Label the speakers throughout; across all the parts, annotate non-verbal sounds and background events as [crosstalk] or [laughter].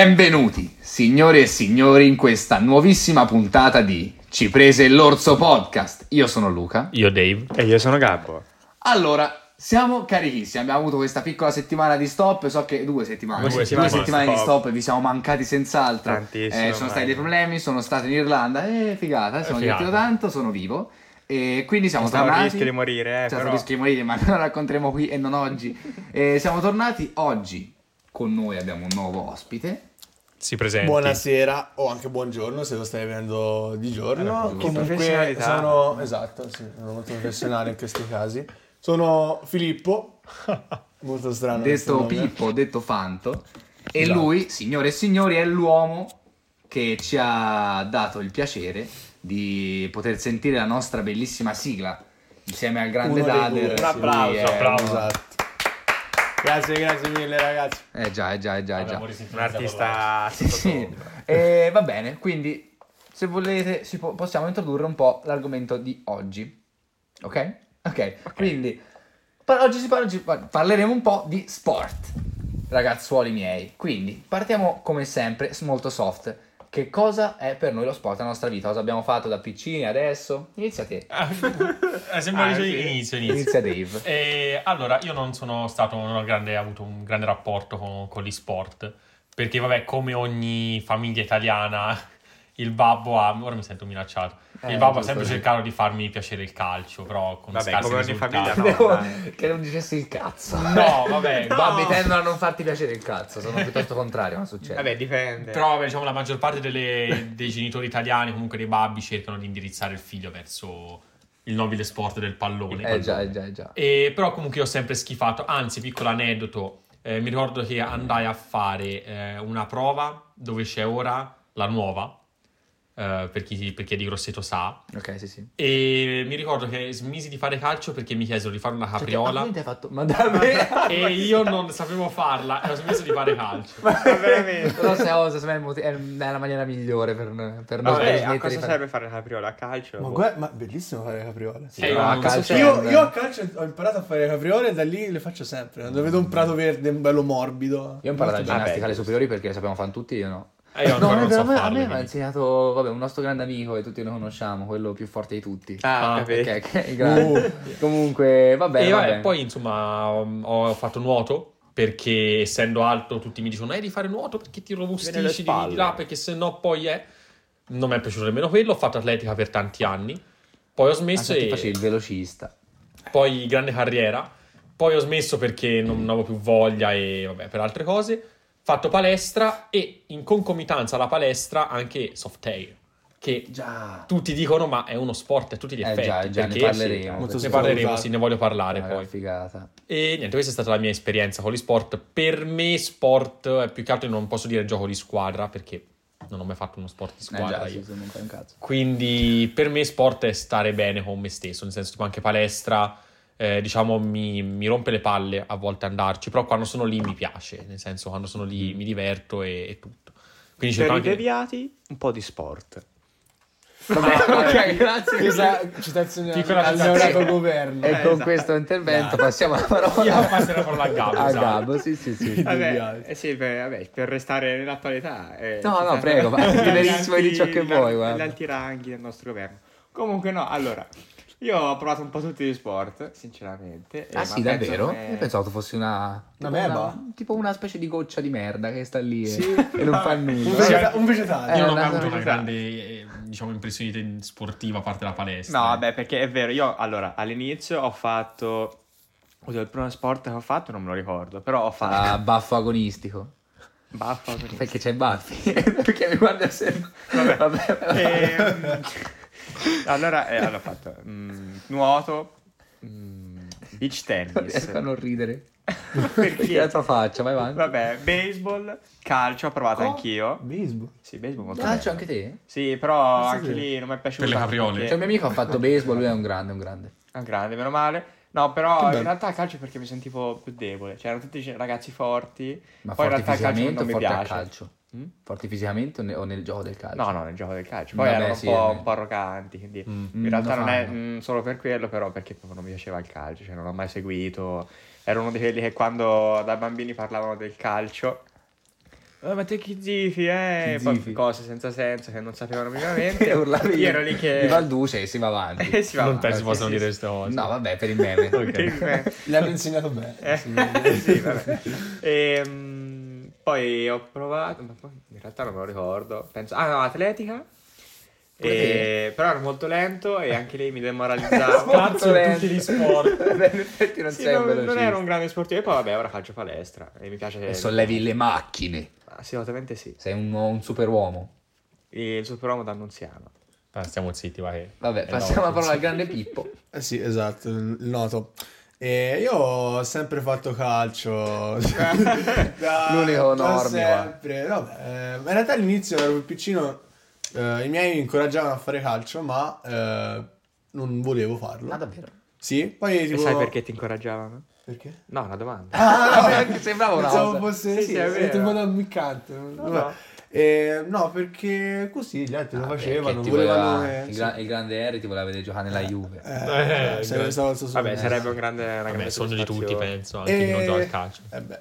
Speaker 1: Benvenuti, signore e signori, in questa nuovissima puntata di Ci prese l'orso podcast. Io sono Luca.
Speaker 2: Io Dave.
Speaker 3: E io sono Gabbo.
Speaker 1: Allora, siamo carichissimi, abbiamo avuto questa piccola settimana di stop, so che due settimane,
Speaker 2: Due
Speaker 1: due settimane,
Speaker 2: settimane.
Speaker 1: di stop, vi siamo mancati senz'altro.
Speaker 3: Tantissimo,
Speaker 1: Eh, sono
Speaker 3: ormai.
Speaker 1: stati dei problemi, sono stato in Irlanda, eh, figata, sono
Speaker 2: figata.
Speaker 1: divertito tanto, sono vivo e quindi siamo
Speaker 3: Stavo a
Speaker 1: tornati.
Speaker 3: rischio di morire, eh,
Speaker 1: Certo,
Speaker 3: però.
Speaker 1: rischio di morire, ma non lo racconteremo qui e non oggi. Eh, siamo tornati oggi. Con noi abbiamo un nuovo ospite.
Speaker 2: Si presenta.
Speaker 4: Buonasera o anche buongiorno se lo stai vedendo di giorno.
Speaker 3: Che
Speaker 4: Comunque
Speaker 3: professionalità.
Speaker 4: sono esatto, sì, sono molto professionale in questi casi. Sono Filippo, molto strano. questo
Speaker 1: detto
Speaker 4: nome.
Speaker 1: Pippo, detto Fanto. E
Speaker 4: Esatto.
Speaker 1: lui, signore e signori, è l'uomo che ci ha dato il piacere di poter sentire la nostra bellissima sigla insieme al grande
Speaker 4: Uno dei
Speaker 1: Dader. eh,
Speaker 4: due,
Speaker 1: Lui
Speaker 4: sì. Un applauso,
Speaker 1: è-
Speaker 2: applauso.
Speaker 4: Esatto. Grazie, grazie mille ragazzi.
Speaker 1: Eh già, eh già, eh già, eh già.
Speaker 3: Un artista
Speaker 1: Sì, sì. Eh, va bene, quindi se volete si può- possiamo introdurre un po' l'argomento di oggi. Ok? Ok, quindi par- oggi, si parla- oggi par- parleremo un po' di sport, ragazzuoli miei. Quindi partiamo come sempre s- molto soft. Che cosa è per noi lo sport nella nostra vita? Cosa abbiamo fatto da piccini adesso? Inizia te.
Speaker 2: Ah, [laughs] ah, sembra
Speaker 3: Ah,
Speaker 2: dice-
Speaker 3: sì.
Speaker 2: inizio, inizio.
Speaker 1: Inizia [laughs] Dave.
Speaker 2: E, allora, io non sono stato, non ho grande- avuto un grande rapporto con, con gli sport, perché vabbè, come ogni famiglia italiana, [laughs] il babbo ha, ora mi sento minacciato,
Speaker 1: Eh,
Speaker 2: il babbo ha
Speaker 1: giusto,
Speaker 2: sempre
Speaker 1: sì.
Speaker 2: cercato di farmi piacere il calcio, però con
Speaker 3: Vabbè,
Speaker 2: scarsi
Speaker 3: come ogni
Speaker 2: risultati.
Speaker 3: famiglia, no. dai.
Speaker 1: che non dicessi il cazzo. [laughs]
Speaker 2: No, vabbè,
Speaker 1: No. Babbi tendono a non farti piacere il cazzo, sono piuttosto contrario, ma succede.
Speaker 3: Vabbè, dipende.
Speaker 2: Però vabbè, diciamo la maggior parte delle- dei genitori italiani, comunque dei babbi, cercano di indirizzare il figlio verso il nobile sport del pallone.
Speaker 1: Eh già, eh già, eh già.
Speaker 2: E- però comunque io ho sempre schifato, anzi piccolo aneddoto, eh, mi ricordo che andai a fare eh, una prova dove c'è ora la nuova, eh, per, chi, per chi è di Grosseto sa,
Speaker 1: Ok, sì, sì.
Speaker 2: e mi ricordo che smisi di fare calcio perché mi chiesero di fare una
Speaker 3: Cioè,
Speaker 1: Perché,
Speaker 2: capriola
Speaker 1: ah, quindi hai fatto... Ma da
Speaker 2: [laughs]
Speaker 1: me...
Speaker 2: e io non sapevo farla e ho smesso di fare calcio.
Speaker 1: Ma
Speaker 3: veramente?
Speaker 1: [laughs] Però se osa, secondo me è il moti- è è la maniera migliore per, per non
Speaker 3: Vabbè,
Speaker 1: smettere
Speaker 3: a
Speaker 1: di
Speaker 3: cosa
Speaker 1: fare-
Speaker 3: serve fare la capriola? A calcio?
Speaker 4: Ma,
Speaker 3: Boh.
Speaker 4: guarda, ma bellissimo fare le capriole.
Speaker 2: Eh,
Speaker 1: no,
Speaker 2: non
Speaker 1: a
Speaker 2: so
Speaker 1: calcio-
Speaker 2: se-
Speaker 4: Io, io
Speaker 1: eh.
Speaker 4: a calcio ho imparato a fare le capriole e da lì le faccio sempre. Quando vedo un prato verde bello morbido.
Speaker 1: Io ho imparato a
Speaker 4: Molto
Speaker 1: ginnastica
Speaker 3: bello.
Speaker 1: alle superiori perché le sapevamo fare tutti, io no.
Speaker 2: Eh, io
Speaker 1: no,
Speaker 2: ancora non
Speaker 1: però
Speaker 2: so
Speaker 1: a me, a
Speaker 2: farle,
Speaker 1: me mi ha
Speaker 2: quindi.
Speaker 1: insegnato, vabbè, un nostro grande amico e tutti lo conosciamo, quello più forte di tutti.
Speaker 3: Ah,
Speaker 2: Ah,
Speaker 3: Uh. capito.
Speaker 1: Ok, che è grande. Comunque, vabbè,
Speaker 2: e vabbè,
Speaker 1: vabbè.
Speaker 2: poi insomma um, ho fatto nuoto perché essendo alto tutti mi dicono eh di fare nuoto perché ti
Speaker 3: Viene alle
Speaker 2: robustisci di,
Speaker 3: spalle."
Speaker 2: di là perché sennò poi è non mi è piaciuto nemmeno quello ho fatto atletica per tanti anni poi ho
Speaker 1: Ah,
Speaker 2: smesso
Speaker 1: se ti facevi
Speaker 2: e
Speaker 1: il velocista.
Speaker 2: poi grande carriera poi ho smesso perché non, non avevo più voglia e vabbè per altre cose fatto palestra e in concomitanza alla palestra anche soft air che
Speaker 1: Eh, Già.
Speaker 2: tutti dicono ma è uno sport a tutti gli
Speaker 1: Eh,
Speaker 2: effetti
Speaker 1: già, già, ne
Speaker 2: perché
Speaker 1: parleremo.
Speaker 4: molto
Speaker 2: ne
Speaker 1: perché-
Speaker 2: parleremo
Speaker 4: Sottovalutato.
Speaker 2: sì ne voglio parlare
Speaker 1: Ah,
Speaker 2: poi
Speaker 1: figata.
Speaker 2: e niente, questa è stata la mia esperienza con gli sport. Per me, sport è più che altro, non posso dire gioco di squadra perché non ho mai fatto uno sport di
Speaker 1: Eh,
Speaker 2: squadra.
Speaker 1: già,
Speaker 2: io.
Speaker 1: sì, sono un po' in cazzo.
Speaker 2: Quindi, per me, sport è stare bene con me stesso. Nel senso, tipo, anche palestra, eh, diciamo, mi, mi rompe le palle a volte andarci, però quando sono lì mi piace. Nel senso, quando sono lì mi diverto e, e tutto. Quindi,
Speaker 3: Per
Speaker 2: cerco
Speaker 3: i
Speaker 2: anche-
Speaker 3: deviati, un po' di sport.
Speaker 1: [laughs] ok, grazie.
Speaker 4: Questa citazione
Speaker 2: Piccola
Speaker 4: al
Speaker 2: citazione.
Speaker 4: neonato-governo.
Speaker 1: E
Speaker 3: Eh,
Speaker 1: con
Speaker 3: esatto.
Speaker 1: questo intervento passiamo la parola
Speaker 2: Io passerò la parola a
Speaker 1: [laughs]
Speaker 2: Gabbo,
Speaker 1: A
Speaker 2: esatto.
Speaker 1: Gabbo, sì, sì, sì.
Speaker 3: Vabbè,
Speaker 4: deviati.
Speaker 3: [laughs] eh sì, per, vabbè, per restare nell'attualità. eh,
Speaker 1: No,
Speaker 3: ci
Speaker 1: no,
Speaker 3: sono-
Speaker 1: prego,
Speaker 3: [laughs]
Speaker 1: vai,
Speaker 3: gli
Speaker 1: liberissimo di ciò
Speaker 3: alti-
Speaker 1: che vuoi,
Speaker 3: gli
Speaker 1: guarda.
Speaker 3: alti ranghi del nostro governo. Comunque no, allora, io ho provato un po' tutti gli sport, sinceramente. eh,
Speaker 1: Ah
Speaker 3: ma
Speaker 1: sì,
Speaker 3: penso
Speaker 1: davvero?
Speaker 3: che-
Speaker 1: Io pensavo tu fossi una...
Speaker 4: Una
Speaker 1: tipo
Speaker 4: meba?
Speaker 1: tipo una specie di goccia di merda che sta lì e, [laughs]
Speaker 4: Sì.
Speaker 1: e non fa
Speaker 4: Un,
Speaker 1: nulla.
Speaker 4: [laughs] vegeta- un vegetale.
Speaker 1: Eh,
Speaker 2: Io non ho mai
Speaker 1: la-
Speaker 2: avuto una
Speaker 3: la-
Speaker 2: grande, eh, diciamo, impressione di- sportiva a parte la palestra. eh.
Speaker 3: No, vabbè, perché è vero, io allora all'inizio ho fatto. Oddio, il primo sport che ho fatto non me lo ricordo, però ho fatto.
Speaker 1: Ah, baffo agonistico.
Speaker 3: Baffa. quindi.
Speaker 1: Perché c'è Baffi. [laughs] Perché mi guarda sempre... Vabbè. [laughs]
Speaker 3: Ehm, allora, eh, allora ho fatto mm, nuoto, mm, beach
Speaker 1: Non [laughs] riesco a
Speaker 3: tennis.
Speaker 1: non ridere. Perché la
Speaker 3: perché?
Speaker 1: tua faccia, vai avanti.
Speaker 3: Vabbè, baseball, calcio, ho provato
Speaker 1: Co-
Speaker 3: anch'io. Ah,
Speaker 4: Baseball.
Speaker 3: Sì, baseball molto
Speaker 1: Calcio
Speaker 3: bello.
Speaker 1: anche te?
Speaker 3: Sì, però
Speaker 4: Ah, sì,
Speaker 3: anche
Speaker 4: sì.
Speaker 3: lì non mi è piaciuto.
Speaker 2: Per le capriole.
Speaker 1: Cioè, un mio amico ha fatto baseball, lui è un grande, un grande.
Speaker 3: Ah, grande, meno male. No, però
Speaker 4: bello.
Speaker 3: in realtà calcio perché mi sentivo più debole. Cioè, erano tutti ragazzi forti.
Speaker 1: Ma
Speaker 3: poi in
Speaker 1: forti
Speaker 3: realtà il calcio
Speaker 1: fisicamente
Speaker 3: non
Speaker 1: o
Speaker 3: mi
Speaker 1: forti a
Speaker 3: piace.
Speaker 1: calcio?
Speaker 3: Mm?
Speaker 1: Forti fisicamente o ne- o nel gioco del calcio? [laughs]
Speaker 3: No, no, nel gioco del calcio. Poi
Speaker 1: Vabbè,
Speaker 3: erano
Speaker 1: sì,
Speaker 3: un, po',
Speaker 1: eh.
Speaker 3: un po' arroganti. Quindi
Speaker 2: Mm.
Speaker 1: Mm,
Speaker 3: in realtà
Speaker 1: lo
Speaker 3: non è
Speaker 1: fanno.
Speaker 3: mm, solo per quello, però perché proprio non mi piaceva il calcio. Cioè, non l'ho mai seguito. Ero uno di quelli che quando da bambini parlavano del calcio. eh, "Ah, ma te chi zifi, eh?
Speaker 1: Chi
Speaker 3: Poi
Speaker 1: zifi?
Speaker 3: cose senza senso che
Speaker 1: [laughs]
Speaker 3: non sapevano
Speaker 1: E
Speaker 3: minimamente.
Speaker 1: urlavi
Speaker 3: Io ero lì
Speaker 1: di Ah,
Speaker 3: che... [laughs]
Speaker 1: Valduce e si va avanti.
Speaker 3: E si va
Speaker 2: non
Speaker 3: avanti,
Speaker 2: penso
Speaker 3: sì,
Speaker 2: possano
Speaker 3: sì,
Speaker 2: dire
Speaker 3: sì.
Speaker 2: queste cose.
Speaker 1: No, vabbè, per il meme.
Speaker 3: [laughs] Ok.
Speaker 4: Gli hanno insegnato bene.
Speaker 3: Eh, [laughs] sì, vabbè. Ehm, poi ho provato, ma poi in realtà non me lo ricordo. Penso, ah no, atletica.
Speaker 1: Pure
Speaker 3: E- però ero molto lento e anche lei mi
Speaker 1: Molto
Speaker 3: [laughs] demoralizzava.
Speaker 2: Cazzo, in
Speaker 1: lento.
Speaker 2: tutti gli
Speaker 3: [laughs]
Speaker 2: sport.
Speaker 1: Beh, [laughs] in effetti non
Speaker 3: Sì,
Speaker 1: sei un
Speaker 3: non, non
Speaker 1: velocista.
Speaker 3: ero un grande sportivo. E poi vabbè, ora faccio palestra e mi piace.
Speaker 1: E sollevi le macchine.
Speaker 3: Assolutamente sì.
Speaker 1: Sei un, un super uomo.
Speaker 3: Il superuomo d'Annunziano.
Speaker 2: Ah, stiamo zitti, va che...
Speaker 1: Vabbè,
Speaker 2: eh,
Speaker 1: passiamo
Speaker 2: no.
Speaker 1: la parola al grande Pippo.
Speaker 4: Eh sì, esatto, il noto. E io ho sempre fatto [laughs] calcio. Da-
Speaker 1: L'unico
Speaker 4: da
Speaker 1: norme,
Speaker 4: sempre. No, beh, eh, in realtà all'inizio ero più piccino, eh, i miei mi incoraggiavano a fare calcio, ma eh, non volevo farlo.
Speaker 1: Ma davvero?
Speaker 4: Sì, poi
Speaker 3: E
Speaker 4: tipo...
Speaker 3: sai perché ti incoraggiavano?
Speaker 4: Perché?
Speaker 3: [laughs] No, una domanda.
Speaker 1: Ah,
Speaker 3: [laughs]
Speaker 1: anche
Speaker 4: [laughs]
Speaker 1: sembrava una
Speaker 4: Pensavo
Speaker 1: cosa.
Speaker 4: fosse
Speaker 3: Sì, sì, è
Speaker 4: è
Speaker 3: vero.
Speaker 4: tipo da ammiccante. Vabbè.
Speaker 3: no. Ah,
Speaker 4: Eh, no, perché così gli altri lo
Speaker 1: Vabbè,
Speaker 4: facevano,
Speaker 1: che ti
Speaker 4: volevano...
Speaker 1: voleva-
Speaker 4: eh,
Speaker 1: il, gra- il grande Harry ti voleva vedere giocare nella Juve.
Speaker 4: eh,
Speaker 2: Eh,
Speaker 4: sarebbe
Speaker 2: gra-
Speaker 4: stato il suo
Speaker 3: Vabbè,
Speaker 4: sogno.
Speaker 3: sarebbe un grande, una
Speaker 2: Vabbè,
Speaker 3: grande
Speaker 2: il sogno di tutti,
Speaker 3: soddisfazione.
Speaker 2: penso, anche di non gioca al calcio.
Speaker 4: eh beh.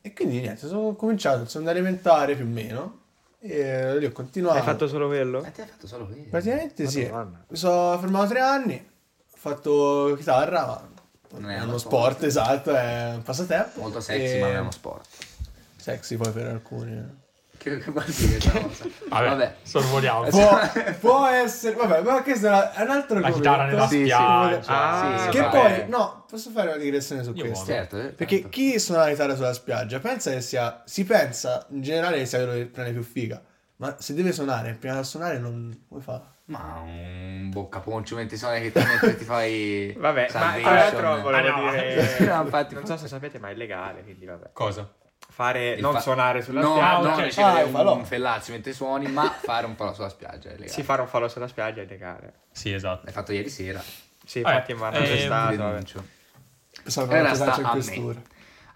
Speaker 4: E quindi niente, sono cominciato, sono andato elementare più o meno, e lì ho continuato.
Speaker 3: Hai fatto solo quello?
Speaker 1: Ma ti hai fatto solo quello?
Speaker 4: Praticamente sì.
Speaker 3: Madonna.
Speaker 4: Mi sono fermato tre anni, ho fatto chitarra, ma
Speaker 1: Non
Speaker 4: è,
Speaker 1: è
Speaker 4: uno
Speaker 1: uno
Speaker 4: sport, esatto, è un passatempo.
Speaker 1: Molto sexy,
Speaker 4: E-
Speaker 1: ma non è uno sport.
Speaker 4: Sexy poi
Speaker 1: [laughs]
Speaker 4: per alcuni.
Speaker 1: Che, che vuol dire questa cosa?
Speaker 2: Vabbè,
Speaker 1: Vabbè. Eh,
Speaker 2: sorvoliamo.
Speaker 4: Può, può essere, vabbè, ma questo è una- è un altro
Speaker 2: La
Speaker 4: argomento.
Speaker 2: chitarra nella
Speaker 1: Sì, sì.
Speaker 2: spiaggia.
Speaker 3: Ah,
Speaker 1: Sì, sì,
Speaker 4: Che
Speaker 1: va
Speaker 4: poi,
Speaker 1: bene.
Speaker 4: no, posso fare una digressione su
Speaker 2: Io
Speaker 4: questo?
Speaker 2: voglio.
Speaker 1: Certo, eh,
Speaker 4: Perché
Speaker 1: tanto.
Speaker 4: chi suona la chitarra sulla spiaggia pensa che sia. Si pensa in generale che sia quello che prende più figa. Ma se deve suonare, prima di suonare non come fa.
Speaker 1: Ma un boccaponcio mentre suona che ti mentre ti fai...
Speaker 3: Vabbè, ma
Speaker 1: Salvation.
Speaker 3: tra l'altro
Speaker 2: Ah,
Speaker 3: volevo
Speaker 2: [laughs] no.
Speaker 3: dire...
Speaker 1: No, infatti.
Speaker 3: non so se sapete, ma è illegale, quindi vabbè.
Speaker 2: Cosa?
Speaker 3: Fare,
Speaker 1: Il
Speaker 3: non
Speaker 1: fa-
Speaker 3: suonare sulla
Speaker 1: no,
Speaker 3: spiaggia.
Speaker 1: No,
Speaker 2: ok.
Speaker 1: dice
Speaker 4: Ah,
Speaker 1: vedere
Speaker 4: il
Speaker 1: un,
Speaker 4: falò.
Speaker 1: un fellazio mentre suoni, ma fare un falò sulla spiaggia. è legale.
Speaker 3: Si fare un fallo sulla spiaggia è illegale.
Speaker 2: Sì, esatto.
Speaker 1: L'hai fatto ieri sera.
Speaker 3: Sì, infatti
Speaker 2: Eh,
Speaker 3: mi hanno
Speaker 2: eh,
Speaker 1: Ti
Speaker 3: arrestato. vabbè.
Speaker 1: denuncio.
Speaker 4: Pensavo
Speaker 1: Era
Speaker 4: che
Speaker 1: sta
Speaker 4: faccia in
Speaker 1: a me.
Speaker 4: questura.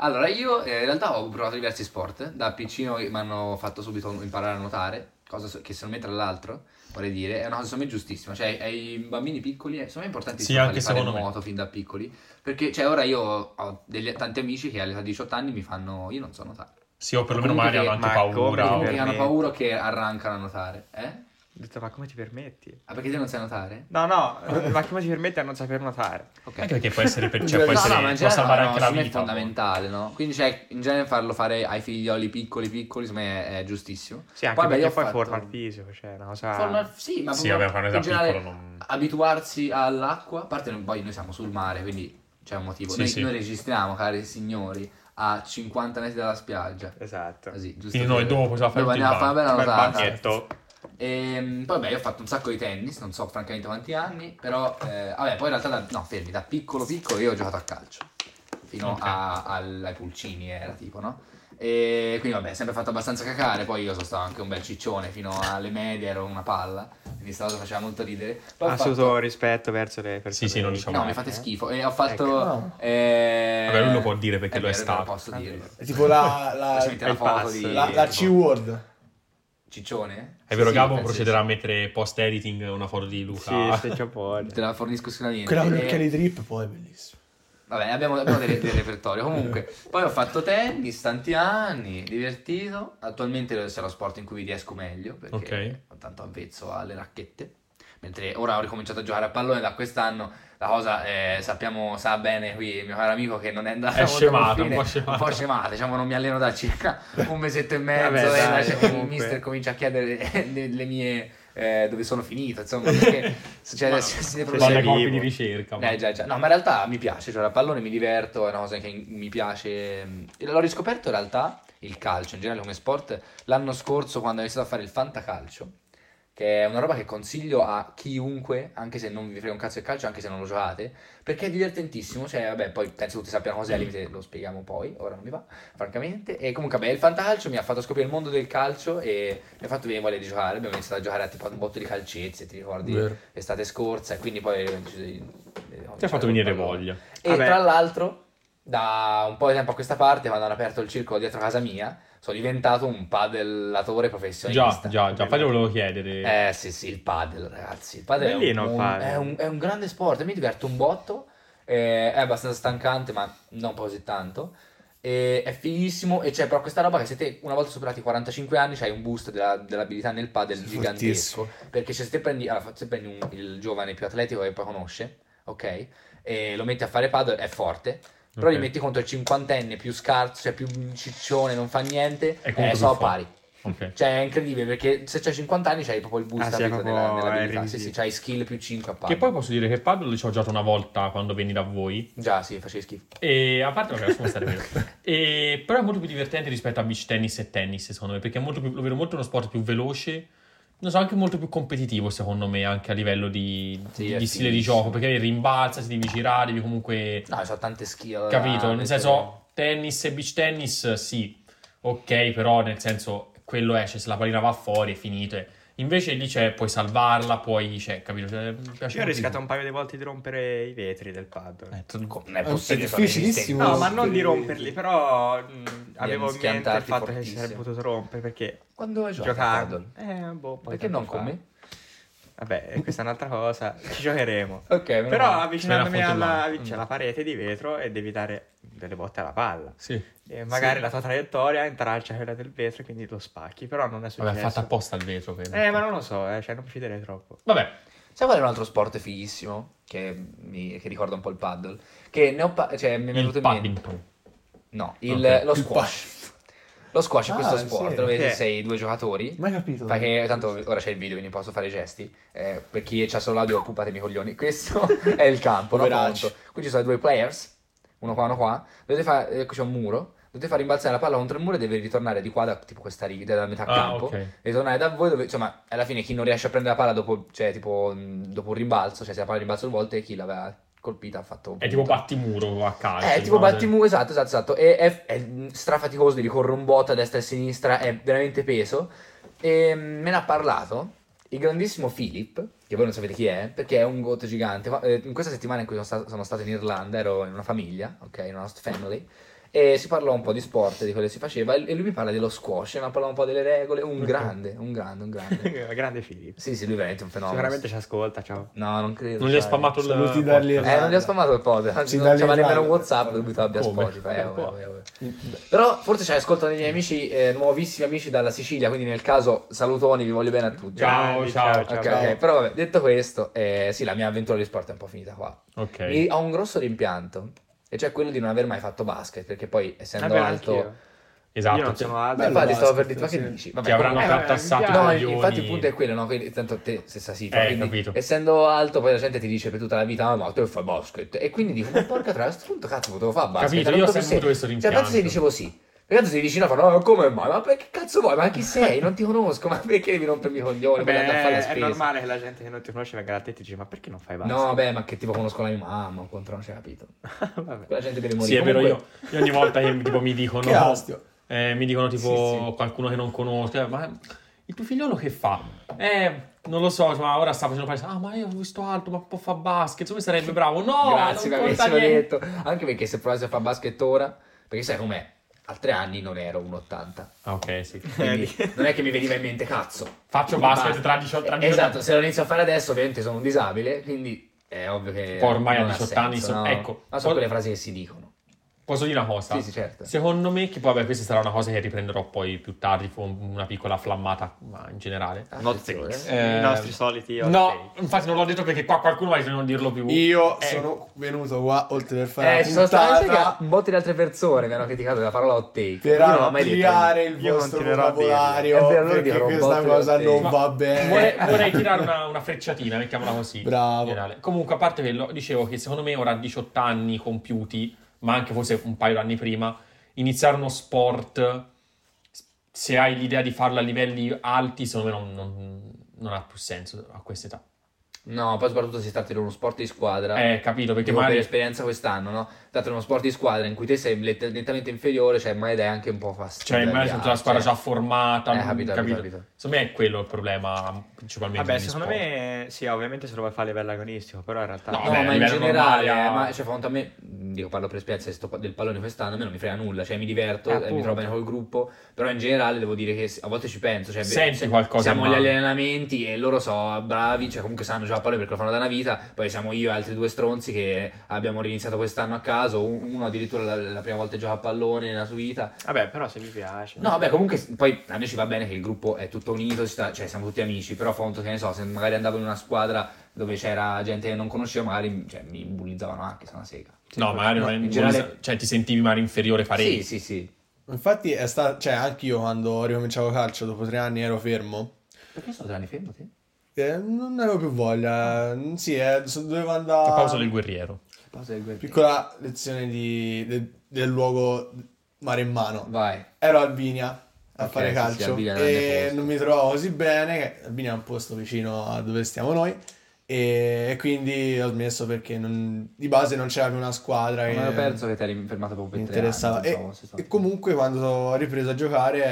Speaker 1: Allora, io eh, in realtà ho provato diversi sport. Da piccino mi hanno fatto subito imparare a nuotare, cosa so- che secondo me, tra l'altro, vorrei dire, è una cosa secondo me giustissima. Cioè, ai bambini piccoli è secondo me importante
Speaker 2: Sì, anche
Speaker 1: fare il
Speaker 2: secondo me.
Speaker 1: nuoto fin da piccoli. Perché, cioè, ora io ho degli- tanti amici che all'età di 18 anni mi fanno... Io non so nuotare.
Speaker 2: Sì, o perlomeno
Speaker 1: Comunque
Speaker 2: magari hanno anche
Speaker 3: che- ma
Speaker 2: paura.
Speaker 1: Comunque
Speaker 2: o-
Speaker 1: che hanno
Speaker 3: veramente.
Speaker 1: paura che arrancano a nuotare. Eh?
Speaker 3: Ho detto, ma come ti permetti?
Speaker 1: Ah, perché te non sai nuotare?
Speaker 3: No, no, eh, ma come ti permetti a non saper nuotare?
Speaker 1: Ok.
Speaker 2: Anche perché può
Speaker 1: [laughs]
Speaker 2: essere... Per... Cioè, può
Speaker 4: No,
Speaker 2: essere...
Speaker 1: ma in
Speaker 2: può salvare
Speaker 1: no,
Speaker 2: anche la
Speaker 1: secondo me
Speaker 2: vita.
Speaker 1: è fondamentale, no? Quindi, cioè, in genere farlo fare ai figlioli piccoli, piccoli, secondo me è, è giustissimo.
Speaker 3: Sì, anche
Speaker 1: vabbè, io
Speaker 3: perché
Speaker 1: ho
Speaker 3: poi
Speaker 1: fatto-
Speaker 3: forma il fisico, cioè, una cosa...
Speaker 1: Forma- sì, ma
Speaker 2: Sì,
Speaker 1: proprio
Speaker 2: vabbè, quando
Speaker 1: in
Speaker 2: sei
Speaker 1: generale,
Speaker 2: piccolo non-
Speaker 1: abituarsi all'acqua, a parte noi- poi noi siamo sul mare, quindi c'è un motivo.
Speaker 2: Sì,
Speaker 1: noi,
Speaker 2: sì.
Speaker 1: noi registriamo, cari signori, a 50 metri dalla spiaggia.
Speaker 3: Esatto.
Speaker 1: Così, giusto
Speaker 2: Quindi noi
Speaker 1: per-
Speaker 2: dopo possiamo fare
Speaker 1: dopo
Speaker 2: tutti
Speaker 1: andiamo a
Speaker 2: il
Speaker 1: fare una
Speaker 2: bagno.
Speaker 1: bella
Speaker 3: Bel
Speaker 1: notata.
Speaker 2: Bagnetto.
Speaker 1: Ehm, poi beh, io ho fatto un sacco di tennis, non so francamente quanti anni, però eh, vabbè, poi in realtà da, no, fermi, da piccolo piccolo io ho giocato a calcio, fino
Speaker 2: Ok.
Speaker 1: a- al- ai pulcini era tipo, no? E quindi vabbè, sempre fatto abbastanza cacare, poi io sono stato anche un bel ciccione, fino alle medie ero una palla, quindi sta cosa faceva molto ridere. Poi ho
Speaker 3: Assoluto
Speaker 1: fatto-
Speaker 3: rispetto verso le persone.
Speaker 2: Sì, sì, non diciamo
Speaker 1: No, mi
Speaker 2: mai,
Speaker 1: fate
Speaker 3: eh.
Speaker 1: schifo, e ho fatto...
Speaker 3: Ecco.
Speaker 4: No.
Speaker 1: eh,
Speaker 2: Vabbè, lui lo può dire perché lo è
Speaker 1: vero,
Speaker 2: stato.
Speaker 1: vero, posso
Speaker 3: Ah,
Speaker 1: dirlo.
Speaker 4: È
Speaker 1: [laughs]
Speaker 4: tipo la,
Speaker 1: Adesso
Speaker 4: la,
Speaker 1: metti la
Speaker 3: il
Speaker 1: foto
Speaker 3: pass,
Speaker 1: di...
Speaker 4: la, la
Speaker 1: tipo,
Speaker 4: C-word.
Speaker 1: Ciccione?
Speaker 2: È vero,
Speaker 1: Sì,
Speaker 2: Gabo
Speaker 1: penso di
Speaker 2: procederà
Speaker 1: sì.
Speaker 2: a mettere post editing una foto di
Speaker 3: Sì,
Speaker 1: Ah.
Speaker 2: Luca.
Speaker 3: se c'è
Speaker 1: [laughs]
Speaker 3: voglia.
Speaker 1: Te la fornisco sicuramente. Eh,
Speaker 4: Quella con gli
Speaker 1: E-
Speaker 4: occhiali drip poi è bellissimo.
Speaker 1: Vabbè, abbiamo, abbiamo delle-
Speaker 2: [laughs]
Speaker 1: del repertorio. Comunque, poi ho fatto tennis tanti anni, divertito. Attualmente deve essere lo sport in cui mi riesco meglio perché ho tanto avvezzo alle racchette. Mentre ora ho ricominciato a giocare a pallone da quest'anno, la cosa eh, sappiamo, sa bene qui il mio caro amico che non è andata
Speaker 2: È
Speaker 1: molto a
Speaker 2: scemata,
Speaker 1: buon fine,
Speaker 2: un po' Eh scemata.
Speaker 1: scemata, diciamo non mi alleno da circa un
Speaker 2: [laughs]
Speaker 1: mesetto e mezzo
Speaker 3: Vabbè,
Speaker 1: e
Speaker 3: dai,
Speaker 1: la- il
Speaker 3: comunque.
Speaker 1: mister comincia a chiedere le, le mie eh, dove sono finito, insomma,
Speaker 2: [laughs]
Speaker 1: perché succede se- se-
Speaker 2: Va alle
Speaker 3: sei
Speaker 2: coppie
Speaker 3: vivo.
Speaker 2: di ricerca. ma-
Speaker 1: eh, già, già. No, ma in realtà mi piace, cioè a pallone mi diverto, è una cosa che mi piace. E L'ho riscoperto in realtà, il calcio in generale come sport, l'anno scorso quando ho iniziato a fare il fantacalcio, che è una roba che consiglio a chiunque, anche se non vi frega un cazzo il calcio, anche se non lo giocate, perché è divertentissimo, cioè vabbè, poi penso tutti sappiano cos'è, al limite lo spieghiamo poi, ora non mi va, francamente. E comunque, beh, il fantacalcio mi ha fatto scoprire il mondo del calcio e mi ha fatto venire voglia di giocare, abbiamo iniziato a giocare a tipo un botto di calcezze, ti ricordi? l'estate scorsa e quindi poi ho deciso di- ho
Speaker 2: Ti ha fatto
Speaker 1: cominciato col
Speaker 2: venire
Speaker 1: pallone.
Speaker 2: voglia.
Speaker 1: E
Speaker 3: Vabbè.
Speaker 1: tra l'altro, da un po' di tempo a questa parte, quando hanno aperto il circolo dietro casa mia, sono diventato un padellatore
Speaker 2: Già,
Speaker 1: professionista.
Speaker 2: già, già. Infatti volevo chiedere.
Speaker 1: Eh sì, sì, il padel, ragazzi. Il padel è un-
Speaker 3: Bellino il
Speaker 1: un,
Speaker 3: padel.
Speaker 1: È, un, è un grande sport, mi diverto un botto, eh, è abbastanza stancante, ma non così tanto. e è fighissimo e c'è però questa roba che se te una volta superati i 45 anni c'hai un boost della- dell'abilità nel padel gigantesco perché se te prendi, allora, se prendi un- il giovane più atletico che poi conosce ok e lo metti a fare padel è forte però
Speaker 2: Ok.
Speaker 1: gli metti contro il cinquantenne più scarso cioè più ciccione non fa niente
Speaker 2: È comunque
Speaker 1: eh,
Speaker 2: più
Speaker 1: sono
Speaker 2: forte.
Speaker 1: pari
Speaker 2: Ok.
Speaker 1: cioè è incredibile perché se c'hai 50 anni c'hai proprio il boost
Speaker 3: Ah, sì, è
Speaker 1: appunto
Speaker 3: proprio-
Speaker 1: della,
Speaker 3: è
Speaker 1: dell'abilità sì
Speaker 3: rivisibile.
Speaker 1: sì c'hai skill più 5 a padel
Speaker 2: Che poi posso dire che Pablo ci ho giocato una volta quando venni da voi.
Speaker 1: già sì facevi schifo
Speaker 2: E a parte, vabbè, lasciamo stare vero. E, però è molto più divertente rispetto a beach tennis e tennis, secondo me, perché è molto più, lo vedo molto uno sport più veloce. Non so, anche molto più competitivo, secondo me, anche a livello di,
Speaker 1: Sì,
Speaker 2: di-
Speaker 1: è
Speaker 2: di stile di
Speaker 1: fighissimo.
Speaker 2: gioco. Perché rimbalza, si devi girare, devi comunque.
Speaker 1: no eh, c'ho tante skill
Speaker 2: Capito? Nel
Speaker 1: veramente.
Speaker 2: senso, tennis e beach tennis, sì, ok, però nel senso, quello esce, se la pallina va fuori è finito. eh. Invece lì c'è, puoi salvarla, puoi, cioè, capito? Cioè, mi piace
Speaker 3: Io ho
Speaker 2: molto di
Speaker 3: rischiato
Speaker 2: più.
Speaker 3: un paio di volte di rompere i vetri del paddle.
Speaker 2: Eh, tu-
Speaker 1: non è
Speaker 4: È
Speaker 1: possibile sono
Speaker 4: difficilissimo.
Speaker 1: resistenti.
Speaker 3: No, ma non di romperli, però mh, avevo in mente il
Speaker 1: schiantarti
Speaker 3: fatto che si
Speaker 1: fortissimo.
Speaker 3: sarebbe potuto rompere perché
Speaker 1: Quando hai giocato a
Speaker 3: giocando.
Speaker 1: paddle?
Speaker 3: Eh, boh, poi
Speaker 1: Perché
Speaker 3: tanto
Speaker 1: non con
Speaker 3: fa.
Speaker 1: me?
Speaker 3: Vabbè, questa è un'altra cosa. Ci giocheremo.
Speaker 1: Ok, meno
Speaker 3: Però
Speaker 1: male.
Speaker 3: avvicinandomi
Speaker 2: Me la
Speaker 3: alla
Speaker 2: foto in
Speaker 3: c'è la parete di vetro e devi dare delle botte alla palla.
Speaker 2: Sì.
Speaker 3: E magari la tua traiettoria intralcia quella del vetro e quindi lo spacchi. Però non è
Speaker 2: Vabbè,
Speaker 3: successo.
Speaker 2: è fatta apposta al vetro. credo.
Speaker 3: Eh, ma non lo so, eh, cioè non mi fiderei troppo. [laughs]
Speaker 2: Vabbè,
Speaker 1: Sai qual è un altro sport fighissimo? Che, mi, che ricorda un po' il paddle? Che ne ho pa- cioè, mi è venuto
Speaker 2: il
Speaker 1: in mente.
Speaker 2: paddington.
Speaker 1: No, il-
Speaker 2: Ok.
Speaker 1: lo squash. Lo squash è
Speaker 4: Ah,
Speaker 1: questo
Speaker 4: sì,
Speaker 1: sport dove
Speaker 3: ok.
Speaker 1: sei due giocatori.
Speaker 4: Mai capito?
Speaker 1: Perché tanto ora c'è il video, quindi posso fare i gesti. Eh, per chi c'ha solo l'audio, pumpatemi i coglioni. [laughs] Questo è il campo, no?
Speaker 4: Poveracci.
Speaker 1: Appunto. Qui ci sono due players, uno qua, uno qua. Dovete fare, eh, qui c'è un muro. Dovete far rimbalzare la palla contro il muro e deve ritornare di qua, da, tipo questa riga, da metà
Speaker 2: Ah,
Speaker 1: campo.
Speaker 2: ok.
Speaker 1: Ritornare da voi dove, insomma, alla fine chi non riesce a prendere la palla dopo, cioè, tipo, mh, dopo un rimbalzo, cioè se la palla rimbalza due volte, chi l'aveva colpita ha fatto un
Speaker 2: È tipo
Speaker 1: punto.
Speaker 2: battimuro a calcio.
Speaker 1: Eh, tipo
Speaker 2: no?
Speaker 1: battimu, esatto, esatto, esatto. E è, è strafaticoso, devi correre un botto a destra e a sinistra, è veramente peso. E mm, me ne ha parlato il grandissimo Philip, che voi non sapete chi è, perché è un goto gigante. Ma, eh, In questa settimana in cui sono sta- sono stato in Irlanda, ero in una famiglia, ok, in una host family, e si parlò un po' di sport, di quello che si faceva, e lui mi parla dello squash, mi parla un po' delle regole, un
Speaker 2: Ok.
Speaker 1: grande, un grande, un
Speaker 2: [laughs]
Speaker 1: grande.
Speaker 3: Grande Filippo.
Speaker 1: sì, sì, lui è veramente un fenomeno.
Speaker 3: Sicuramente ci ascolta, ciao.
Speaker 1: No, non credo.
Speaker 2: Non gli ha
Speaker 1: sai.
Speaker 2: spammato Cioè, il.
Speaker 4: Saluti dargli-
Speaker 2: podcast.
Speaker 1: Eh, non gli ho spammato il pod,
Speaker 4: Sì,
Speaker 1: non c'era
Speaker 4: dall'Irlanda.
Speaker 1: nemmeno Whatsapp, dubito abbia
Speaker 2: Come?
Speaker 1: Spotify. eh,
Speaker 2: Un po'.
Speaker 1: vabbè, vabbè. Però forse ci ascoltano i miei amici, eh, nuovissimi amici dalla Sicilia, quindi nel caso salutoni, vi voglio bene a tutti.
Speaker 2: Ciao,
Speaker 3: Grandi,
Speaker 2: ciao,
Speaker 1: Ok,
Speaker 3: ciao.
Speaker 1: ok, eh, però vabbè, detto questo, eh, sì, la mia avventura di sport è un po' finita qua.
Speaker 2: Ok.
Speaker 1: Mi- ho un grosso rimpianto, e cioè quello di non aver mai fatto basket, perché poi essendo
Speaker 3: Vabbè,
Speaker 1: alto...
Speaker 3: anch'io.
Speaker 2: Esatto.
Speaker 3: Io non sono alto.
Speaker 4: Bello
Speaker 1: infatti stavo per
Speaker 4: basket,
Speaker 1: dire, ma che
Speaker 4: sì.
Speaker 1: dici?
Speaker 2: Ti avranno
Speaker 3: eh, vabbè,
Speaker 2: cattassato.
Speaker 3: mi
Speaker 1: No,
Speaker 2: i coglioni.
Speaker 1: infatti il punto è quello, no? Quindi, tanto te stessa situazione.
Speaker 2: Eh,
Speaker 1: quindi,
Speaker 2: capito.
Speaker 1: essendo alto, poi la gente ti dice per tutta la vita: "Ah, ma tu fai basket. E quindi dico: Ma porca tra a questo punto, cazzo, potevo fare basket.
Speaker 2: Capito,
Speaker 1: era
Speaker 2: io ho
Speaker 1: tutto più
Speaker 2: sempre avuto questo
Speaker 1: Cioè, tanto se
Speaker 2: rimpianto.
Speaker 1: dicevo sì. E tanto si vicino a fare, no, come mai? Ma perché cazzo vuoi? Ma chi sei? Non ti conosco, ma perché devi rompermi i coglioni? Poi andare a fare la
Speaker 3: Vabbè, è
Speaker 1: spesa.
Speaker 3: normale che la gente che non ti conosce venga da te e ti dice ma perché non fai basta?
Speaker 1: No, beh, ma che tipo conosco la mia mamma, contro non c'è capito.
Speaker 3: [laughs] Vabbè.
Speaker 1: Quella gente deve morire.
Speaker 2: Sì, è vero, io,
Speaker 1: Comunque,
Speaker 2: io ogni volta che tipo,
Speaker 1: [laughs]
Speaker 2: mi dicono...
Speaker 4: Che astio.
Speaker 2: eh, mi dicono tipo
Speaker 4: Sì,
Speaker 2: qualcuno che non conosco, eh, ma il tuo figliolo che fa? Eh, non lo so, ma ora sta facendo palestra. Ah, ma io ho visto alto, ma può fare basket, insomma sarebbe bravo. No,
Speaker 1: Grazie per
Speaker 2: non conta
Speaker 1: avercelo
Speaker 2: niente.
Speaker 1: detto. Anche perché se provassi a fare basket ora, perché sai com'è? A tre anni non ero un 80.
Speaker 2: Ah, ok, sì.
Speaker 1: Quindi non è che mi veniva in mente cazzo.
Speaker 2: Faccio basket tra 18 tra 18
Speaker 1: Esatto, se lo inizio a fare adesso ovviamente sono un disabile, quindi è ovvio che...
Speaker 2: Poi ormai
Speaker 1: non
Speaker 2: a
Speaker 1: ha
Speaker 2: 18
Speaker 1: senso,
Speaker 2: anni sono-
Speaker 1: no?
Speaker 2: ecco.
Speaker 1: Ma
Speaker 2: Poi-
Speaker 1: sono quelle frasi che si dicono.
Speaker 2: Posso dire una cosa?
Speaker 1: Sì, sì, certo.
Speaker 2: Secondo me, che poi, vabbè, questa sarà una cosa che riprenderò poi più tardi con una piccola flammata, ma in generale.
Speaker 1: Ah,
Speaker 3: Not
Speaker 1: Attenzione.
Speaker 3: six.
Speaker 2: Eh,
Speaker 3: I nostri soliti hot
Speaker 2: No,
Speaker 3: take.
Speaker 2: infatti non l'ho detto perché qua qualcuno va a non dirlo più.
Speaker 4: Io
Speaker 2: Eh,
Speaker 4: sono venuto qua oltre per fare
Speaker 1: Eh,
Speaker 4: la
Speaker 1: ci sono state
Speaker 4: puntata
Speaker 1: un botto di altre persone mi hanno criticato della parola hot take.
Speaker 4: per
Speaker 1: Io non l'ho mai detto.
Speaker 4: ampliare il
Speaker 3: Io
Speaker 4: vostro
Speaker 3: continuerò a dirlo.
Speaker 4: vocabolario
Speaker 1: Eh, beh, allora
Speaker 4: perché
Speaker 1: dirò un
Speaker 4: questa
Speaker 1: botto
Speaker 4: cosa
Speaker 1: di
Speaker 4: non
Speaker 1: volte.
Speaker 4: va
Speaker 2: Vorrei,
Speaker 4: bene.
Speaker 2: vorrei tirare una, una frecciatina, mettiamola così.
Speaker 4: Bravo.
Speaker 2: in generale. Comunque, a parte quello, dicevo che secondo me ora a 18 anni compiuti, ma anche forse un paio d'anni prima, iniziare uno sport, se hai l'idea di farlo a livelli alti, secondo me non, non- non ha più senso a questa età.
Speaker 1: No, poi soprattutto si tratta di uno sport di squadra.
Speaker 2: Eh, capito, perché
Speaker 1: Perché per
Speaker 2: magari...
Speaker 1: esperienza quest'anno, no? Dato uno sport di squadra in cui te sei lett- nettamente inferiore, cioè mai è anche un po' fastidio.
Speaker 2: Cioè, magari sono tutta la squadra già formata,
Speaker 1: Eh,
Speaker 2: non-
Speaker 1: capito,
Speaker 2: capito?
Speaker 1: capito, capito.
Speaker 2: Secondo me è quello il problema principalmente.
Speaker 3: Vabbè,
Speaker 2: degli
Speaker 3: secondo
Speaker 2: sport.
Speaker 3: me, sì, ovviamente se lo vuoi fare a livello agonistico, però in realtà...
Speaker 2: No,
Speaker 1: No,
Speaker 2: vabbè, a
Speaker 1: ma in
Speaker 2: livello
Speaker 1: generale,
Speaker 2: normale, a-
Speaker 1: ma, cioè, fronte a me, mh, dico, parlo per esperienza di sto- del pallone quest'anno, a me non mi frega nulla, cioè mi diverto,
Speaker 3: Eh,
Speaker 1: eh, mi
Speaker 3: appunto.
Speaker 1: trovo bene col gruppo, però in generale devo dire che s- a volte ci penso, cioè, beh,
Speaker 2: Senti
Speaker 1: se-
Speaker 2: qualcosa
Speaker 1: siamo
Speaker 2: in
Speaker 1: agli
Speaker 2: mano.
Speaker 1: allenamenti e loro sono bravi, cioè comunque sanno già a pallone perché lo fanno da una vita, poi siamo io e altri due stronzi che abbiamo riniziato quest'anno a caso, un- uno addirittura la, la prima volta che gioca a pallone nella sua vita.
Speaker 3: Vabbè, però se mi piace.
Speaker 1: No, vabbè, comunque s- poi a noi ci va bene che il gruppo è tutto unito, ci sta- cioè siamo tutti amici, però fonto che ne so, se magari andavo in una squadra dove c'era gente che non conoscevo, magari cioè, mi bullizzavano anche, sono una sega.
Speaker 2: no, magari
Speaker 1: no,
Speaker 2: non
Speaker 1: in
Speaker 2: è
Speaker 1: generale-
Speaker 2: cioè ti sentivi magari inferiore
Speaker 1: Sì,
Speaker 2: parecchio.
Speaker 1: sì, sì.
Speaker 4: Infatti è stato, cioè anche io quando ricominciavo calcio dopo tre anni ero fermo.
Speaker 1: Perché sono tre anni fermo te?
Speaker 4: Eh, non avevo più voglia. Sì, eh, so- dovevo andare...
Speaker 2: La pausa del guerriero.
Speaker 1: Pausa del guerriero.
Speaker 4: Piccola lezione di- de- del luogo mare in mano.
Speaker 1: Vai.
Speaker 4: Ero a Albinia a
Speaker 1: Ok,
Speaker 4: fare
Speaker 1: sì, sì,
Speaker 4: calcio
Speaker 1: Albinia è un grande
Speaker 4: e
Speaker 1: posto.
Speaker 4: non mi trovavo così bene. che Albinia è un posto vicino a dove stiamo noi. E e quindi ho smesso perché non- di base non c'era più una squadra.
Speaker 1: Non
Speaker 4: che-
Speaker 1: avevo perso che ti eri fermato proprio per
Speaker 4: Eh, mi
Speaker 1: tre
Speaker 4: interessava.
Speaker 1: anni,
Speaker 4: E,
Speaker 1: pensavo, se so.
Speaker 4: e comunque quando ho ripreso a giocare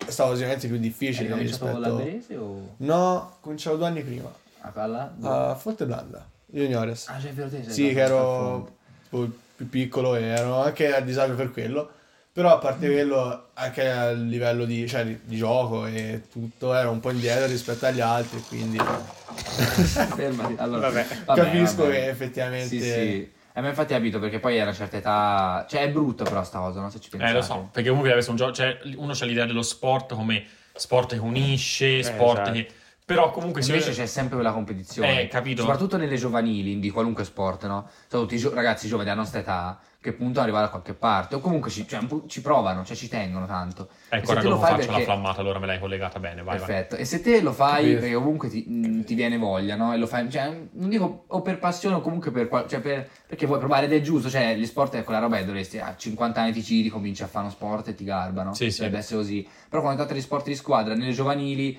Speaker 4: è stato sicuramente più
Speaker 1: Hai
Speaker 4: difficile
Speaker 1: cominciato con la
Speaker 4: rispetto...
Speaker 1: Berese o
Speaker 4: No, cominciavo due anni prima
Speaker 1: a
Speaker 4: [laughs]
Speaker 1: palla?
Speaker 4: a Forteblanda, Juniores.
Speaker 1: Ah, cioè, è vero te sei
Speaker 4: sì,
Speaker 1: andato
Speaker 4: che
Speaker 1: a
Speaker 4: ero
Speaker 1: fondo.
Speaker 4: boh, più piccolo e ero anche a disagio per quello. Però a parte
Speaker 1: Mm.
Speaker 4: quello, anche a livello di, cioè, di- di gioco e tutto, ero un po' indietro rispetto agli altri, quindi
Speaker 1: Fermati. Allora,
Speaker 3: Vabbè.
Speaker 4: capisco
Speaker 1: vabbè.
Speaker 4: che effettivamente...
Speaker 1: Sì, sì. Eh, ma infatti capito perché poi a una certa età... Cioè è brutto però sta cosa, no? Se ci pensate.
Speaker 2: Eh, lo so, perché comunque adesso un gioco, cioè, uno c'ha l'idea dello sport come sport che unisce, sport
Speaker 3: esatto.
Speaker 2: che... Però comunque se...
Speaker 1: Eh, Invece c'è sempre quella competizione.
Speaker 2: Eh, capito.
Speaker 1: Soprattutto nelle giovanili, di qualunque sport, no? Sono tutti gio- ragazzi giovani della nostra età che puntano ad arrivare a qualche parte. O comunque ci, cioè, un po' ci provano, cioè ci tengono tanto. E
Speaker 2: Ecco,
Speaker 1: se
Speaker 2: ora
Speaker 1: te lo
Speaker 2: dopo
Speaker 1: fai
Speaker 2: faccio la
Speaker 1: perché-
Speaker 2: flammata, allora me l'hai collegata bene, vai, vai.
Speaker 1: Perfetto. E se te lo fai
Speaker 4: Capito.
Speaker 1: perché comunque ti, mh, ti viene voglia, no? E lo fai, cioè, non dico o per passione o comunque per, qual- cioè, per- perché vuoi provare ed è giusto, cioè gli sport è quella roba e dovresti a 50 anni ti giri, cominci a fare uno sport e ti garbano.
Speaker 2: Sì, sì.
Speaker 1: Dovrebbe essere così. Però quando tratta di sport di squadra, nelle giovanili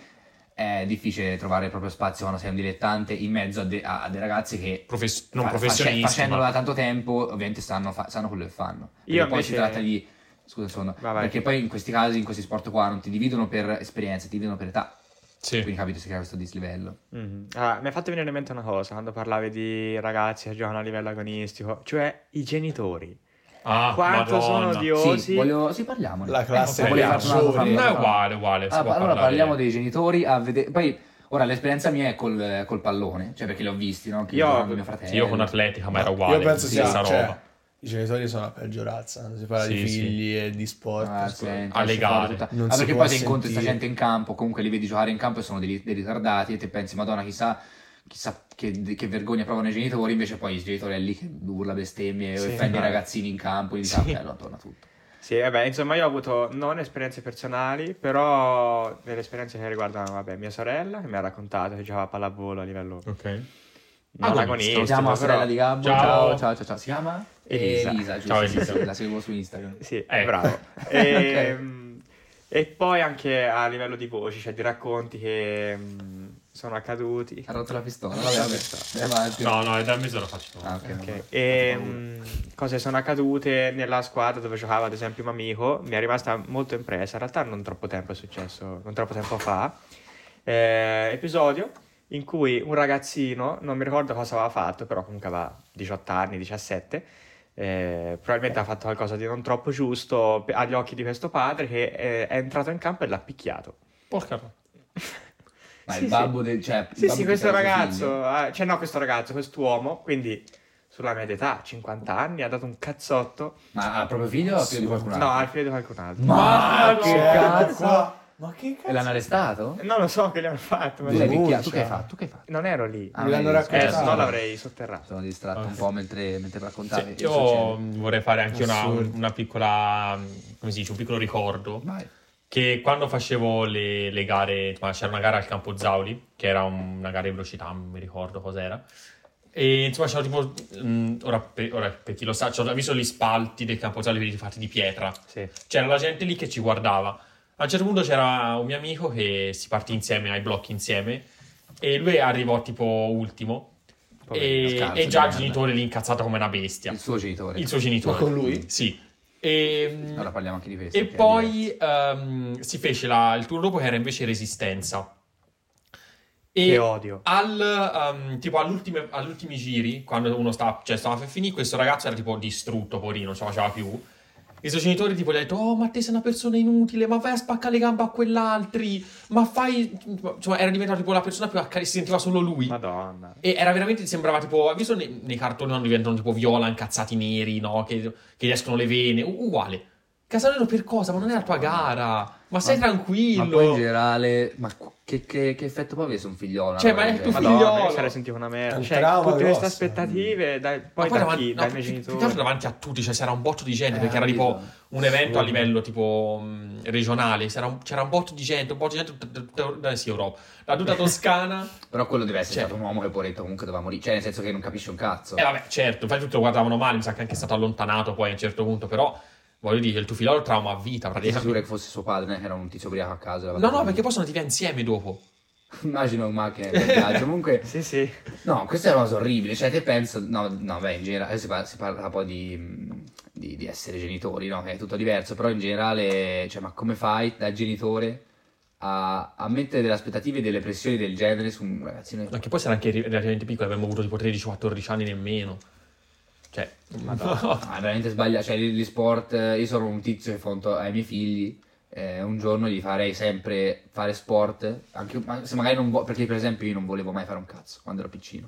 Speaker 1: è difficile trovare proprio spazio quando sei un dilettante in mezzo a, de- a- a dei ragazzi che
Speaker 2: Profes- non
Speaker 1: fa- face-
Speaker 2: professionisti,
Speaker 1: facendolo
Speaker 2: ma-
Speaker 1: da tanto tempo ovviamente sanno, fa- sanno quello che fanno. Perché
Speaker 3: Io
Speaker 1: poi
Speaker 3: invece-
Speaker 1: si tratta di... Scusa, sono...
Speaker 3: Vai, vai.
Speaker 1: Perché poi in questi casi, in questi sport qua, non ti dividono per esperienza, ti dividono per età.
Speaker 2: Sì.
Speaker 1: Quindi capito si crea questo dislivello.
Speaker 3: Mhm. Ah, mi ha fatto venire in mente una cosa quando parlavi di ragazzi che giocano a livello agonistico, cioè i genitori.
Speaker 2: Ah,
Speaker 3: Quanto
Speaker 2: madonna.
Speaker 3: sono
Speaker 1: Sì,
Speaker 3: odiosi.
Speaker 1: voglio... sì parliamone.
Speaker 4: La classe
Speaker 1: Eh, volevo
Speaker 2: dei
Speaker 1: farti una domanda,
Speaker 4: maggiori.
Speaker 1: fammi-
Speaker 2: No, è uguale, uguale. si
Speaker 1: Ah,
Speaker 2: può
Speaker 1: allora
Speaker 2: parlare.
Speaker 1: parliamo dei genitori a vedere... Poi, ora, l'esperienza mia è col, col pallone, cioè perché li ho visti, no? Che
Speaker 3: Io-
Speaker 1: giocavano mio fratello.
Speaker 2: Sì, io con Atletica, ma era uguale.
Speaker 4: Io penso
Speaker 2: sì,
Speaker 4: sia...
Speaker 2: sta
Speaker 4: cioè,
Speaker 2: roba.
Speaker 4: I genitori sono la peggio razza, non si parla di
Speaker 2: Sì, sì.
Speaker 4: figli e di sport.
Speaker 1: Ah,
Speaker 4: scusa.
Speaker 1: senti,
Speaker 2: Alle
Speaker 1: lascia
Speaker 2: gare.
Speaker 1: fare tutta-
Speaker 4: Non
Speaker 1: Ah,
Speaker 4: si
Speaker 1: perché
Speaker 4: può
Speaker 1: poi se incontri sta
Speaker 4: sentire.
Speaker 1: gente in campo, comunque li vedi giocare in campo e sono dei, dei ritardati e te pensi, madonna, chissà, chissà che, che vergogna provano i genitori, invece poi i genitori è lì che urla bestemmie
Speaker 3: Sì,
Speaker 1: e offende i
Speaker 3: ma-
Speaker 1: ragazzini in campo, in
Speaker 3: Sì.
Speaker 1: campo, eh, no, torna tutto.
Speaker 3: Sì, vabbè, insomma, io ho avuto non esperienze personali, però delle esperienze che riguardano, vabbè, mia sorella che mi ha raccontato che giocava a pallavolo a livello
Speaker 2: Ok.
Speaker 3: non
Speaker 2: Ah,
Speaker 3: agonistico,
Speaker 2: questo,
Speaker 1: Siamo la
Speaker 3: però-
Speaker 1: sorella di Gabbo. Ciao,
Speaker 2: Ciao.
Speaker 1: ciao, ciao. ciao. Si chiama
Speaker 3: Elisa.
Speaker 1: giusto,
Speaker 2: Ciao,
Speaker 1: sì,
Speaker 2: Elisa.
Speaker 1: sì, la seguo su Instagram.
Speaker 3: Sì,
Speaker 2: Eh.
Speaker 3: bravo. [laughs] E, mm, e poi anche a livello di voci, cioè di racconti che mm, sono accaduti.
Speaker 1: Ha rotto la pistola. Vabbè, vabbè. Andiamo avanti.
Speaker 2: No, no, è da mezzo la faccio.
Speaker 1: Ah, ok.
Speaker 3: Ok,
Speaker 1: vabbè.
Speaker 3: E,
Speaker 1: Ho paura.
Speaker 3: mm, Ehm, cose sono accadute nella squadra dove giocava ad esempio un amico, mi è rimasta molto impressa, in realtà non troppo tempo è successo, non troppo tempo fa, Eh, episodio in cui un ragazzino, non mi ricordo cosa aveva fatto, però comunque aveva 18 anni, 17, eh, probabilmente ha fatto qualcosa di non troppo giusto pe- agli occhi di questo padre che eh, è entrato in campo e l'ha picchiato.
Speaker 2: Porca ro-
Speaker 1: Ma
Speaker 3: Sì,
Speaker 1: il babbo
Speaker 3: sì.
Speaker 1: del. Cioè, il
Speaker 3: Sì,
Speaker 1: babbo
Speaker 3: sì,
Speaker 1: che
Speaker 3: questo
Speaker 1: era suo
Speaker 3: ragazzo,
Speaker 1: figlio.
Speaker 3: ah, cioè no, questo ragazzo, quest'uomo, quindi sulla media età, 50 anni, ha dato un cazzotto,
Speaker 1: Ma ha proprio figlio o ha figlio di qualcun altro?
Speaker 3: no, al figlio di qualcun altro.
Speaker 1: Ma Ah, che
Speaker 4: Cioè,
Speaker 1: cazzo!
Speaker 4: qua- Ma che
Speaker 1: E
Speaker 4: cazzo?
Speaker 1: l'hanno arrestato?
Speaker 3: Non lo so che gli hanno fatto, ma cioè,
Speaker 1: Tu l'hai
Speaker 4: Denuncia.
Speaker 1: picchiato? Tu che hai fatto? Tu che hai fatto?
Speaker 3: non ero lì.
Speaker 1: Ah,
Speaker 4: Me l'hanno
Speaker 1: ok,
Speaker 4: raccontato.
Speaker 3: Eh,
Speaker 1: scusa. Ah,
Speaker 3: se no l'avrei sotterrato.
Speaker 1: Sono distratto
Speaker 2: Ok.
Speaker 1: un po' mentre, mentre
Speaker 2: Ah. Sì,
Speaker 1: raccontavi.
Speaker 2: io mh, vorrei fare anche una,
Speaker 4: Assurdo.
Speaker 2: una piccola, mh, come si dice, un piccolo ricordo.
Speaker 1: Vai.
Speaker 2: Che quando facevo le, le gare, ma c'era una gara al Campo Zauli, che era un- una gara di velocità, non mi ricordo cos'era. E insomma c'era tipo, mh, ora, per, ora per chi lo sa, c'ho visto gli spalti del Campo Zauli fatti di pietra.
Speaker 3: Sì.
Speaker 2: c'era la gente lì che ci guardava. A un certo punto c'era un mio amico che si partì insieme ai blocchi insieme e lui arrivò tipo ultimo e,
Speaker 1: Scarso
Speaker 2: e
Speaker 1: di
Speaker 2: già il genitore lì incazzato come una bestia.
Speaker 1: Il suo genitore.
Speaker 2: Il suo genitore.
Speaker 4: Ma con lui?
Speaker 2: Sì. E, mm,
Speaker 1: Ora parliamo anche di questo.
Speaker 2: e
Speaker 1: che è
Speaker 2: poi ehm, si fece la- il turno dopo che era invece Resistenza. E
Speaker 3: Che odio.
Speaker 2: al, ehm, tipo all'ultimo- agli ultimi giri, quando uno sta, cioè, stava per finire, questo ragazzo era tipo distrutto, porino, non ce la faceva più. I suoi genitori tipo gli hanno detto, oh ma te sei una persona inutile, ma vai a spaccare le gambe a quell'altri, ma fai... Insomma, era diventato tipo la persona più accari, si sentiva solo lui.
Speaker 3: Madonna.
Speaker 2: E era veramente, sembrava tipo, hai visto nei, nei cartoni quando diventano tipo viola, incazzati neri, no? Che, che gli escono le vene, U- uguale. Casanello per cosa? Ma non è la tua gara, ma stai tranquillo.
Speaker 1: Ma poi in generale, ma qu- che, che- che effetto può avere su un figliolo?
Speaker 2: Cioè,
Speaker 1: una roba
Speaker 2: ma è
Speaker 1: del
Speaker 2: tuo
Speaker 1: genere?
Speaker 2: figlio-
Speaker 3: Madonna,
Speaker 2: figliolo.
Speaker 3: io sarei sentito una merda.
Speaker 4: Un
Speaker 3: Cioè,
Speaker 4: trauma
Speaker 3: tutte queste
Speaker 4: grosso.
Speaker 3: aspettative, dai,
Speaker 2: Ma
Speaker 3: poi da
Speaker 2: davanti-
Speaker 3: chi?
Speaker 2: no,
Speaker 3: Dai
Speaker 2: più-
Speaker 3: miei
Speaker 2: più che
Speaker 3: genitori.
Speaker 2: altro davanti a tutti, cioè c'era un botto di gente,
Speaker 1: Eh,
Speaker 2: perché era tipo
Speaker 1: capito.
Speaker 2: un evento a livello tipo mh, regionale, c'era un, c'era un botto di gente, un botto di gente tutta- tutta- da- sì, Europa, da tutta Toscana.
Speaker 1: Però quello deve essere
Speaker 2: Cioè-
Speaker 1: stato un uomo che poretto comunque doveva morire. Cioè, nel senso che non capisce un cazzo.
Speaker 2: E vabbè, certo, infatti tutti lo guardavano male, mi sa che anche è stato allontanato poi a un certo punto, però voglio dire, il tuo figliolo è trauma a
Speaker 1: Sei
Speaker 2: vita praticamente.
Speaker 1: sicuro che fosse suo padre, non è che era un tizio ubriaco a casa? l'aveva
Speaker 2: No, no,
Speaker 1: fatto-
Speaker 2: perché poi sono andati via insieme dopo.
Speaker 1: [laughs] Immagino un macchina che viaggio. Comunque,
Speaker 3: Sì, sì.
Speaker 1: no, questa è una cosa orribile. Cioè, te penso, no, no, beh, in generale si parla, si parla poi di, di- di essere genitori, no? Che è tutto diverso. Però in generale, cioè, ma come fai da genitore a, a mettere delle aspettative e delle pressioni del genere su un ragazzino?
Speaker 2: Anche poi sarà anche ri- relativamente piccolo, avevamo avuto tipo 13-14 anni nemmeno. Cioè, madonna.
Speaker 1: Ah, è veramente sbagliato. Cioè, gli gli sport. eh, Io sono un tizio che fondo ai miei figli. eh, un giorno gli farei sempre fare sport. Anche, ma- se magari non vo- perché, per esempio, io non volevo mai fare un cazzo quando ero piccino.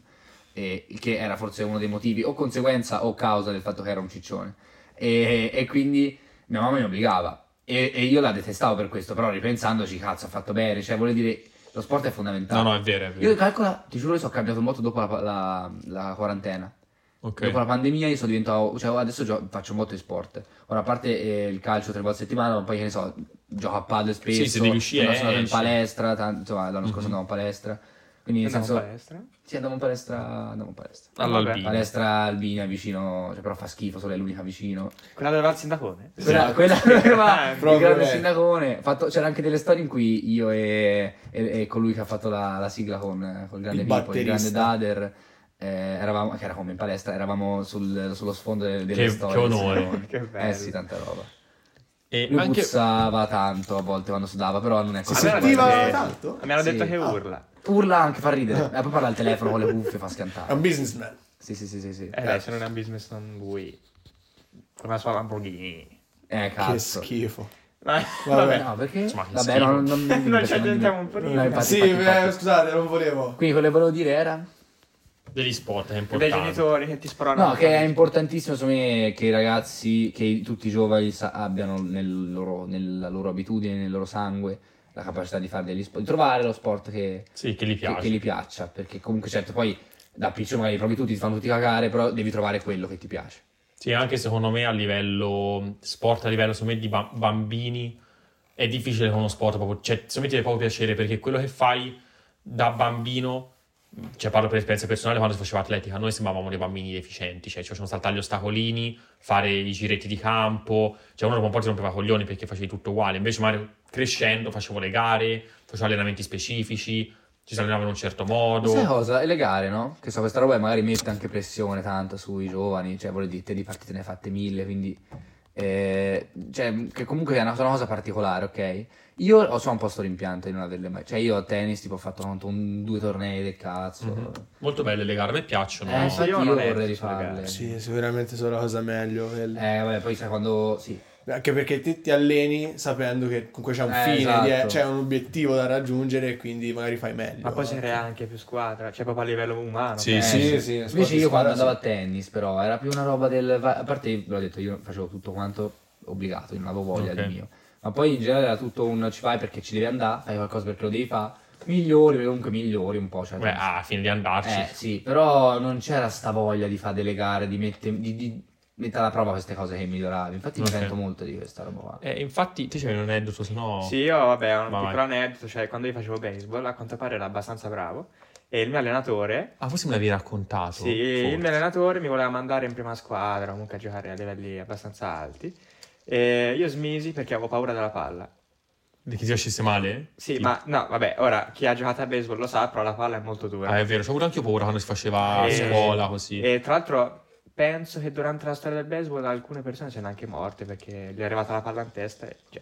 Speaker 1: E, il che era forse uno dei motivi, o conseguenza o causa del fatto che era un ciccione. E, e quindi mia mamma mi obbligava. E, e io la detestavo per questo. Però ripensandoci, cazzo, ha fatto bene. Cioè, vuol dire, lo sport è fondamentale.
Speaker 2: No, no, è vero, è
Speaker 1: Io
Speaker 2: vero.
Speaker 1: calcola, ti giuro che sono cambiato molto dopo la- la- la quarantena.
Speaker 2: Ok.
Speaker 1: Dopo la pandemia io sono diventato, cioè adesso gio- faccio molto di sport. Ora, a parte eh, il calcio tre volte a settimana, ma poi che ne so, gioco a padel spesso.
Speaker 2: Sì, Mhm. se devi uscire,
Speaker 1: sono andato in
Speaker 2: esci.
Speaker 1: palestra, tan- insomma l'anno scorso andavo in palestra. Quindi nel
Speaker 3: Andiamo
Speaker 1: senso,
Speaker 3: in palestra.
Speaker 1: sì andavo in palestra, andavo in palestra.
Speaker 2: All'Albino.
Speaker 1: Palestra Albina vicino, cioè però fa schifo, solo è l'unica vicino.
Speaker 3: Quella dove va il sindacone?
Speaker 1: Quella,
Speaker 3: [laughs]
Speaker 1: quella
Speaker 4: [laughs]
Speaker 3: Ah,
Speaker 1: aveva il
Speaker 4: proprio
Speaker 1: grande
Speaker 4: lei.
Speaker 1: sindacone. Fatto- c'era anche delle storie in cui io e, e- e colui che ha fatto la, la sigla con, con il grande
Speaker 4: Il
Speaker 1: Pippo, il grande
Speaker 4: batterista.
Speaker 1: Dader. eh, eravamo, che era come in palestra, eravamo sul- sullo sfondo de- delle
Speaker 2: Che-
Speaker 1: storie.
Speaker 2: che onore.
Speaker 1: [laughs] sì.
Speaker 3: Che bello.
Speaker 1: Eh sì, tanta roba.
Speaker 2: E
Speaker 1: Lui
Speaker 2: anche...
Speaker 1: puzzava tanto a volte quando sudava, però non è
Speaker 4: Si
Speaker 1: così.
Speaker 4: sentiva
Speaker 1: guarda,
Speaker 4: tanto?
Speaker 3: Mi hanno
Speaker 1: Sì.
Speaker 3: detto che urla.
Speaker 1: Urla anche, fa ridere. E poi parla al telefono con le cuffie, fa
Speaker 4: È un
Speaker 1: schiantare.
Speaker 4: businessman.
Speaker 1: Sì, sì, sì, sì. sì.
Speaker 3: Eh, dai, se non è un business non lui. Con la sua Lamborghini.
Speaker 1: Eh,
Speaker 4: Che
Speaker 1: cazzo.
Speaker 4: schifo.
Speaker 3: Ma-
Speaker 4: Vabbè.
Speaker 1: No, perché?
Speaker 2: Insomma, che
Speaker 1: Vabbè,
Speaker 2: schifo.
Speaker 1: no, non,
Speaker 4: [laughs]
Speaker 1: non,
Speaker 3: Non
Speaker 1: perché
Speaker 3: ci aggiungiamo un po' di-
Speaker 1: no, infatti,
Speaker 4: sì,
Speaker 1: infatti,
Speaker 4: eh,
Speaker 1: infatti.
Speaker 4: scusate, non volevo.
Speaker 1: Quindi quello che volevo dire era?
Speaker 2: Degli sport è
Speaker 3: dei
Speaker 2: importante.
Speaker 3: genitori che ti sparano.
Speaker 1: No, che è importantissimo secondo me che i ragazzi, che i- tutti i giovani sa- abbiano nel loro- nella loro abitudine, nel loro sangue, la capacità di fare degli sport, di trovare lo sport che,
Speaker 2: Sì, che gli
Speaker 1: che,
Speaker 2: piace.
Speaker 1: che gli piaccia, perché comunque certo poi da piccolo magari provi tutti, ti fanno tutti cagare, però devi trovare quello che ti piace.
Speaker 2: Sì, anche secondo me a livello sport, a livello secondo me di ba- bambini, è difficile con uno sport proprio, cioè secondo me ti deve proprio piacere perché quello che fai da bambino, cioè parlo per esperienza personale, quando si faceva atletica noi sembravamo dei bambini deficienti, cioè ci facevano saltare gli ostacolini, fare i giretti di campo, cioè uno dopo un po' ti rompeva i coglioni perché facevi tutto uguale, invece magari crescendo facevo le gare, facevo allenamenti specifici, ci si allenava in un certo modo.
Speaker 1: Sai cosa? E le gare, no? Che so, questa roba magari mette anche pressione tanto sui giovani, cioè vuol dire te di partite ne hai fatte mille, quindi... eh, cioè, che comunque è una, sono una cosa particolare, ok? Io ho so un po' sto rimpianto di non averle mai... Cioè io a tennis tipo ho fatto tanto un, due tornei del cazzo...
Speaker 2: Mhm. Molto belle le gare, a me piacciono.
Speaker 1: Eh, infatti
Speaker 3: Mm-hmm.
Speaker 1: io,
Speaker 3: io non ho letto
Speaker 1: vorrei
Speaker 3: sulle
Speaker 1: rifarle.
Speaker 3: gare.
Speaker 4: Sì, sicuramente sono la cosa meglio. quella.
Speaker 1: Eh, vabbè, poi sai quando... Sì.
Speaker 4: Anche perché ti, ti alleni sapendo che comunque c'è un
Speaker 1: Eh,
Speaker 4: fine,
Speaker 1: esatto.
Speaker 4: die- c'è un obiettivo da raggiungere e quindi magari fai meglio.
Speaker 3: Ma poi si crea anche più squadra, cioè proprio a livello umano. cioè.
Speaker 2: Sì,
Speaker 1: Eh,
Speaker 2: sì.
Speaker 4: sì, sì, sport
Speaker 1: Invece
Speaker 4: di
Speaker 1: io quando
Speaker 4: squadra,
Speaker 1: andavo a
Speaker 4: sì.
Speaker 1: tennis, però, era più una roba del... va- A parte, ve l'ho detto, io facevo tutto quanto obbligato, io non avevo voglia
Speaker 2: Ok.
Speaker 1: di mio. Ma poi in generale era tutto un ci vai perché ci devi andare, fai qualcosa perché lo devi fare. Migliori, perché comunque migliori un po'. Cioè,
Speaker 2: Beh, ah, a fine di andarci.
Speaker 1: eh sì, però non c'era sta voglia di fare delle gare, di, mette- di- di mettere alla prova queste cose che miglioravi. Infatti
Speaker 2: Ok.
Speaker 1: mi sento molto di questa roba qua.
Speaker 2: Eh, infatti, te c'avevi un aneddoto, se no...
Speaker 3: Sì, io vabbè, ho un
Speaker 2: Vai,
Speaker 3: piccolo aneddoto, cioè quando io facevo baseball, a quanto pare era abbastanza bravo e il mio allenatore,
Speaker 2: Ah, forse me l'avevi raccontato.
Speaker 3: sì, il mio allenatore mi voleva mandare in prima squadra, comunque a giocare a livelli abbastanza alti e io smisi perché avevo paura della palla.
Speaker 2: Di che ti uscisse male?
Speaker 3: Sì, ma no, vabbè, ora chi ha giocato a baseball lo sa, però la palla è molto dura.
Speaker 2: Ah, è vero, c'ho avuto anche io paura quando si faceva Ah, a
Speaker 3: E-
Speaker 2: scuola, così.
Speaker 3: E Eh, tra l'altro penso che durante la storia del baseball alcune persone siano anche morte perché gli è arrivata la palla
Speaker 2: [laughs]
Speaker 3: in testa e cioè,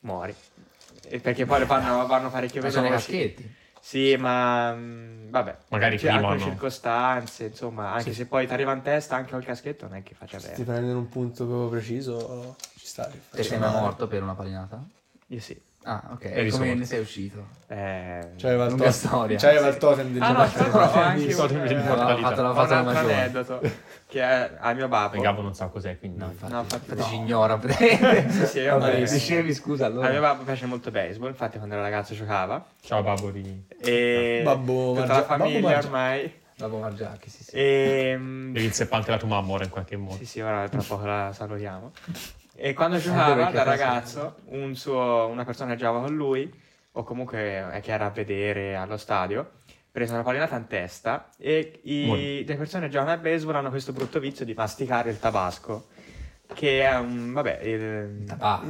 Speaker 3: muori. E perché poi le fanno, vanno parecchio
Speaker 1: Ma sono i
Speaker 3: veloci.
Speaker 1: caschetti.
Speaker 3: Sì, ma mm, vabbè,
Speaker 2: Magari
Speaker 3: c'è
Speaker 2: prima
Speaker 3: anche
Speaker 2: no.
Speaker 3: circostanze, insomma, anche se poi ti arriva in testa anche col caschetto non è che faccia
Speaker 4: Eh, Ti
Speaker 3: bene.
Speaker 4: prendono un punto proprio preciso, ci sta. che
Speaker 1: Te
Speaker 4: faccia
Speaker 1: sei mai
Speaker 4: male.
Speaker 1: morto per una palinata?
Speaker 3: Io sì.
Speaker 1: Ah, ok.
Speaker 2: Eri
Speaker 1: E come
Speaker 2: sordo.
Speaker 1: ne sei uscito?
Speaker 3: Eh,
Speaker 4: C'aveva il
Speaker 1: Lunga
Speaker 4: totem.
Speaker 1: storia.
Speaker 4: C'aveva il totem del
Speaker 3: Ah,
Speaker 1: diciamo
Speaker 3: no,
Speaker 4: gioco.
Speaker 3: c'è però anche
Speaker 2: Sto
Speaker 3: un-
Speaker 2: di
Speaker 3: eh,
Speaker 1: Ho
Speaker 2: mortalità.
Speaker 1: fatto
Speaker 3: ho
Speaker 1: la
Speaker 3: un
Speaker 1: fatto la
Speaker 3: altro
Speaker 1: maggiore.
Speaker 3: aneddoto che è al mio babbo.
Speaker 2: Il Gabbo non sa cos'è, quindi...
Speaker 1: No, infatti,
Speaker 3: No, infatti
Speaker 1: infatti,
Speaker 3: no.
Speaker 1: ci ignora. praticamente.
Speaker 3: Sì, sì,
Speaker 1: Vabbè,
Speaker 3: vabbè.
Speaker 1: dicevi scusa
Speaker 3: A mio
Speaker 1: allora.
Speaker 3: babbo piace molto baseball, infatti quando era ragazzo giocava.
Speaker 2: Ciao babbo di...
Speaker 3: E
Speaker 4: Babbo
Speaker 3: tutta
Speaker 4: Margia-
Speaker 3: la
Speaker 4: Babbo
Speaker 3: famiglia
Speaker 4: Margia-
Speaker 3: ormai.
Speaker 1: Babbo Margiacchi, sì, sì.
Speaker 3: E,
Speaker 2: Devi inseppare anche la tua mamma ora in qualche modo.
Speaker 3: Sì, sì, ora tra poco la salutiamo.
Speaker 1: [laughs]
Speaker 3: E quando
Speaker 1: Anche
Speaker 3: giocava
Speaker 1: perché
Speaker 3: da
Speaker 1: adesso-
Speaker 3: ragazzo, un suo- una persona che giocava con lui, o comunque eh, che era a vedere allo stadio, prese una pallinata in testa e i-
Speaker 2: Muori.
Speaker 3: le persone che giocano a baseball hanno questo brutto vizio di masticare il tabasco, che è un, vabbè, il
Speaker 1: Ah,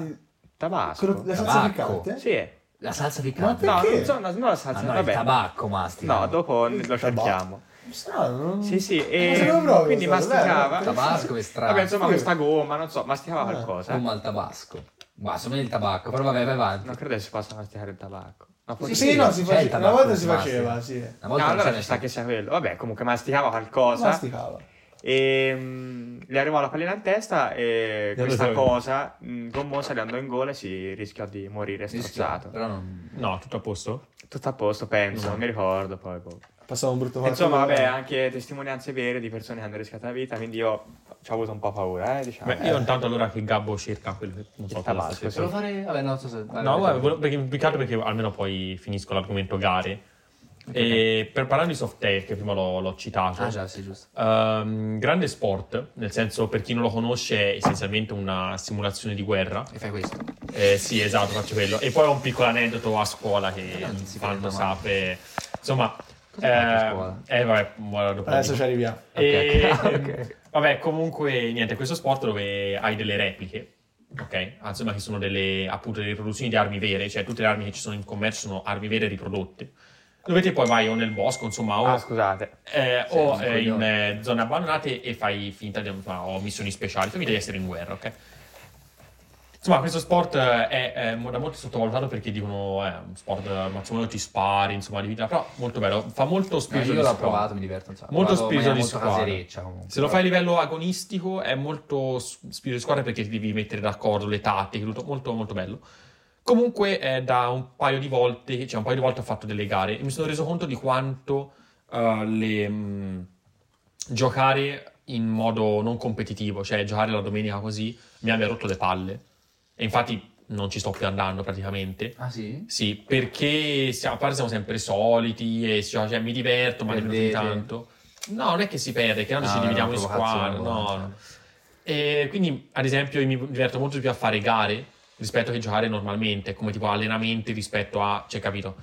Speaker 3: tabasco.
Speaker 4: Quello- La salsa
Speaker 1: Tabacco.
Speaker 4: piccante?
Speaker 3: Sì, è-
Speaker 1: la salsa
Speaker 4: Ma
Speaker 1: piccante.
Speaker 4: perché?
Speaker 3: no, non so, no, non la
Speaker 1: Ah,
Speaker 3: salsa,
Speaker 1: no, il
Speaker 3: vabbè.
Speaker 1: tabacco mastica.
Speaker 3: No, dopo
Speaker 4: Il
Speaker 3: lo
Speaker 4: tabacco.
Speaker 3: cerchiamo.
Speaker 4: Strano, non-
Speaker 3: Sì, sì, e
Speaker 4: se lo provi,
Speaker 3: quindi
Speaker 4: lo so,
Speaker 3: masticava.
Speaker 4: vero?
Speaker 1: Tabasco è strano.
Speaker 3: Vabbè, insomma,
Speaker 4: Sì.
Speaker 3: questa gomma, non so, masticava qualcosa. eh?
Speaker 1: Come al tabasco. Ma sono il tabacco, però vabbè, vai avanti.
Speaker 3: Non credo si possa masticare il tabacco. No,
Speaker 4: Sì,
Speaker 3: forse-
Speaker 4: sì, no,
Speaker 1: c'è
Speaker 4: si
Speaker 1: il
Speaker 4: face- una
Speaker 1: tabacco
Speaker 4: volta
Speaker 1: che
Speaker 4: si
Speaker 1: si mastica.
Speaker 4: faceva, sì.
Speaker 1: Una
Speaker 3: No,
Speaker 1: volta non
Speaker 3: allora
Speaker 1: c'è
Speaker 3: ci sta
Speaker 1: nessuno.
Speaker 3: che sia quello. Vabbè, comunque masticava qualcosa.
Speaker 4: Masticava.
Speaker 3: E mm, le arrivò la pallina in testa e
Speaker 2: Gli
Speaker 3: questa
Speaker 2: andò in-
Speaker 3: cosa mm, gommosa le andò in gola e si rischiò di morire
Speaker 1: Sì, sì,
Speaker 3: strozzato.
Speaker 1: Però non...
Speaker 2: No, tutto a posto?
Speaker 3: Tutto a posto, penso,
Speaker 2: No.
Speaker 3: non mi ricordo poi. boh.
Speaker 4: Passava un brutto
Speaker 3: Insomma,
Speaker 4: fatto-
Speaker 3: vabbè, anche testimonianze vere di persone che hanno rischiato la vita, quindi io ci ho avuto un po' paura, eh, diciamo.
Speaker 2: Beh, io intanto allora che Gabbo cerca quello che... Non so
Speaker 3: Il
Speaker 2: cosa
Speaker 3: tabasco,
Speaker 2: sia.
Speaker 3: sì.
Speaker 1: Devo fare... Vabbè, non so se... vai,
Speaker 2: No,
Speaker 1: vai,
Speaker 2: vabbè,
Speaker 1: vai.
Speaker 2: volevo- perché, più che altro perché almeno poi finisco l'argomento gare. E per parlare di soft air, che prima l'ho, l'ho citato,
Speaker 1: Ah, già, sì, giusto.
Speaker 2: ehm, grande sport, nel senso per chi non lo conosce è essenzialmente una simulazione di guerra.
Speaker 1: E fai questo.
Speaker 2: Eh, sì, esatto, faccio quello. E poi ho un piccolo aneddoto a scuola che
Speaker 1: Ah, non si
Speaker 2: si fanno
Speaker 1: prende male.
Speaker 2: sapere. Insomma,
Speaker 1: Cosa fate a
Speaker 2: eh,
Speaker 1: scuola?
Speaker 2: eh, vabbè, ora dopo lo
Speaker 4: Adesso
Speaker 2: dico.
Speaker 4: ci arriviamo.
Speaker 2: E, ehm,
Speaker 1: Ok, ok.
Speaker 2: Vabbè, comunque, niente, questo sport dove hai delle repliche, ok? Ah, Insomma, che sono delle, appunto, delle riproduzioni di armi vere, cioè tutte le armi che ci sono in commercio sono armi vere riprodotte. Dove te poi vai o nel bosco, insomma, o,
Speaker 3: Ah, scusate.
Speaker 2: eh,
Speaker 1: Sì,
Speaker 2: o
Speaker 1: un
Speaker 2: eh, in
Speaker 1: coglione.
Speaker 2: eh, zone abbandonate e fai finta di ma, ho missioni speciali, fai finta di essere in guerra, ok? Insomma, questo sport eh, è, eh, mo- da molti sottovalutato perché dicono è un sport, eh, ma insomma, ti spari, insomma, di vita, però molto bello, fa molto
Speaker 1: No,
Speaker 2: spirito
Speaker 1: Eh, io
Speaker 2: di
Speaker 1: l'ho
Speaker 2: squadra.
Speaker 1: provato, mi diverto un sacco.
Speaker 2: Molto
Speaker 1: Vado in
Speaker 2: spirito di
Speaker 1: maniera molto
Speaker 2: squadra.
Speaker 1: casereccia, comunque.
Speaker 2: Se lo fai a livello agonistico è molto s- spirito di squadra perché ti devi mettere d'accordo le tattiche, tutto molto molto bello. Comunque eh, da un paio di volte, cioè un paio di volte ho fatto delle gare e mi sono reso conto di quanto eh, le, mh, giocare in modo non competitivo, cioè giocare la domenica così, mi abbia rotto le palle. E infatti non ci sto più andando praticamente.
Speaker 1: Ah, sì?
Speaker 2: Sì, perché siamo, a parte siamo sempre soliti e si- cioè, mi diverto, ma
Speaker 1: Perdete.
Speaker 2: ogni tanto. No, non è che si perde, che
Speaker 1: No,
Speaker 2: non ci
Speaker 1: Ah, no,
Speaker 2: dividiamo in
Speaker 1: provocazione,
Speaker 2: squadra. No,
Speaker 1: provocazione.
Speaker 2: no. E quindi, ad esempio, io mi diverto molto di più a fare gare rispetto che giocare normalmente, come tipo allenamenti rispetto a... cioè, capito?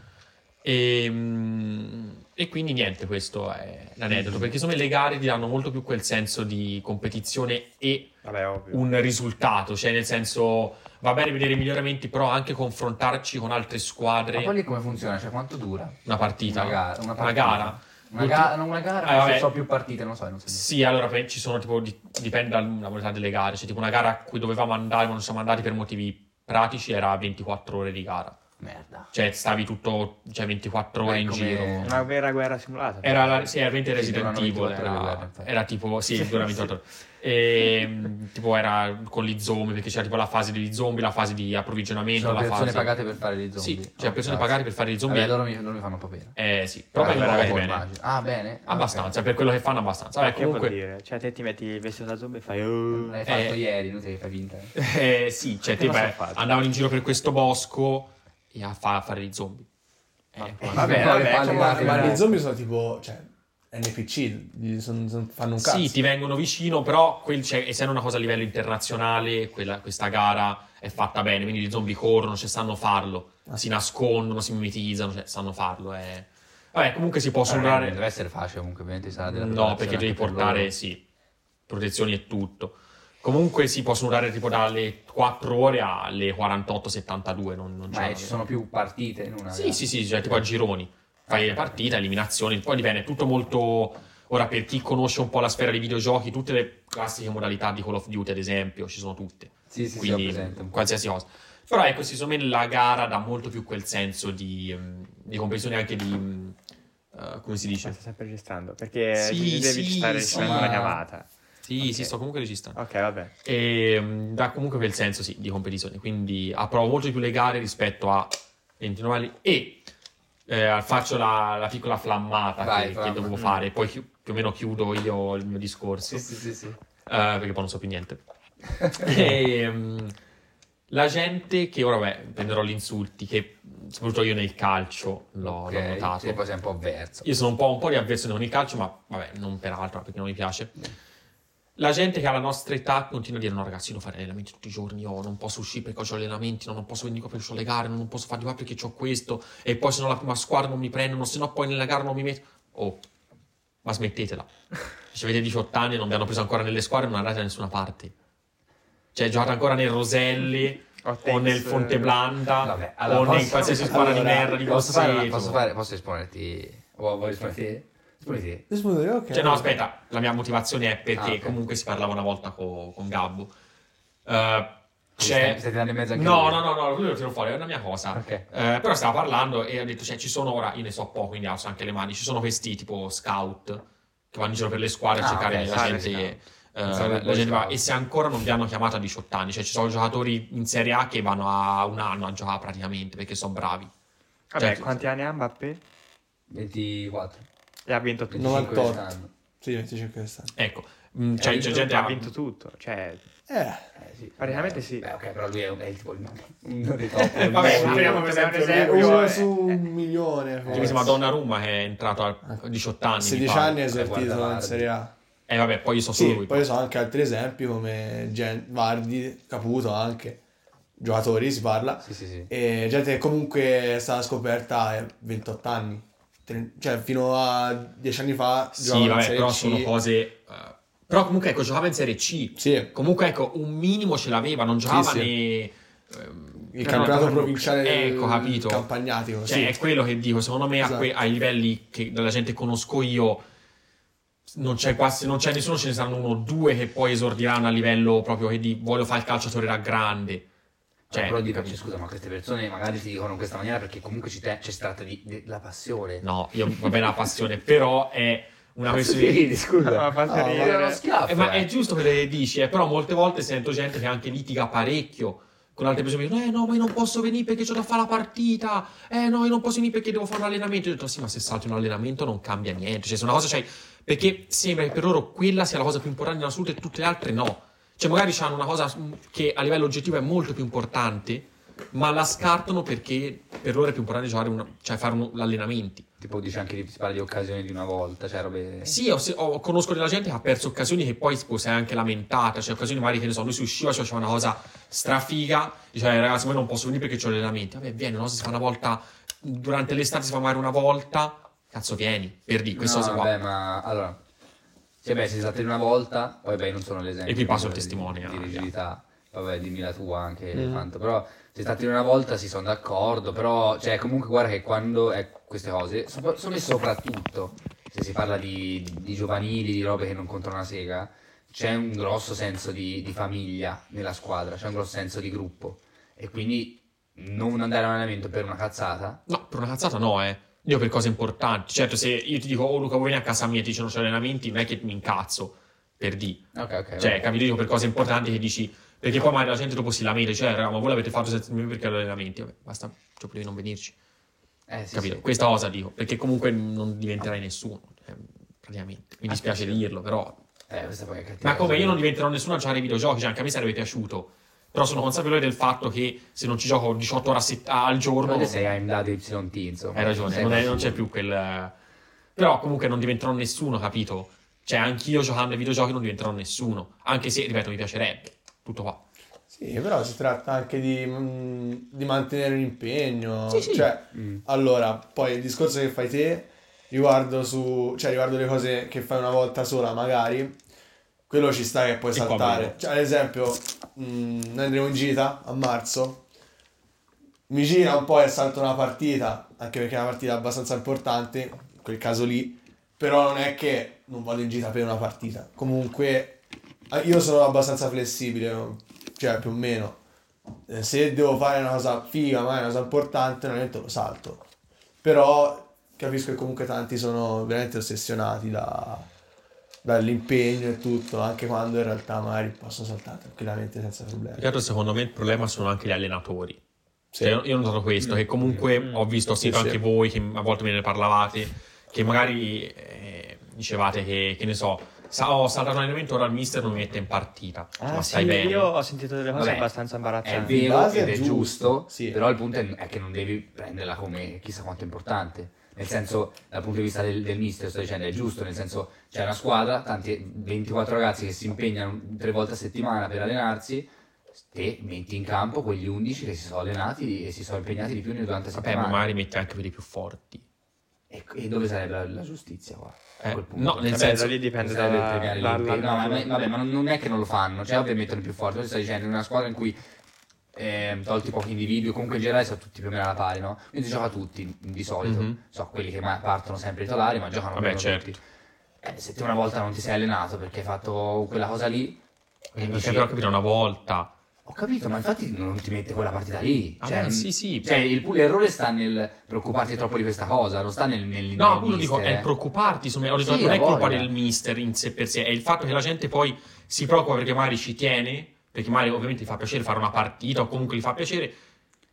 Speaker 2: E, mm, e quindi niente, questo è
Speaker 1: Mm.
Speaker 2: l'aneddoto, perché insomma le gare ti danno molto più quel senso di competizione e
Speaker 3: Vabbè, ovvio.
Speaker 2: un risultato, cioè nel senso va bene vedere i miglioramenti, però anche confrontarci con altre
Speaker 1: Ma poi
Speaker 2: squadre
Speaker 1: lì come funziona? Cioè, quanto dura?
Speaker 2: una partita,
Speaker 1: Una gara. Una, partita.
Speaker 2: gara.
Speaker 1: Una, ga- non una gara,
Speaker 2: Eh, vabbè.
Speaker 1: non so più partite, non so, non so.
Speaker 2: Sì, allora pe- ci sono tipo di- dipende dalla modalità delle gare, cioè tipo una gara a cui dovevamo andare, ma non siamo andati per motivi pratici era 24 ore di gara.
Speaker 1: Merda.
Speaker 2: Cioè stavi tutto cioè 24
Speaker 1: Beh,
Speaker 2: ore in
Speaker 1: Eh, come- [laughs]
Speaker 2: giro.
Speaker 3: Una vera guerra simulata.
Speaker 2: Era la, sì, era veramente
Speaker 1: Sì,
Speaker 2: Resident
Speaker 1: durano
Speaker 2: Evil,
Speaker 1: 24 ore di guerra,
Speaker 2: era,
Speaker 1: infatti.
Speaker 2: era tipo,
Speaker 1: [laughs]
Speaker 2: sì, durante 24 ore. E, mm, tipo era con gli zombie, perché c'era tipo la fase degli zombie, la fase di
Speaker 1: Ci
Speaker 2: approvvigionamento,
Speaker 1: sono
Speaker 2: la
Speaker 1: persone
Speaker 2: fase...
Speaker 1: pagate per fare gli zombie.
Speaker 2: Sì, cioè
Speaker 1: Oh,
Speaker 2: persone
Speaker 1: cazzo.
Speaker 2: pagate per fare i zombie.
Speaker 1: Vabbè, loro mi, loro mi fanno papera.
Speaker 2: Eh sì, però
Speaker 1: Ah,
Speaker 2: vengono
Speaker 1: vabbè,
Speaker 2: pagati
Speaker 1: poi
Speaker 2: bene.
Speaker 1: immagino. Ah, bene. Ah,
Speaker 2: Abbastanza, cioè,
Speaker 1: ok.
Speaker 2: per quello che fanno abbastanza. Vabbè,
Speaker 3: Ma che vuol
Speaker 2: comunque...
Speaker 3: dire? Cioè, te ti metti il vestito da zombie e fai... "Oh".
Speaker 1: L'hai fatto
Speaker 2: Eh.
Speaker 1: ieri, non te fai vinta.
Speaker 2: Eh sì, cioè
Speaker 3: Che
Speaker 2: te
Speaker 3: cosa
Speaker 2: vai-
Speaker 3: fate?
Speaker 2: andavano in giro per questo bosco e a, fa- a fare gli zombie. Eh,
Speaker 3: Vabbè,
Speaker 1: Vabbè,
Speaker 3: vabbè,
Speaker 1: vabbè,
Speaker 3: cioè,
Speaker 1: vabbè,
Speaker 4: Ma
Speaker 1: vabbè.
Speaker 4: gli zombie sono tipo, cioè, NPC, gli son- son- fanno un cazzo.
Speaker 2: Sì, ti vengono vicino, però quel, cioè, essendo una cosa a livello internazionale, quella- questa gara è fatta bene, quindi gli zombie corrono, cioè, sanno farlo, si nascondono, si mimetizzano, cioè, sanno farlo. eh. Vabbè, comunque si può
Speaker 1: Vabbè,
Speaker 2: sembrare...
Speaker 1: Deve essere facile comunque, ovviamente sarà della
Speaker 2: No,
Speaker 1: preparazione
Speaker 2: perché devi
Speaker 1: anche per
Speaker 2: portare,
Speaker 1: loro.
Speaker 2: sì, protezioni e tutto. Comunque si possono durare tipo dalle 4 ore alle 48-72, non, non
Speaker 1: Ma
Speaker 2: c'è...
Speaker 1: eh, ci sono più partite in una
Speaker 2: diciamo-
Speaker 1: Eh.
Speaker 2: Sì,
Speaker 1: gara.
Speaker 2: sì, sì, cioè tipo a gironi. Fai le partite, eliminazioni, poi dipende, è tutto molto... Ora, per chi conosce un po' la sfera dei videogiochi, tutte le classiche modalità di Call of Duty, ad esempio, ci sono tutte.
Speaker 1: Sì, sì, sì, ho
Speaker 2: Quindi,
Speaker 1: presente un po'.
Speaker 2: qualsiasi cosa. Però ecco, sì, secondo me la gara dà molto più quel senso di, mh, di comprensione anche di... mh, eh, come si
Speaker 3: Ma
Speaker 2: dice?
Speaker 3: sta Cioè, sempre registrando perché
Speaker 2: Sì,
Speaker 3: devi
Speaker 2: sì,
Speaker 3: stare
Speaker 2: sì,
Speaker 3: registrando
Speaker 1: ma-
Speaker 3: una chiamata.
Speaker 2: Sì,
Speaker 3: Ok.
Speaker 2: sì, sto comunque registrando.
Speaker 3: Ok, vabbè.
Speaker 2: E mh, Ehm, dà comunque quel senso, sì, di competizione. Quindi approvo molto di più le gare rispetto a eventi normali. E eh, faccio la, la piccola flammata
Speaker 1: Vai,
Speaker 2: che,
Speaker 1: flamma. mm.
Speaker 2: che dovevo fare. Poi chi- più o meno chiudo io il mio discorso.
Speaker 1: Sì, sì, sì, sì.
Speaker 2: Eh, perché poi non so
Speaker 1: [laughs]
Speaker 2: più niente. E, mm, la gente che ora, beh, prenderò gli insulti, che soprattutto io nel calcio l'ho, l'ho
Speaker 1: Ok,
Speaker 2: notato.
Speaker 1: sì, poi sei un po' avverso.
Speaker 2: Io sono un po', un po' di avversione con il calcio, ma vabbè, non per altro, perché non mi piace. La gente che ha la nostra età continua a dire: No, ragazzi, io devo fare allenamenti tutti i giorni. Io non posso uscire perché ho gli allenamenti, no, non posso venire qua perché ho le gare, no, non posso fare di qua perché ho questo. E poi, se no, la prima squadra non mi prendono, se no, poi nella gara non mi metto. Oh,
Speaker 1: [laughs]
Speaker 2: ma smettetela. Se avete 18 anni e non vi hanno preso ancora nelle squadre, non andate da nessuna parte. Cioè, giocate ancora nel Roselli
Speaker 3: O
Speaker 2: o
Speaker 3: tennis, eh,
Speaker 2: nel Fonteblanda
Speaker 1: Vabbè, allora,
Speaker 2: Ah, o
Speaker 1: posso-
Speaker 2: in qualsiasi squadra
Speaker 4: allora,
Speaker 2: di merda di
Speaker 1: Posso, fare, una-
Speaker 2: Grosseto.
Speaker 1: posso, fare, posso esponerti? Oh, vuoi esponerti? Esponiti.
Speaker 4: Rispondo io, ok.
Speaker 2: Cioè, no, aspetta, la mia motivazione è perché
Speaker 1: Ah, ok.
Speaker 2: comunque si parlava una volta co- con Gabbo. Eh,
Speaker 1: Stai-
Speaker 2: c'è...
Speaker 1: stai tirando in mezzo anche
Speaker 2: no,
Speaker 1: lui?
Speaker 2: no, no, no, lui lo tiro fuori, è una mia cosa.
Speaker 1: Ok.
Speaker 2: Eh, però stava parlando e ha detto, cioè, ci sono ora, io ne so poco, quindi alzo anche le mani, ci sono questi tipo scout che vanno in giro per le squadre a
Speaker 1: Ah,
Speaker 2: cercare
Speaker 1: ok,
Speaker 2: la
Speaker 3: sai,
Speaker 2: gente... eh,
Speaker 1: Pensavo
Speaker 2: la-
Speaker 1: che
Speaker 2: la
Speaker 1: poi
Speaker 2: gente va-
Speaker 1: scout.
Speaker 2: e se ancora non vi hanno chiamato a 18 anni, cioè ci sono giocatori in Serie A che vanno a un anno a giocare praticamente perché sono bravi.
Speaker 3: Vabbè,
Speaker 2: Certo.
Speaker 3: quanti anni ha Mbappé?
Speaker 1: 24.
Speaker 3: E ha vinto tutto.
Speaker 4: 98.
Speaker 1: 98.
Speaker 4: Sì, 25 quest'anno.
Speaker 2: Ecco, mm, cioè, c'è
Speaker 3: Cioè,
Speaker 2: gente
Speaker 3: ha vinto tutto. Cioè,
Speaker 4: Eh,
Speaker 1: Eh, sì.
Speaker 3: Praticamente
Speaker 1: Eh,
Speaker 3: sì.
Speaker 1: Beh, ok, però lui è, un- è il tipo il
Speaker 2: [laughs]
Speaker 1: uno dei top.
Speaker 2: Vabbè,
Speaker 4: ma
Speaker 2: prendiamo per esempio
Speaker 3: Eh, lui-
Speaker 4: uno
Speaker 3: eh,
Speaker 4: su
Speaker 3: eh.
Speaker 4: un milione.
Speaker 2: Perché mi sembra Donnarumma che è entrato
Speaker 1: Ah,
Speaker 2: a 18 anni. mi
Speaker 4: 16
Speaker 2: pare.
Speaker 4: anni è
Speaker 1: Eh, guarda,
Speaker 4: esortito in
Speaker 1: guarda.
Speaker 4: Serie A.
Speaker 2: E Eh, vabbè, poi io so solo
Speaker 4: Sì,
Speaker 2: lui.
Speaker 4: poi ci sono anche altri esempi come Gen- Vardi, Caputo anche, giocatori si parla,
Speaker 1: Sì, sì, sì.
Speaker 4: e gente che comunque è stata scoperta a 28 anni, Tre- cioè fino a 10 anni fa
Speaker 2: Sì,
Speaker 4: giocavano in
Speaker 2: vabbè,
Speaker 4: Serie
Speaker 2: però
Speaker 4: C.
Speaker 2: sono cose... eh, però comunque, ecco, giocava in Serie C.
Speaker 4: Sì, il
Speaker 2: Comunque, ecco, un minimo ce l'aveva, non giocava
Speaker 4: sì.
Speaker 2: né... ehm, però-
Speaker 4: campionato
Speaker 2: però-
Speaker 4: provinciale del
Speaker 2: Ecco, capito.
Speaker 4: campagnatico,
Speaker 2: Cioè,
Speaker 4: sì.
Speaker 2: è quello che dico, secondo me a
Speaker 4: Esatto.
Speaker 2: que- ai livelli che della gente conosco io... Non c'è quasi, non c'è nessuno, ce ne saranno uno o due che poi esordiranno a livello proprio che di voglio fare il calciatore da
Speaker 4: Eh,
Speaker 2: grande. Cioè,
Speaker 1: però dico,
Speaker 2: capito?
Speaker 1: scusa, ma queste persone magari ti dicono in questa maniera perché comunque ci, te- ci si tratta di, della passione.
Speaker 2: No, io va bene la passione, però è una
Speaker 1: Cazzo
Speaker 2: questione
Speaker 1: ti
Speaker 2: di...
Speaker 1: ridi,
Speaker 2: [laughs]
Speaker 1: scusa.
Speaker 3: ha fatto
Speaker 4: Ah,
Speaker 1: Era uno
Speaker 3: ridere.
Speaker 1: schiaffo.
Speaker 2: Eh, ma è
Speaker 1: eh.
Speaker 2: giusto che le dici, eh, però molte volte sento gente che anche litiga parecchio con altre persone che dicono, eh no, ma io non posso venire perché ho da fare la partita, eh no, io non posso venire perché devo fare un allenamento. Io ho detto, sì, ma se salti un allenamento non cambia niente, cioè se una cosa c'hai... Perché sembra che per loro quella sia la cosa più importante nella salute e tutte le altre no. Cioè magari hanno una cosa mm, che a livello oggettivo è molto più importante, ma la scartano perché per loro è più importante giocare una- cioè fare un, l'allenamento.
Speaker 1: Tipo dice anche di, si parla di occasioni di una volta, cioè robe...
Speaker 2: Sì, ho, se- ho- conosco della gente che ha perso occasioni che poi tipo, si è anche lamentata, cioè occasioni magari che ne so, lui si usciva, cioè, faceva una cosa strafiga, diceva "Eh, ragazzi ma io non posso venire perché ho allenamenti, vabbè vieni, no? se si fa una volta, durante l'estate si fa magari una volta, cazzo vieni, per dire, questa
Speaker 1: no,
Speaker 2: cosa qua.
Speaker 1: vabbè, ma allora... Sì, beh, si tratta di una volta, poi beh, non sono l'esempio.
Speaker 2: E qui passo il
Speaker 1: di-
Speaker 2: testimone,
Speaker 1: Di,
Speaker 2: ah,
Speaker 1: rigidità, vabbè, dimmi la tua anche, tanto, però... Se tratta di una volta si sono d'accordo, però, cioè, comunque guarda che quando è queste cose, so- secondo me soprattutto, se si parla di, di giovanili, di robe che non contano una sega, c'è un grosso senso di, di famiglia nella squadra, c'è un grosso senso di gruppo. E quindi non andare all'allenamento per una cazzata,
Speaker 2: No, per una cazzata no, eh. Io per cose importanti. Certo, se io ti dico, oh Luca, vuoi venire a casa mia e ti dicono c'è allenamenti, non è che mi incazzo, per dire.
Speaker 1: ok, ok.
Speaker 2: Cioè, capito? Dico per cose importanti che dici. Perché poi magari la gente dopo si lamenta, cioè, raga, ma voi l'avete fatto senza di me perché allenamenti. Vabbè, basta, cioè, potevi non venirci.
Speaker 1: Eh, sì,
Speaker 2: capito?
Speaker 1: sì.
Speaker 2: Questa cosa dico, perché comunque non diventerai nessuno, eh, praticamente.
Speaker 1: Ah,
Speaker 2: Mi dispiace dirlo, però.
Speaker 1: Eh, questa poi è cattiva.
Speaker 2: Ma come io non diventerò nessuno a giocare ai videogiochi, cioè, anche a me sarebbe piaciuto. Però sono consapevole del fatto che se non ci gioco 18 ore a sett- al giorno.
Speaker 1: Però te sei AMD Y Tinzo.
Speaker 2: Hai ragione, non, è- non c'è più quel. Però comunque non diventerò nessuno, capito? Cioè, anch'io giocando ai videogiochi non diventerò nessuno. Anche se, ripeto, mi piacerebbe. Tutto qua.
Speaker 4: Sì, però si tratta anche di, mh, di mantenere un impegno.
Speaker 2: Sì, sì.
Speaker 4: Cioè,
Speaker 1: Mm.
Speaker 4: allora, poi il discorso che fai te riguardo su, cioè riguardo le cose che fai una volta sola, magari quello ci sta che puoi
Speaker 2: E qua
Speaker 4: saltare.
Speaker 2: abbiamo.
Speaker 4: Cioè, ad esempio, mh, noi andremo in gita a marzo. Mi gira un po' e salto una partita, anche perché è una partita abbastanza importante, in quel caso lì. Però non è che non vado in gita per una ah, partita. Comunque, eh, io sono abbastanza flessibile, no? cioè più o meno. eh, se devo fare una cosa figa, ma è una cosa importante, normalmente lo salto. Però capisco che comunque tanti sono veramente ossessionati da- dall'impegno e tutto, anche quando in realtà magari possono saltare tranquillamente senza
Speaker 2: Più
Speaker 4: problemi.
Speaker 2: che altro, secondo me il problema sono anche gli allenatori.
Speaker 4: Sì.
Speaker 2: Cioè, io ho notato questo, che comunque ho visto, ho
Speaker 4: Sì,
Speaker 2: sentito
Speaker 4: sì.
Speaker 2: anche voi, che a volte me ne parlavate, che magari eh, dicevate che, che ne so, sa- ho saltato un allenamento, ora il mister non mi mette in partita. Cioè,
Speaker 3: Ah,
Speaker 2: ma
Speaker 3: sì,
Speaker 2: stai bene?
Speaker 3: io ho sentito delle cose
Speaker 1: Vabbè, Eh,
Speaker 3: abbastanza
Speaker 1: È
Speaker 3: imbarazzanti.
Speaker 4: vi- In
Speaker 1: vero
Speaker 4: base
Speaker 1: ed
Speaker 4: è
Speaker 1: è
Speaker 4: giusto,
Speaker 1: giusto,
Speaker 4: sì.
Speaker 1: però il punto è, è che non devi prenderla come chissà quanto importante. Nel senso, dal punto di vista del, del mister, sto dicendo, è giusto, nel senso c'è una squadra, tanti 24 ragazzi che si impegnano tre volte a settimana per allenarsi, te metti in campo quegli 11 che si sono allenati e si sono impegnati di più nel durante la
Speaker 2: Vabbè,
Speaker 1: settimana.
Speaker 2: ma magari metti anche per i più forti.
Speaker 1: E, e dove sarebbe la, la giustizia qua?
Speaker 2: Eh,
Speaker 1: a quel
Speaker 2: no, nel
Speaker 3: Vabbè,
Speaker 2: senso-
Speaker 3: da lì dipende
Speaker 1: Sarebbe
Speaker 3: dalla-
Speaker 1: premiare
Speaker 3: dalla-
Speaker 1: l'impe- Esatto. no, ma,
Speaker 3: dalla-
Speaker 1: ma- vabbè, ma non, non è che non lo fanno, cioè ovviamente mettono più forte, tu stai dicendo in una squadra in cui eh, tolti pochi individui, comunque in generale sono tutti più o meno alla pari, no? Quindi si gioca tutti di solito,
Speaker 2: Mhm.
Speaker 1: so quelli che ma- partono sempre titolari, ma giocano
Speaker 2: Vabbè,
Speaker 1: meno
Speaker 2: certo.
Speaker 1: tutti. Eh, se te una volta non ti sei allenato perché hai fatto quella cosa lì, e
Speaker 2: Eh,
Speaker 1: dici-
Speaker 2: Perché però capito una volta.
Speaker 1: ho capito, ma infatti non ti mette quella partita lì.
Speaker 2: Ah,
Speaker 1: Cioè,
Speaker 2: beh, sì, sì.
Speaker 1: cioè, il- l'errore sta nel preoccuparti troppo di questa cosa, non sta nel, nel
Speaker 2: No,
Speaker 1: nel
Speaker 2: appunto dico,
Speaker 1: mister,
Speaker 2: è
Speaker 1: eh.
Speaker 2: preoccuparti, insomma, ho detto,
Speaker 1: Sì,
Speaker 2: non
Speaker 1: ha
Speaker 2: è colpa
Speaker 1: voglia.
Speaker 2: del mister in sé per sé, è il fatto che la gente poi si preoccupa perché magari ci tiene, perché magari ovviamente gli fa piacere fare una partita o comunque gli fa piacere,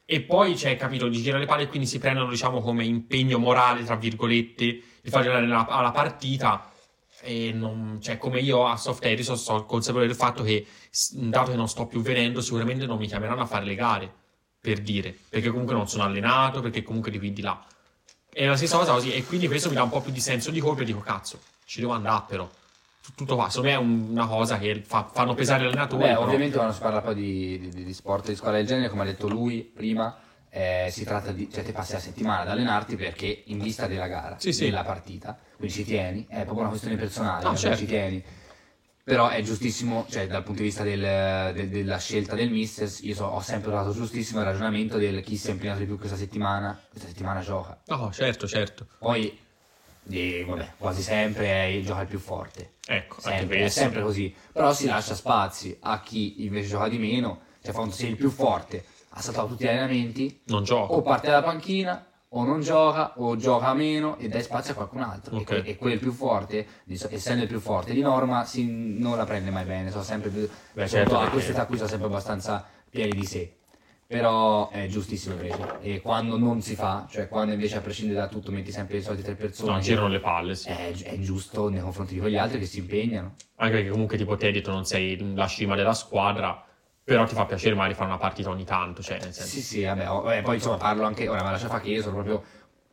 Speaker 2: e poi c'è, capito, gli gira le palle e quindi si prendono, diciamo, come impegno morale, tra virgolette, il far girare la- alla partita. E non, cioè, come io a Soft Tennis so- sono consapevole del fatto che, s- dato che non sto più venendo, sicuramente non mi chiameranno a fare le gare, per dire, perché comunque non sono allenato, perché comunque di qui di là. È la stessa cosa così, e quindi questo mi dà un po' più di senso di colpa e dico, cazzo, ci devo andare però. Tut- Tutto qua, secondo me è un- una cosa che fa- fanno pesare l'allenatore.
Speaker 1: Beh,
Speaker 2: però-
Speaker 1: ovviamente quando si parla poi di, di- di- di sport e di squadra del genere, come ha detto lui prima, eh, si tratta di, cioè te passi la settimana ad allenarti perché in vista della gara,
Speaker 2: Sì, sì.
Speaker 1: della partita, quindi ci tieni, è proprio una questione personale,
Speaker 2: No,
Speaker 1: non
Speaker 2: certo.
Speaker 1: ci tieni. Però è giustissimo, cioè dal punto di vista del- del- della scelta del mister, io so- ho sempre trovato giustissimo il ragionamento del chi si è impegnato di più questa settimana, questa settimana gioca.
Speaker 2: No, certo, certo.
Speaker 1: Poi, eh, vabbè, quasi sempre è il gioca il più forte.
Speaker 2: Ecco, anche
Speaker 1: Sempre, è
Speaker 2: questo.
Speaker 1: sempre così. Però si lascia spazi a chi invece gioca di meno. Cioè, fa un sei il più forte, ha saltato tutti gli allenamenti,
Speaker 2: Non gioco.
Speaker 1: o parte dalla panchina, o non gioca, o gioca meno e dai spazio a qualcun altro. E
Speaker 2: Ok.
Speaker 1: que- E, quel più forte, di so- essendo il più forte di norma, si- non la prende mai bene. Sono sempre più,
Speaker 2: Beh,
Speaker 1: soprattutto
Speaker 2: certo,
Speaker 1: a questa
Speaker 2: perché-
Speaker 1: età qui sono sempre abbastanza pieni di sé. Però è giustissimo invece. E quando non si fa, cioè quando invece a prescindere da tutto metti sempre le solite tre persone,
Speaker 2: No, girano le palle, sì.
Speaker 1: è, è giusto nei confronti di quegli altri che si impegnano.
Speaker 2: Anche perché comunque tipo te hai detto non sei la cima della squadra, però ti fa piacere magari fare una partita ogni tanto, cioè nel senso...
Speaker 1: Sì, sì, vabbè, oh, eh, poi insomma parlo anche, ora ma lascia fa che io sono proprio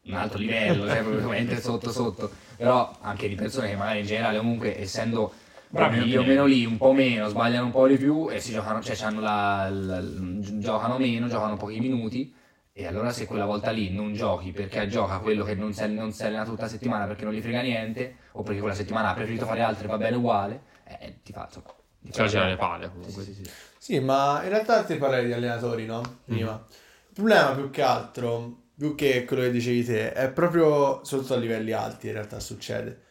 Speaker 1: un altro livello, cioè proprio veramente sotto sotto, però anche di persone che magari in generale comunque essendo
Speaker 2: Bravi,
Speaker 1: lì o
Speaker 2: ok.
Speaker 1: meno lì, un po' meno, sbagliano un po' di più e si giocano, cioè c'hanno la, la- l- giocano meno, giocano pochi minuti e allora se quella volta lì non giochi perché gioca quello che non si, è- non si è allenato tutta la settimana perché non gli frega niente o perché quella settimana ha preferito fare altro e va bene uguale, eh, ti fa insomma... ti
Speaker 2: Cioè,
Speaker 1: fa-
Speaker 2: girano le palle comunque.
Speaker 1: Sì, sì, sì.
Speaker 4: Sì, ma in realtà ti parlavi di allenatori, no? Prima.
Speaker 2: Mm-hmm.
Speaker 4: Il problema più che altro, più che quello che dicevi te, è proprio soprattutto a livelli alti in realtà succede.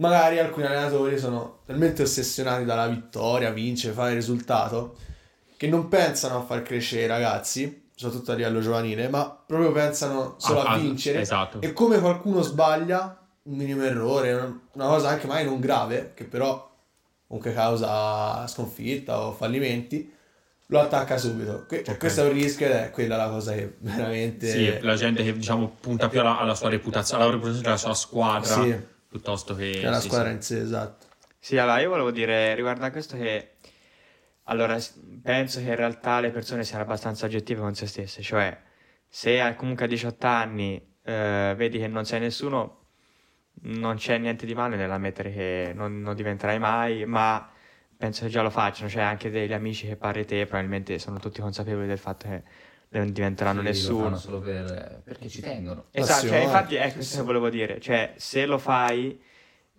Speaker 4: Magari alcuni allenatori sono talmente ossessionati dalla vittoria, vincere, fare il risultato, che non pensano a far crescere i ragazzi, soprattutto a livello giovanile, ma proprio pensano solo
Speaker 2: Ah,
Speaker 4: a
Speaker 2: ah,
Speaker 4: vincere.
Speaker 2: Esatto.
Speaker 4: E come qualcuno sbaglia un minimo errore, un- una cosa anche mai non grave, che però comunque causa sconfitta o fallimenti, lo attacca subito. Que- cioè,
Speaker 2: Ok.
Speaker 4: Questo è un rischio ed è quella la cosa che veramente...
Speaker 2: Sì, la gente che diciamo punta più alla, alla sua reputazione, alla reputazione della sua squadra,
Speaker 4: Sì.
Speaker 2: piuttosto che...
Speaker 4: che è la
Speaker 2: sì,
Speaker 4: squadra
Speaker 2: sì.
Speaker 4: in sé, esatto.
Speaker 3: Sì, allora io volevo dire riguardo a questo che allora s- penso che in realtà le persone siano abbastanza oggettive con se stesse, cioè se a- comunque a 18 anni eh, vedi che non sei nessuno, non c'è niente di male nell'ammettere che non, non diventerai mai, ma penso che già lo facciano, cioè anche degli amici che pare te probabilmente sono tutti consapevoli del fatto che non diventeranno
Speaker 1: Sì, lo fanno
Speaker 3: nessuno.
Speaker 1: solo per- perché ci tengono.
Speaker 3: Esatto, cioè,
Speaker 4: Passione.
Speaker 3: infatti è questo che volevo dire, cioè se lo fai,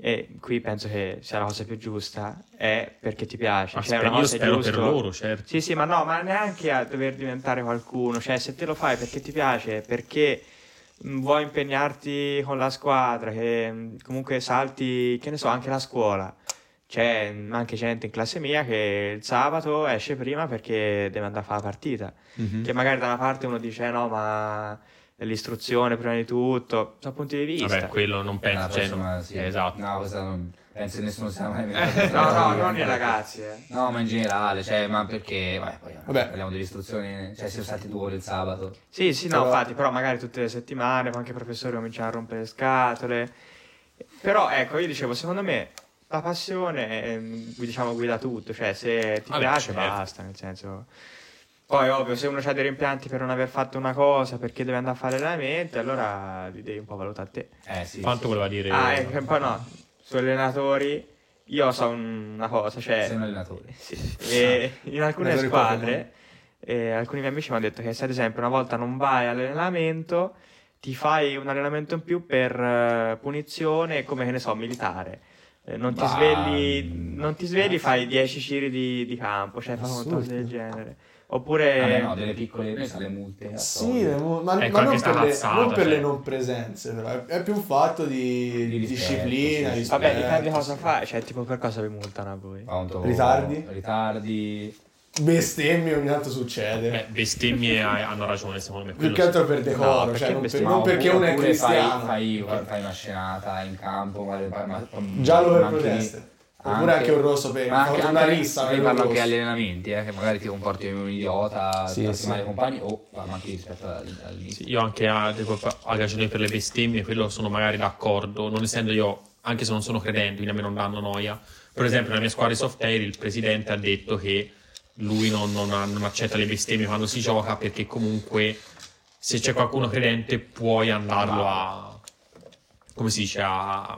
Speaker 3: e qui penso che sia la cosa più giusta, è perché ti piace,
Speaker 2: Ma
Speaker 3: cioè è
Speaker 2: sper-
Speaker 3: una
Speaker 2: io
Speaker 3: cosa
Speaker 2: spero
Speaker 3: giusta.
Speaker 2: per loro, certo.
Speaker 3: Sì, sì, ma no, ma neanche a dover diventare qualcuno, cioè se te lo fai perché ti piace, perché mh, vuoi mm, impegnarti con la squadra, che mh, comunque salti, che ne so, anche la scuola. c'è mm, anche gente in classe mia che il sabato esce prima perché deve andare a fare la partita. Che magari da una parte uno dice "Eh, no, ma è l'istruzione prima di tutto, sono punti di vista.
Speaker 2: Vabbè, quello non
Speaker 1: Eh, no,
Speaker 2: penso. cioè,
Speaker 1: questo,
Speaker 2: non-
Speaker 1: ma sì.
Speaker 2: eh, esatto.
Speaker 1: No, questa non penso che nessuno sia mai
Speaker 3: no,
Speaker 1: [laughs]
Speaker 3: no, non i ragazzi. eh.
Speaker 1: No, ma in generale, cioè, ma perché... Vabbè, poi
Speaker 4: Vabbè.
Speaker 1: parliamo dell'istruzione, cioè siamo stati due ore il sabato.
Speaker 3: Sì, sì, no,
Speaker 4: Però-
Speaker 3: infatti, però magari tutte le settimane, ma anche i professori cominciano a rompere le scatole. Però ecco, io dicevo, secondo me la passione ehm, diciamo guida tutto, cioè se ti
Speaker 2: Vabbè,
Speaker 3: piace
Speaker 2: certo.
Speaker 3: basta, nel senso. Poi ovvio, se uno ha dei rimpianti per non aver fatto una cosa, perché deve andare a fare allenamento, allora li devi un po' valutare te.
Speaker 1: Eh sì.
Speaker 2: Quanto voleva dire?
Speaker 3: Ah, e poi no, sugli allenatori io so un- una cosa, cioè
Speaker 1: Sei un allenatore.
Speaker 3: sì. E Eh, in alcune
Speaker 4: Allenatore
Speaker 3: squadre, eh, alcuni miei amici mi hanno detto che se ad esempio una volta non vai all'allenamento, ti fai un allenamento in più per eh, punizione, come che ne so, militare. Eh, non, ti
Speaker 1: Bah.
Speaker 3: svegli, non ti svegli, fai 10 giri di, di campo, cioè fai
Speaker 4: Assurdo.
Speaker 3: qualcosa del genere. Oppure...
Speaker 1: Vabbè, no, delle piccole... Noi sono le multe.
Speaker 4: Sì, ma, ma
Speaker 2: Ecco, anche
Speaker 4: non, per le,
Speaker 2: stamazzata,
Speaker 4: non per
Speaker 2: cioè.
Speaker 4: le non presenze, però è, è più un fatto di,
Speaker 1: Di rispetto,
Speaker 4: disciplina, eh,
Speaker 1: sì.
Speaker 4: rispetto.
Speaker 3: Vabbè, dipende cosa fai, cioè tipo per cosa vi multano a voi.
Speaker 1: Quanto-
Speaker 4: Ritardi?
Speaker 1: Ritardi.
Speaker 4: Bestemmie ogni tanto succede.
Speaker 2: Beh, Eh, bestemmie hai- hanno ragione, secondo me.
Speaker 4: più
Speaker 2: quello
Speaker 4: che
Speaker 2: sì.
Speaker 4: altro per decoro,
Speaker 3: perché
Speaker 4: cioè non, per-
Speaker 3: bestemmiamo,
Speaker 4: non perché uno è
Speaker 1: oppure
Speaker 4: cristiano.
Speaker 1: Fai, fai, fai una scenata in campo, ma, ma, ma,
Speaker 4: Giallo per
Speaker 1: anche-
Speaker 4: proteste. Oppure anche un rosso per
Speaker 1: ma
Speaker 4: una rissa,
Speaker 1: Io
Speaker 4: per
Speaker 1: parlo
Speaker 4: un
Speaker 1: anche
Speaker 4: rosso.
Speaker 1: agli allenamenti, eh, che magari ti comporti come un idiota,
Speaker 4: Sì,
Speaker 1: ti tratti
Speaker 4: sì.
Speaker 1: male i compagni, o ma anche rispetto al- all'inizio.
Speaker 2: Sì, io anche a, tipo, a ragione per le bestemmie, quello sono magari d'accordo, non essendo io, anche se non sono credente, quindi a me non danno noia. Per esempio, nella mia squadra di soft air il presidente ha detto che lui non, non ha- non accetta le bestemmie quando si gioca perché comunque se c'è qualcuno credente puoi andarlo a... come si dice? A,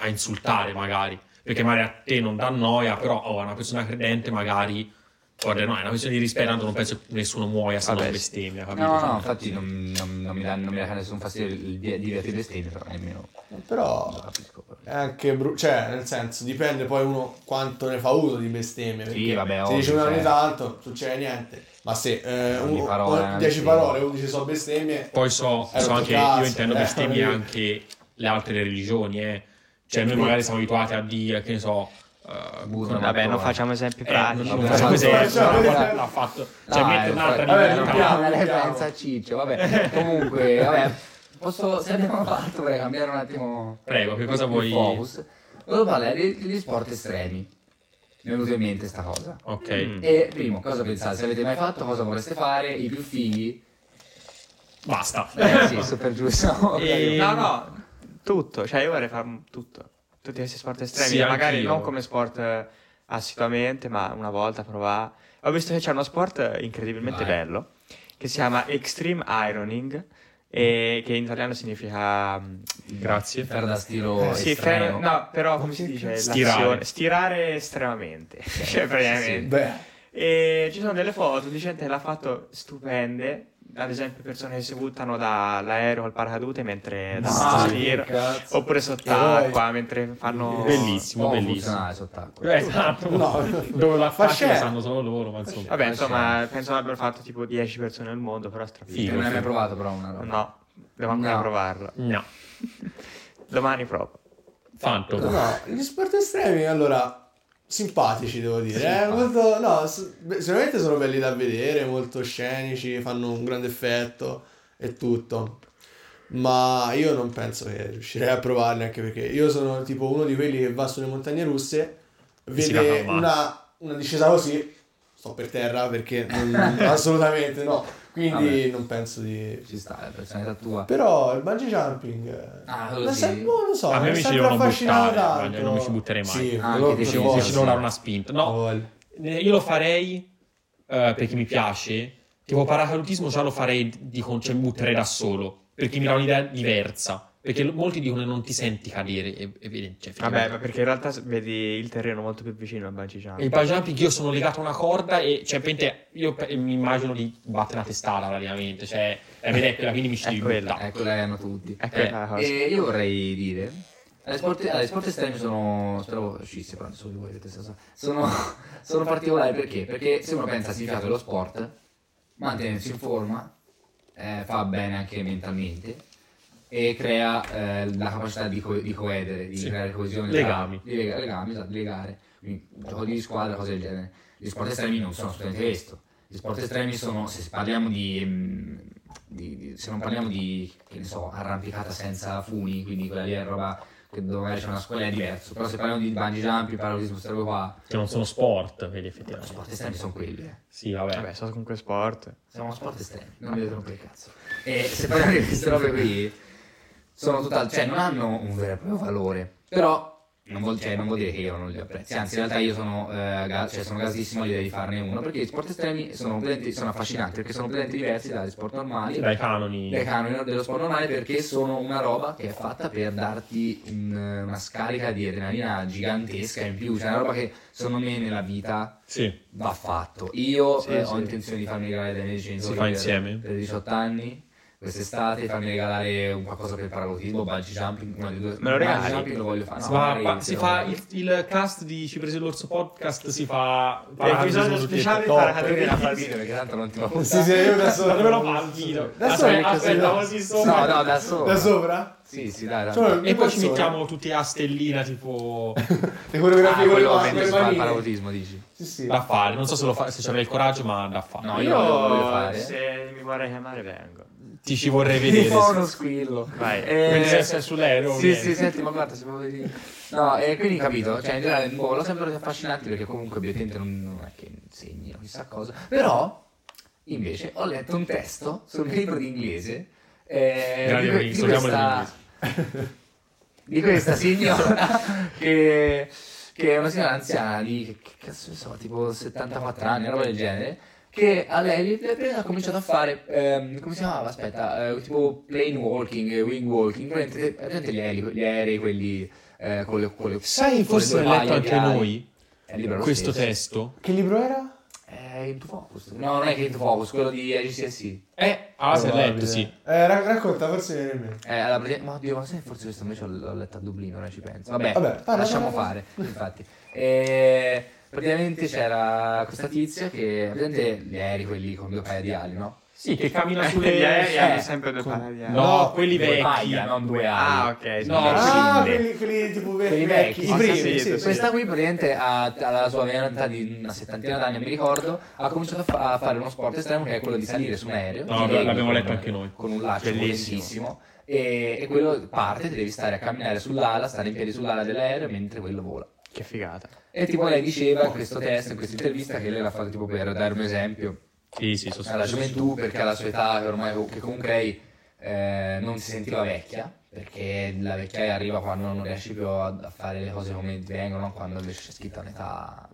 Speaker 2: a insultare magari. Perché magari a te non dà noia, però oh, a una persona credente magari... Guarda, no, è una questione di rispetto, tanto non penso che nessuno muoia se
Speaker 3: Vabbè,
Speaker 2: non
Speaker 3: sì.
Speaker 2: bestemmia, capito?
Speaker 1: No,
Speaker 2: Cioè,
Speaker 1: no, infatti non, non, non mi dà non mi dà nessun fastidio il di- di dirti bestemmie, però nemmeno lo
Speaker 4: Però
Speaker 1: capisco. però.
Speaker 4: è anche brutto, cioè nel senso dipende poi uno quanto ne fa uso di bestemmie.
Speaker 1: Sì,
Speaker 4: perché
Speaker 1: vabbè,
Speaker 4: se
Speaker 1: ovvio,
Speaker 4: dice una ogni
Speaker 1: cioè.
Speaker 4: tanto non succede niente, ma se eh,
Speaker 1: Ogni
Speaker 4: un-
Speaker 1: parola è
Speaker 4: o-
Speaker 1: una
Speaker 4: 10
Speaker 1: bestemmia.
Speaker 4: parole, 11 sono bestemmie,
Speaker 2: Poi so,
Speaker 4: Eh,
Speaker 2: so
Speaker 4: rotto
Speaker 2: anche,
Speaker 4: cazzo,
Speaker 2: io intendo
Speaker 4: eh,
Speaker 2: bestemmie
Speaker 4: voglio
Speaker 2: anche le altre religioni, eh. Cioè noi magari siamo abituati a dire, che ne so... eh,
Speaker 1: Buddha,
Speaker 2: con-
Speaker 1: Vabbè,
Speaker 3: Vabbè, Cioè, non
Speaker 1: allora.
Speaker 3: facciamo esempi
Speaker 2: eh, non-
Speaker 3: pratici.
Speaker 2: non
Speaker 1: vabbè,
Speaker 2: facciamo
Speaker 1: vabbè,
Speaker 2: esempio,
Speaker 4: vabbè,
Speaker 2: però
Speaker 4: vabbè.
Speaker 2: l'ha fatto. Cioè,
Speaker 1: Dai,
Speaker 2: mette un'altra
Speaker 1: eh, vabbè,
Speaker 4: di-
Speaker 2: di-
Speaker 1: no,
Speaker 4: Giochiamo,
Speaker 1: no, lei
Speaker 4: giochiamo.
Speaker 1: pensa a Ciccio,
Speaker 2: [laughs]
Speaker 1: vabbè. Comunque, vabbè, posso, se abbiamo fatto per cambiare un attimo
Speaker 2: Prego, che cosa
Speaker 1: il
Speaker 2: vuoi...
Speaker 1: focus, volevo parlare di- degli sport estremi. Mi è venuta in mente sta cosa.
Speaker 2: Ok.
Speaker 3: Mm.
Speaker 1: E primo, cosa pensate? Se avete mai fatto, cosa vorreste fare? I più fighi?
Speaker 2: Basta.
Speaker 1: Eh sì, [laughs] super giusto.
Speaker 3: E- No, no, tutto, cioè io vorrei fare tutto, tutti questi sport estremi,
Speaker 2: Sì,
Speaker 3: magari
Speaker 2: anch'io.
Speaker 3: non come sport eh, assiduamente, ma una volta provare. Ho visto che c'è uno sport eh, incredibilmente
Speaker 1: Vai.
Speaker 3: bello che si chiama Extreme Ironing e che in italiano significa mm,
Speaker 2: Ehm, Grazie.
Speaker 1: Fer da stiro
Speaker 4: Eh,
Speaker 3: sì,
Speaker 1: Oh, estremo.
Speaker 3: fer- no, però come si dice?
Speaker 2: Stirare.
Speaker 3: L'azione- Stirare estremamente. [laughs] cioè, praticamente.
Speaker 4: beh,
Speaker 3: E ci sono delle foto di gente che l'ha fatto stupende. Ad esempio, persone che si buttano dall'aereo al paracadute mentre da
Speaker 4: Ah,
Speaker 3: salire,
Speaker 4: che cazzo.
Speaker 3: oppure sott'acqua
Speaker 4: Eroi.
Speaker 3: mentre fanno.
Speaker 2: Bellissimo,
Speaker 1: Può
Speaker 2: bellissimo.
Speaker 1: funzionare sott'acqua.
Speaker 2: Eh, Esatto.
Speaker 4: No.
Speaker 2: Dove la faccia lo
Speaker 4: Fascella.
Speaker 2: sanno solo loro, ma insomma.
Speaker 3: Vabbè, insomma, penso abbiano fatto tipo 10 persone al mondo, però strafigo.
Speaker 2: Figo,
Speaker 1: non hai
Speaker 2: sì.
Speaker 1: mai provato però una roba.
Speaker 3: No, devo ancora
Speaker 1: No.
Speaker 3: provarlo.
Speaker 2: No.
Speaker 3: Domani provo.
Speaker 2: Fanto.
Speaker 4: No, gli sport estremi, allora, simpatici devo dire. eh, molto- no, s- beh, sicuramente sono belli da vedere, molto scenici, fanno un grande effetto e tutto. Ma io non penso che riuscirei a provarli anche perché io sono tipo uno di quelli che va sulle montagne russe,
Speaker 2: si
Speaker 4: vede
Speaker 2: cacca un
Speaker 4: una, una discesa così, sto per terra perché non- assolutamente no. Quindi
Speaker 1: Vabbè.
Speaker 4: non penso di...
Speaker 1: Ci sta, la personalità tua.
Speaker 4: Però il bungee jumping... eh,
Speaker 1: Ah,
Speaker 4: non,
Speaker 1: così.
Speaker 4: sem- boh, non so,
Speaker 2: A me
Speaker 4: non
Speaker 2: mi ci
Speaker 4: sempre
Speaker 2: devono
Speaker 4: affascinava
Speaker 2: buttare,
Speaker 4: tanto.
Speaker 2: non mi ci butterei mai.
Speaker 4: Sì,
Speaker 1: Ah,
Speaker 4: lo-
Speaker 1: anche
Speaker 4: per
Speaker 1: deciso,
Speaker 2: Se
Speaker 4: forza.
Speaker 2: ci non ha una spinta. No, Eh, Io lo farei eh, perché mi piace. Tipo paracadutismo già lo farei di con- cioè mi butterei da solo. Perché mi dà un'idea diversa. Perché lo- molti dicono che non ti senti cadere. E, e vedi, cioè,
Speaker 3: Vabbè, ma
Speaker 2: effettivamente-
Speaker 3: perché in realtà s- vedi il terreno molto più vicino al bungee
Speaker 2: E il
Speaker 3: jump.
Speaker 2: bungee jumping io sono legato a una corda e cioè, praticamente, io pe- mi immagino di battere una testata praticamente. Cioè, è vedetta, quindi mi ci
Speaker 3: È
Speaker 2: devi
Speaker 3: quella.
Speaker 2: buttare.
Speaker 1: Ecco, lei hanno tutti.
Speaker 3: È quella la cosa.
Speaker 1: E io vorrei dire. Le sport, alle sport estremi sono. Spero uscisse, però non so di voi avete senso. Sono, [laughs] sono particolari perché? Perché se uno pensa al significato dello sport, mantenersi in forma, eh, fa bene anche mentalmente. e crea eh, la capacità di, co- di coedere, di
Speaker 2: Sì.
Speaker 1: creare coesione.
Speaker 2: Legami.
Speaker 1: Tra, di lega- legami, esatto, di legare. Quindi gioco di squadra, cose del genere. Gli sport estremi non sono assolutamente questo. Gli sport estremi sono, se parliamo di... mm, di- di- se non parliamo di, che ne so, arrampicata senza funi, quindi quella lì è roba che dove magari c'è una scuola è diverso, però se parliamo di bungee jumping, parallelismo, queste robe qua,
Speaker 2: Che non sono sport, vedi,
Speaker 1: gli
Speaker 2: effettivamente.
Speaker 1: sport estremi sono quelli, eh.
Speaker 2: Sì, vabbè.
Speaker 3: Vabbè, sono comunque sport.
Speaker 1: Siamo sport estremi, non mi vedete rompere il cazzo. E se parliamo di queste robe qui, sono tutt'altro, cioè non hanno un vero e proprio valore, però non vuol, cioè, non vuol dire che io non li apprezzi, anzi in realtà io sono, eh, ga- cioè, sono gasissimo all'idea di farne uno, perché gli sport estremi sono, completamente- sono affascinanti, perché sono completamente diversi dagli sport normali,
Speaker 2: Dai canoni.
Speaker 1: dai canoni dello sport normale, perché sono una roba che è fatta per darti un- una scarica di adrenalina gigantesca in più, cioè una roba che secondo me nella vita
Speaker 2: Sì.
Speaker 1: va fatto. Io
Speaker 3: Sì,
Speaker 1: eh,
Speaker 3: sì.
Speaker 1: ho intenzione di farmi regalare dai miei genitori
Speaker 2: Si fa
Speaker 1: per-
Speaker 2: insieme?
Speaker 1: per 18 anni. Quest'estate farmi regalare un qualcosa per parallelismo, bungee jumping, una delle due.
Speaker 3: Me lo
Speaker 1: bungee
Speaker 3: regali?
Speaker 1: jumping lo voglio fare.
Speaker 2: si
Speaker 1: No,
Speaker 2: fa,
Speaker 1: magari
Speaker 2: pa-
Speaker 1: te
Speaker 2: si
Speaker 1: lo
Speaker 2: fa
Speaker 1: regalo.
Speaker 2: il, il cast di Cipresi l'Orso Podcast, si fa...
Speaker 3: Episodio Eh, speciale
Speaker 4: top.
Speaker 3: para
Speaker 1: Perché
Speaker 3: Caterina
Speaker 1: la fai
Speaker 3: Palvino.
Speaker 1: perché tanto non ti va
Speaker 4: Sì, sì, io
Speaker 2: Ma
Speaker 4: da
Speaker 2: dove
Speaker 4: sopra.
Speaker 2: lo palpino?
Speaker 4: Da
Speaker 2: Aspetta,
Speaker 4: sopra,
Speaker 2: aspetta,
Speaker 4: così,
Speaker 2: così
Speaker 1: No,
Speaker 2: sopra.
Speaker 1: no, da solo.
Speaker 4: Da sopra?
Speaker 1: Sì, sì, dai, dai.
Speaker 4: Cioè,
Speaker 1: Ah,
Speaker 4: una
Speaker 2: E poi ci
Speaker 4: persona.
Speaker 2: mettiamo tutti a stellina, tipo...
Speaker 4: Le coreografie con le
Speaker 1: Ah, quello
Speaker 4: mani,
Speaker 1: mentre si
Speaker 4: con le
Speaker 1: fa il
Speaker 4: manine.
Speaker 1: parallelismo, dici?
Speaker 4: Sì, sì.
Speaker 2: da fare. Non so se, lo fa- se c'avrei il coraggio, ma da fare.
Speaker 1: No, io lo voglio
Speaker 3: Io,
Speaker 1: fare.
Speaker 3: se mi vorrei chiamare, vengo.
Speaker 2: Ti ci vorrei vedere.
Speaker 1: fa
Speaker 2: sì.
Speaker 1: uno squillo.
Speaker 3: Vai.
Speaker 2: Quindi
Speaker 1: Eh,
Speaker 2: se sei sull'aereo.
Speaker 1: Sì,
Speaker 2: vieni.
Speaker 1: sì, senti, ma guarda, se vuoi dire. No, e quindi capito, cioè in generale boh, l'ho sempre trovato affascinante perché comunque obiettivamente non, non è che insegnino chissà cosa. Però, invece, ho letto un testo sul libro di inglese eh,
Speaker 2: Grande
Speaker 1: di, que-
Speaker 2: Enrico,
Speaker 1: di questa,
Speaker 2: chiamalo
Speaker 1: [laughs] di questa signora [laughs] che, che è una signora anziana di, che- che cazzo ne so, tipo 74 anni, una roba del genere, che a lei le- le- ha cominciato a fare, ehm, come si chiamava, aspetta, eh, tipo plane walking, eh, wing walking, praticamente praticamente gli aerei, gli aerei quelli eh, con le... Con le con
Speaker 2: Sai,
Speaker 1: le
Speaker 2: forse
Speaker 1: due
Speaker 2: l'ho letto
Speaker 1: paia
Speaker 2: anche
Speaker 1: di ali.
Speaker 2: noi
Speaker 1: È libero lo
Speaker 2: questo
Speaker 1: stesso.
Speaker 2: testo.
Speaker 4: Che libro era?
Speaker 1: È Into Focus. No, non è che Into Focus, quello di AGCSI.
Speaker 2: Eh, ah, se l'ho letto,
Speaker 4: Probabile.
Speaker 2: sì.
Speaker 4: Eh, ra- racconta, forse viene in mente.
Speaker 1: Eh, alla prese- ma oddio, ma sai, forse questo invece l'ho l'ho letto a Dublino, non ci penso. Vabbè,
Speaker 4: Vabbè, parla,
Speaker 1: lasciamo
Speaker 4: parla,
Speaker 1: fare, infatti. E praticamente c'era questa tizia che, praticamente gli aerei quelli con due paia di ali, no?
Speaker 2: Sì, che cammina
Speaker 3: Gli
Speaker 2: sulle...
Speaker 3: aerei hanno
Speaker 1: eh,
Speaker 3: sempre due
Speaker 2: con-
Speaker 3: paia.
Speaker 2: No,
Speaker 4: No,
Speaker 2: quelli
Speaker 1: due
Speaker 2: vecchi.
Speaker 1: paia, non due ali.
Speaker 3: Ah, ok.
Speaker 2: No,
Speaker 3: scusa.
Speaker 4: Ah,
Speaker 1: sì.
Speaker 4: quelli, quelli tipo vecchi.
Speaker 1: Quelli vecchi,
Speaker 4: I
Speaker 1: sì,
Speaker 4: primi,
Speaker 3: sì,
Speaker 4: sì.
Speaker 3: sì.
Speaker 1: Questa qui praticamente ha, ha la sua ventità di una settantina d'anni, mi ricordo, ha cominciato a, fa- a fare uno sport estremo che è quello di salire su un aereo.
Speaker 2: No,
Speaker 1: ti leghi
Speaker 2: l'abbiamo
Speaker 1: con-
Speaker 2: letto anche noi.
Speaker 1: Con un laccio
Speaker 3: Bellissimo.
Speaker 1: bellissimo. E, e quello parte, ti devi stare a camminare sull'ala, stare in piedi sull'ala dell'aereo mentre quello vola.
Speaker 3: Che figata.
Speaker 1: E tipo lei diceva in questo test, in questa intervista, che lei l'ha fatto tipo per dare un esempio
Speaker 2: Sì, sì, sono
Speaker 1: alla gioventù, perché alla sua età, che ormai che comunque lei eh, non si sentiva vecchia, perché la vecchiaia arriva quando non riesci più a, a fare le cose come vengono, quando invece c'è scritta un'età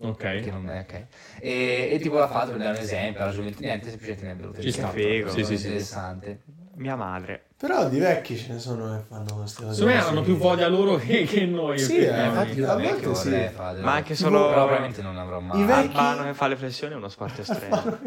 Speaker 1: che
Speaker 2: Ok.
Speaker 1: non è ok. E, e tipo l'ha fatto per dare un esempio, alla gioventù niente, semplicemente ne è venuto
Speaker 2: Ci sta.
Speaker 3: figo.
Speaker 2: Sì, sì, sì.
Speaker 1: interessante.
Speaker 4: Eh,
Speaker 3: Mia madre.
Speaker 4: Però di vecchi ce ne sono che fanno queste cose.
Speaker 2: Secondo me
Speaker 4: così.
Speaker 2: hanno più voglia loro [laughs] che, che noi.
Speaker 4: Sì, eh,
Speaker 1: Eh,
Speaker 2: effettivamente.
Speaker 1: infatti io
Speaker 4: a
Speaker 1: da vecchio
Speaker 4: volte sì.
Speaker 1: vorrei fare,
Speaker 3: Ma anche
Speaker 1: però
Speaker 3: solo...
Speaker 1: probabilmente non avrò mai.
Speaker 4: I vecchi-
Speaker 3: Albano che fa le flessioni è uno sport estremo. ha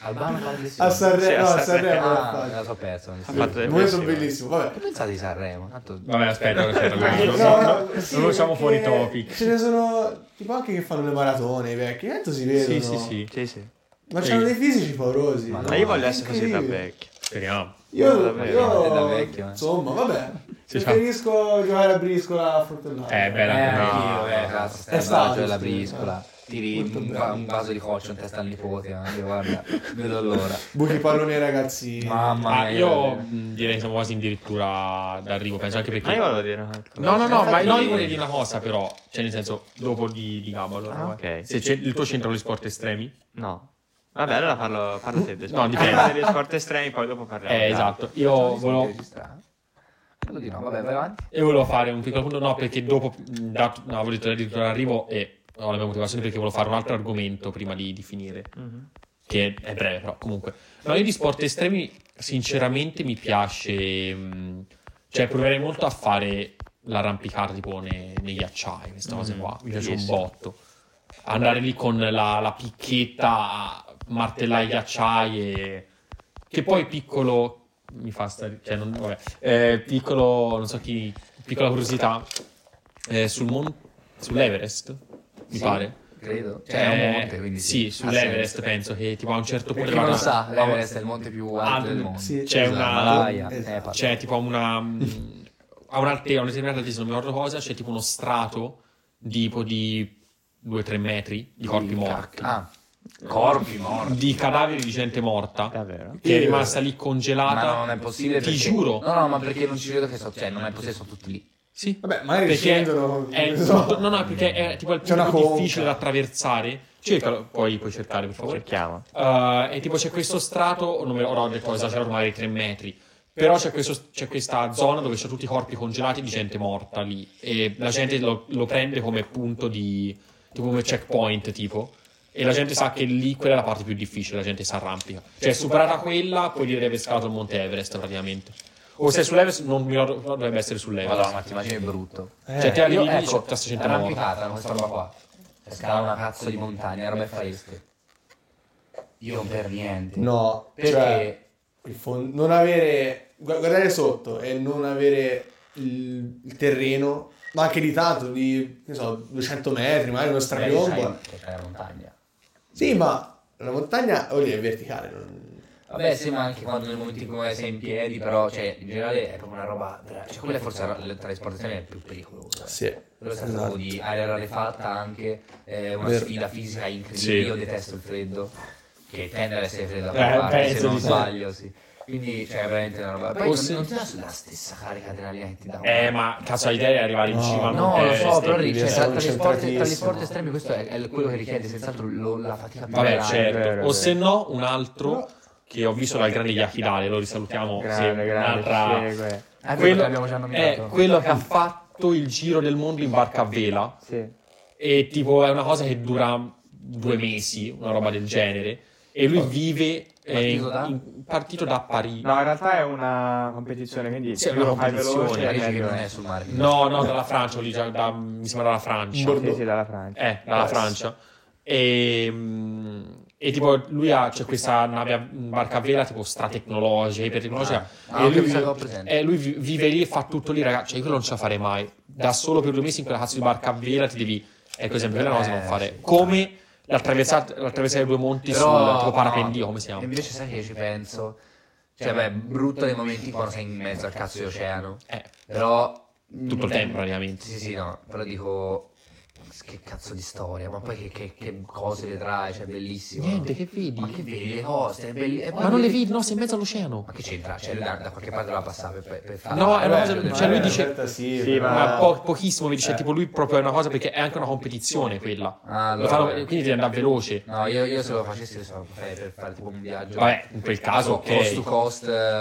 Speaker 1: Albano fa le
Speaker 4: A
Speaker 1: lezioni.
Speaker 4: Sanremo,
Speaker 3: Sì, a
Speaker 4: no, a
Speaker 3: Sanremo.
Speaker 4: Sanremo. l'ha
Speaker 1: Ah,
Speaker 4: fatto.
Speaker 1: la so persa. non so.
Speaker 3: fatto
Speaker 4: Il
Speaker 3: delle
Speaker 4: momento
Speaker 3: flessioni.
Speaker 4: bellissimo, vabbè.
Speaker 1: Che pensate di Sanremo? Tanto
Speaker 2: Vabbè, aspetta, ora c'era
Speaker 4: No,
Speaker 2: quello.
Speaker 4: no,
Speaker 2: Non
Speaker 4: sì,
Speaker 2: lo facciamo
Speaker 4: perché
Speaker 2: fuori topic.
Speaker 4: Ce ne sono tipo anche che fanno le maratone i vecchi, tanto si vedono.
Speaker 2: Sì, sì, sì.
Speaker 3: Sì, sì.
Speaker 4: Ma c'hanno dei fisici paurosi.
Speaker 1: Ma
Speaker 4: no?
Speaker 3: Ma io voglio
Speaker 4: È
Speaker 3: essere così da
Speaker 4: incredibile.
Speaker 3: vecchio.
Speaker 2: Speriamo.
Speaker 4: Io,
Speaker 3: Da
Speaker 4: io-
Speaker 1: da vecchio, eh.
Speaker 4: insomma, vabbè.
Speaker 2: Sì, ciao.
Speaker 4: Preferisco giocare a briscola a Fortellano.
Speaker 2: Eh,
Speaker 1: Eh,
Speaker 2: bella.
Speaker 1: anch'io, eh, cazzo, stai
Speaker 4: È
Speaker 1: al
Speaker 4: stato,
Speaker 1: bacio della
Speaker 4: sì.
Speaker 1: briscola, tiri
Speaker 4: Molto
Speaker 1: eh. un,
Speaker 4: bello.
Speaker 1: va- un vaso di coccio in testa al nipote, ma io guarda, vedo
Speaker 2: [laughs]
Speaker 1: l'ora.
Speaker 4: Buchi palloni ai ragazzini.
Speaker 1: Mamma
Speaker 2: Ah,
Speaker 1: mia.
Speaker 2: io mh, direi che siamo quasi addirittura d'arrivo, penso anche perché...
Speaker 3: Ma io volevo dire una cosa.
Speaker 2: No, no, no, ma
Speaker 1: Infatti-
Speaker 2: no, io volevo dire una cosa però, cioè nel senso, dopo di, di Gabalo.
Speaker 3: Ah, ok.
Speaker 2: Se c'è, Eh, il tuo centro gli sport estremi?
Speaker 3: No. Vabbè, allora parlo, parlo te dei
Speaker 2: No,
Speaker 3: sport.
Speaker 2: dipende.
Speaker 3: Parlo degli sport estremi, poi dopo parliamo.
Speaker 2: Eh,
Speaker 3: dai.
Speaker 2: esatto. Io volevo,
Speaker 1: Credo di no, vabbè, vai avanti.
Speaker 2: io volevo fare un piccolo punto, no, perché dopo, mh, dato, no, avevo detto addirittura d'arrivo e ho la mia motivazione perché volevo fare un altro argomento prima di, di finire,
Speaker 3: Mhm.
Speaker 2: che è breve però, comunque. No, io di sport estremi sinceramente mi piace, mh, cioè proverei molto a fare l'arrampicata tipo ne- nei ghiacciai, queste cose
Speaker 3: Mm,
Speaker 2: qua, mi piace un
Speaker 3: bellissimo.
Speaker 2: botto. Andare lì con la, la picchetta a martellare i ghiacciai e... Che poi piccolo... Mi fa stare... Cioè, non, vabbè. Eh, piccolo... Non so chi... Piccola curiosità. eh, sul mon- Sull'Everest, mi
Speaker 1: Sì.
Speaker 2: pare.
Speaker 1: credo. Cioè,
Speaker 5: Cioè,
Speaker 1: è
Speaker 2: Eh,
Speaker 1: un monte, quindi
Speaker 2: sì, sull'Everest penso che tipo a un certo
Speaker 1: Per
Speaker 2: punto
Speaker 1: chi non lo
Speaker 2: guarda,
Speaker 1: sa, l'Everest è il monte più alto
Speaker 2: Al-
Speaker 1: del mondo. Eh,
Speaker 4: sì,
Speaker 2: c'è
Speaker 5: esatto,
Speaker 2: una
Speaker 5: Malaya,
Speaker 4: esatto.
Speaker 5: Nepal.
Speaker 2: c'è Cioè,
Speaker 1: [laughs]
Speaker 2: tipo una mh, a un'altezza, a una determinata altezza, non mi ricordo cosa, c'è tipo uno strato tipo di 2-3 metri di corpi morti.
Speaker 1: Ah, corpi morti.
Speaker 2: Di cadaveri di gente morta
Speaker 3: Davvero?
Speaker 2: che è rimasta lì congelata.
Speaker 1: Ma no, non è possibile.
Speaker 2: Ti
Speaker 1: perché-
Speaker 2: giuro.
Speaker 1: No, no, ma perché non ci credo che so, cioè, non è possibile, sono tutti lì.
Speaker 2: Sì.
Speaker 4: Vabbè, magari
Speaker 2: Perché
Speaker 4: scendono,
Speaker 2: è,
Speaker 4: non so.
Speaker 2: no, no, perché è tipo il
Speaker 4: C'è
Speaker 2: punto
Speaker 4: una
Speaker 2: più
Speaker 4: conca.
Speaker 2: difficile da attraversare.
Speaker 1: Certo.
Speaker 2: Cercalo, poi puoi cercare per favore.
Speaker 3: Cerchiamo.
Speaker 2: Uh, e tipo c'è questo strato, oh, non me lo ho detto, esagerato magari 3 metri. Però c'è, questo- c'è questa zona dove c'è tutti i corpi congelati di gente morta lì. E la gente lo, lo prende come punto di. tipo come checkpoint, tipo. E la gente sa che lì quella è la parte più difficile, la gente si arrampica. Cioè, superata quella, puoi dire di aver scalato il Monte Everest praticamente. O se è sull'Everest, non mi ricordo, però dovrebbe essere sull'Everest.
Speaker 1: Madonna, ma ti immagini è brutto.
Speaker 4: Eh.
Speaker 2: Cioè, te arrivi
Speaker 1: Io,
Speaker 2: lì
Speaker 1: ecco,
Speaker 2: c'è tutta sta gente morta.
Speaker 1: arrampicata questa roba qua. Scala una cazzo di montagna, roba e fareste. Io non per niente.
Speaker 4: No,
Speaker 1: Perché?
Speaker 4: cioè, il fon- non avere... gu- Guardare sotto e non avere il, il terreno, ma anche di tanto, di, che so, 200 metri, magari
Speaker 2: Eh,
Speaker 4: uno
Speaker 1: Magari
Speaker 4: strapiombo.
Speaker 1: sai che è una montagna.
Speaker 4: Sì, ma la montagna, voglio dire, è verticale. non-
Speaker 1: Vabbè, sì, ma anche quando nel momento in cui sei in piedi, però, cioè, in generale è proprio una roba. Cioè, quella è forse la- tra le sportazioni è più pericolosa.
Speaker 4: Sì,
Speaker 1: Quello è stato
Speaker 2: Esatto.
Speaker 1: proprio di aria rarefatta anche, eh, una
Speaker 4: Vero.
Speaker 1: sfida fisica incredibile.
Speaker 2: Sì.
Speaker 1: Io detesto il freddo, che tende ad essere freddo a
Speaker 2: Eh,
Speaker 1: quella parte, se
Speaker 2: penso
Speaker 1: non
Speaker 2: di sì.
Speaker 1: sbaglio, sì. Quindi, cioè, è veramente una roba. Poi
Speaker 2: O
Speaker 1: non,
Speaker 2: se-
Speaker 1: non ti dà la stessa carica adrenalina che ti dà.
Speaker 2: Eh, ma cazzo, l'idea è arrivare in
Speaker 4: No.
Speaker 2: cima. a
Speaker 4: ma
Speaker 1: No,
Speaker 2: Monte
Speaker 1: lo so,
Speaker 2: Everest.
Speaker 1: però ri- cioè, tra, tra gli
Speaker 4: Sono
Speaker 1: sport, tra gli
Speaker 4: centratissimo.
Speaker 1: sport estremi questo è, è quello che richiede senz'altro lo- la fatica più
Speaker 2: Vabbè,
Speaker 1: grande.
Speaker 2: certo.
Speaker 3: vero,
Speaker 2: o
Speaker 3: vero.
Speaker 2: se no, un altro che ho visto dal grande Yakidale, lo risalutiamo.
Speaker 3: Grande,
Speaker 2: Oh, sì,
Speaker 3: grande,
Speaker 2: un'altra-
Speaker 3: ci segue.
Speaker 1: Ah, quello,
Speaker 2: quello,
Speaker 1: che abbiamo già
Speaker 2: è
Speaker 1: nominato.
Speaker 2: quello che ha fatto il giro del mondo in barca a vela.
Speaker 3: Sì.
Speaker 2: E tipo, è una cosa che dura due mesi, una roba del genere. E lui vive eh,
Speaker 1: Partito da?
Speaker 2: in- partito da Parigi.
Speaker 3: No, in realtà è una competizione, quindi
Speaker 2: Sì, è
Speaker 3: più
Speaker 2: una
Speaker 3: lo fai
Speaker 2: competizione,
Speaker 3: veloce,
Speaker 1: Magari dici che
Speaker 3: meglio
Speaker 1: non
Speaker 3: è.
Speaker 1: è sul mare.
Speaker 2: eh. No, no, dalla Francia, lì già da- mi sembra dalla Francia.
Speaker 3: Sì, sì, dalla Francia.
Speaker 2: Eh, dalla
Speaker 4: Yes.
Speaker 2: Francia. E, mm, e tipo lui ha c'è questa nave a barca a vela tipo stratecnologica, ipertecnologica.
Speaker 1: Ah,
Speaker 2: e
Speaker 1: ok,
Speaker 2: lui,
Speaker 1: mi sa che ho presente.
Speaker 2: eh, lui vi- vive lì e fa tutto lì, ragazzi. Cioè, io quello non ce la farei mai. Da solo per due mesi in quella cazzo di barca a vela ti devi. Ecco, esempio, quella cosa non
Speaker 1: Eh,
Speaker 2: fare.
Speaker 1: sì.
Speaker 2: Come l'attraversata l'attraversare due monti sul tipo parapendio, come si
Speaker 1: E
Speaker 2: chiama?
Speaker 1: Invece sai che ci penso? Cioè, beh, brutto nei momenti quando sei in mezzo al cazzo di oceano.
Speaker 2: Eh,
Speaker 1: Però...
Speaker 2: tutto il tempo praticamente.
Speaker 1: Sì, sì, no. Però dico... Che cazzo di storia, ma poi che, che- che cose vedrai, cioè bellissimo.
Speaker 2: Niente, che vedi?
Speaker 1: Ma che vedi le cose, è belli- e poi
Speaker 2: Ma non le vedi, no, sei in mezzo all'oceano.
Speaker 1: Ma che c'entra? Cioè, da, da qualche parte la passava per, per farla.
Speaker 2: No, è una cosa.
Speaker 4: Vabbè,
Speaker 2: Cioè,
Speaker 4: magari
Speaker 2: lui
Speaker 4: la
Speaker 2: dice.
Speaker 4: fretta Sì,
Speaker 3: Sì,
Speaker 4: però-
Speaker 2: Ma po- pochissimo mi dice, tipo lui proprio è una cosa perché è anche una competizione quella.
Speaker 1: Ah,
Speaker 2: Lo
Speaker 1: allora-
Speaker 2: fanno- quindi devi andare veloce.
Speaker 1: No, io, io se lo facessi lo so, farei per fare tipo un viaggio.
Speaker 2: Vabbè, in quel caso, ok.
Speaker 1: Cost to cost. eh,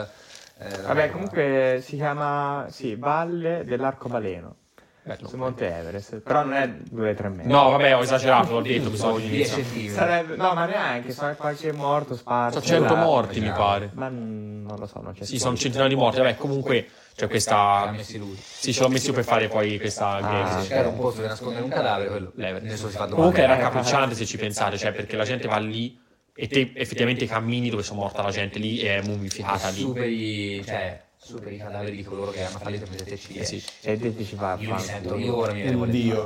Speaker 1: eh,
Speaker 3: Vabbè, comunque si chiama, sì, Valle dell'Arcobaleno, su Monte Everest, però non è 2-3 metri.
Speaker 2: No, vabbè, ho esagerato, l'ho detto, mi sono
Speaker 1: 10
Speaker 2: iniziato.
Speaker 1: centesimi.
Speaker 3: Sarebbe, no, ma neanche, sono qualche morto sparso.
Speaker 2: Sono 100
Speaker 3: là.
Speaker 2: morti, mi pare.
Speaker 3: Ma mm, non lo so, non c'è
Speaker 2: Sì,
Speaker 3: scritto.
Speaker 2: sono centinaia di morti. Vabbè, comunque, c'è
Speaker 1: L'ha
Speaker 2: questa...
Speaker 1: messi lui.
Speaker 2: Sì, ce l'ho messo io per fare poi questa
Speaker 3: Ah,
Speaker 2: game.
Speaker 1: Se c'era un posto per nascondere un cadavere, quello.
Speaker 2: Lever.
Speaker 1: Nessuno si fa domande.
Speaker 2: Comunque è raccapricciante se ci pensate, cioè, perché la gente va lì e te effettivamente cammini dove sono morta la gente lì e è mummificata lì.
Speaker 1: superi, Ah, cioè, superi i cadaveri di coloro che hanno fallito per TC.
Speaker 2: Eh sì.
Speaker 3: E te ci fa
Speaker 1: Io mi
Speaker 3: fa-
Speaker 1: sento, io ora mi viene
Speaker 4: Un
Speaker 1: voglia di
Speaker 4: dio.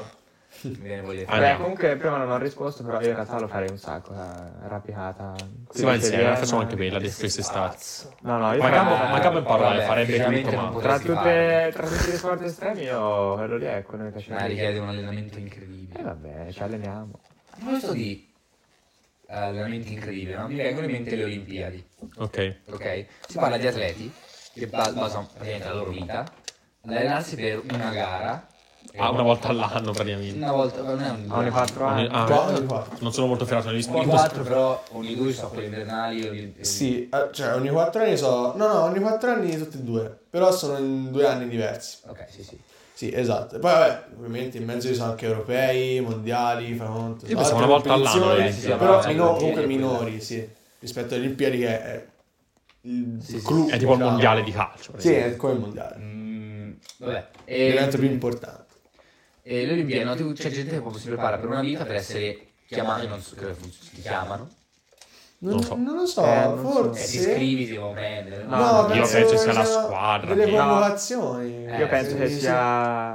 Speaker 1: fare- Mi viene voglia di
Speaker 2: Ah,
Speaker 1: fare.
Speaker 3: Beh,
Speaker 2: no.
Speaker 3: comunque prima non ho risposto, però io in realtà lo farei un sacco, eh, rapicata.
Speaker 2: Sì, ma insieme, la
Speaker 3: Italiana.
Speaker 2: facciamo anche quella di quest'estate.
Speaker 1: Pazzo.
Speaker 3: No, no, io
Speaker 2: Ma
Speaker 3: farei-
Speaker 2: Gabbo- ma Gabbo in parola,
Speaker 1: Vabbè,
Speaker 2: farebbe
Speaker 1: sicuramente
Speaker 2: tutto,
Speaker 1: non
Speaker 2: ma-
Speaker 1: potresti
Speaker 3: Tra, tutte,
Speaker 1: fare.
Speaker 3: tra tutti gli sport estremi io quello lì è quello che piace.
Speaker 1: Ma richiede un allenamento
Speaker 3: E Eh,
Speaker 1: incredibile.
Speaker 3: vabbè, ci alleniamo.
Speaker 1: A proposito di allenamenti incredibili, no? mi vengono in mente le Olimpiadi.
Speaker 2: Ok.
Speaker 1: ok? Si parla di atleti che ba- basano praticamente la loro vita ad allenarsi per una gara.
Speaker 2: Ah, una volta all'anno praticamente.
Speaker 1: Una volta, non è un-
Speaker 3: Ogni 4
Speaker 2: Ah, Ogni-
Speaker 3: anni.
Speaker 2: ah,
Speaker 4: Qua- qua.
Speaker 2: non sono molto ferrato negli
Speaker 1: Ogni
Speaker 2: sport.
Speaker 1: quattro però, ogni due sono quelli invernali. ogni-
Speaker 4: Sì, eh, cioè ogni 4 anni so... No, no, ogni 4 anni tutti e due, però sono in due anni diversi.
Speaker 1: Ok, sì, sì.
Speaker 4: Sì, esatto. E poi vabbè, ovviamente in mezzo ci sono anche europei, mondiali, fra conto.
Speaker 2: Io pensavo una volta all'anno,
Speaker 4: competizioni,
Speaker 2: eh, sì, sì,
Speaker 4: però
Speaker 1: sì,
Speaker 4: mino-
Speaker 1: sì,
Speaker 4: comunque
Speaker 1: sì.
Speaker 4: minori, sì. Rispetto alle Olimpiadi che è- è il
Speaker 1: Sì, sì,
Speaker 4: clou,
Speaker 2: È tipo il
Speaker 4: diciamo.
Speaker 2: mondiale di calcio. per
Speaker 4: Sì,
Speaker 2: esempio.
Speaker 4: è come il mondiale.
Speaker 1: Mm, vabbè.
Speaker 4: È
Speaker 1: E,
Speaker 4: l'evento più importante.
Speaker 1: e le Olimpiadi, no, tu- c'è gente che proprio si prepara per una vita per essere chiamati, non so che funzioni, ti chiamano.
Speaker 2: Non lo so.
Speaker 4: Non lo so,
Speaker 3: Eh, non so.
Speaker 1: E
Speaker 4: forse...
Speaker 1: ti iscrivi, ti devono prendere.
Speaker 3: No, io
Speaker 2: penso sia la
Speaker 4: siano
Speaker 2: squadra,
Speaker 4: Delle
Speaker 2: che-
Speaker 4: convocazioni.
Speaker 1: Eh,
Speaker 3: Io penso che
Speaker 4: sì, sì.
Speaker 3: sia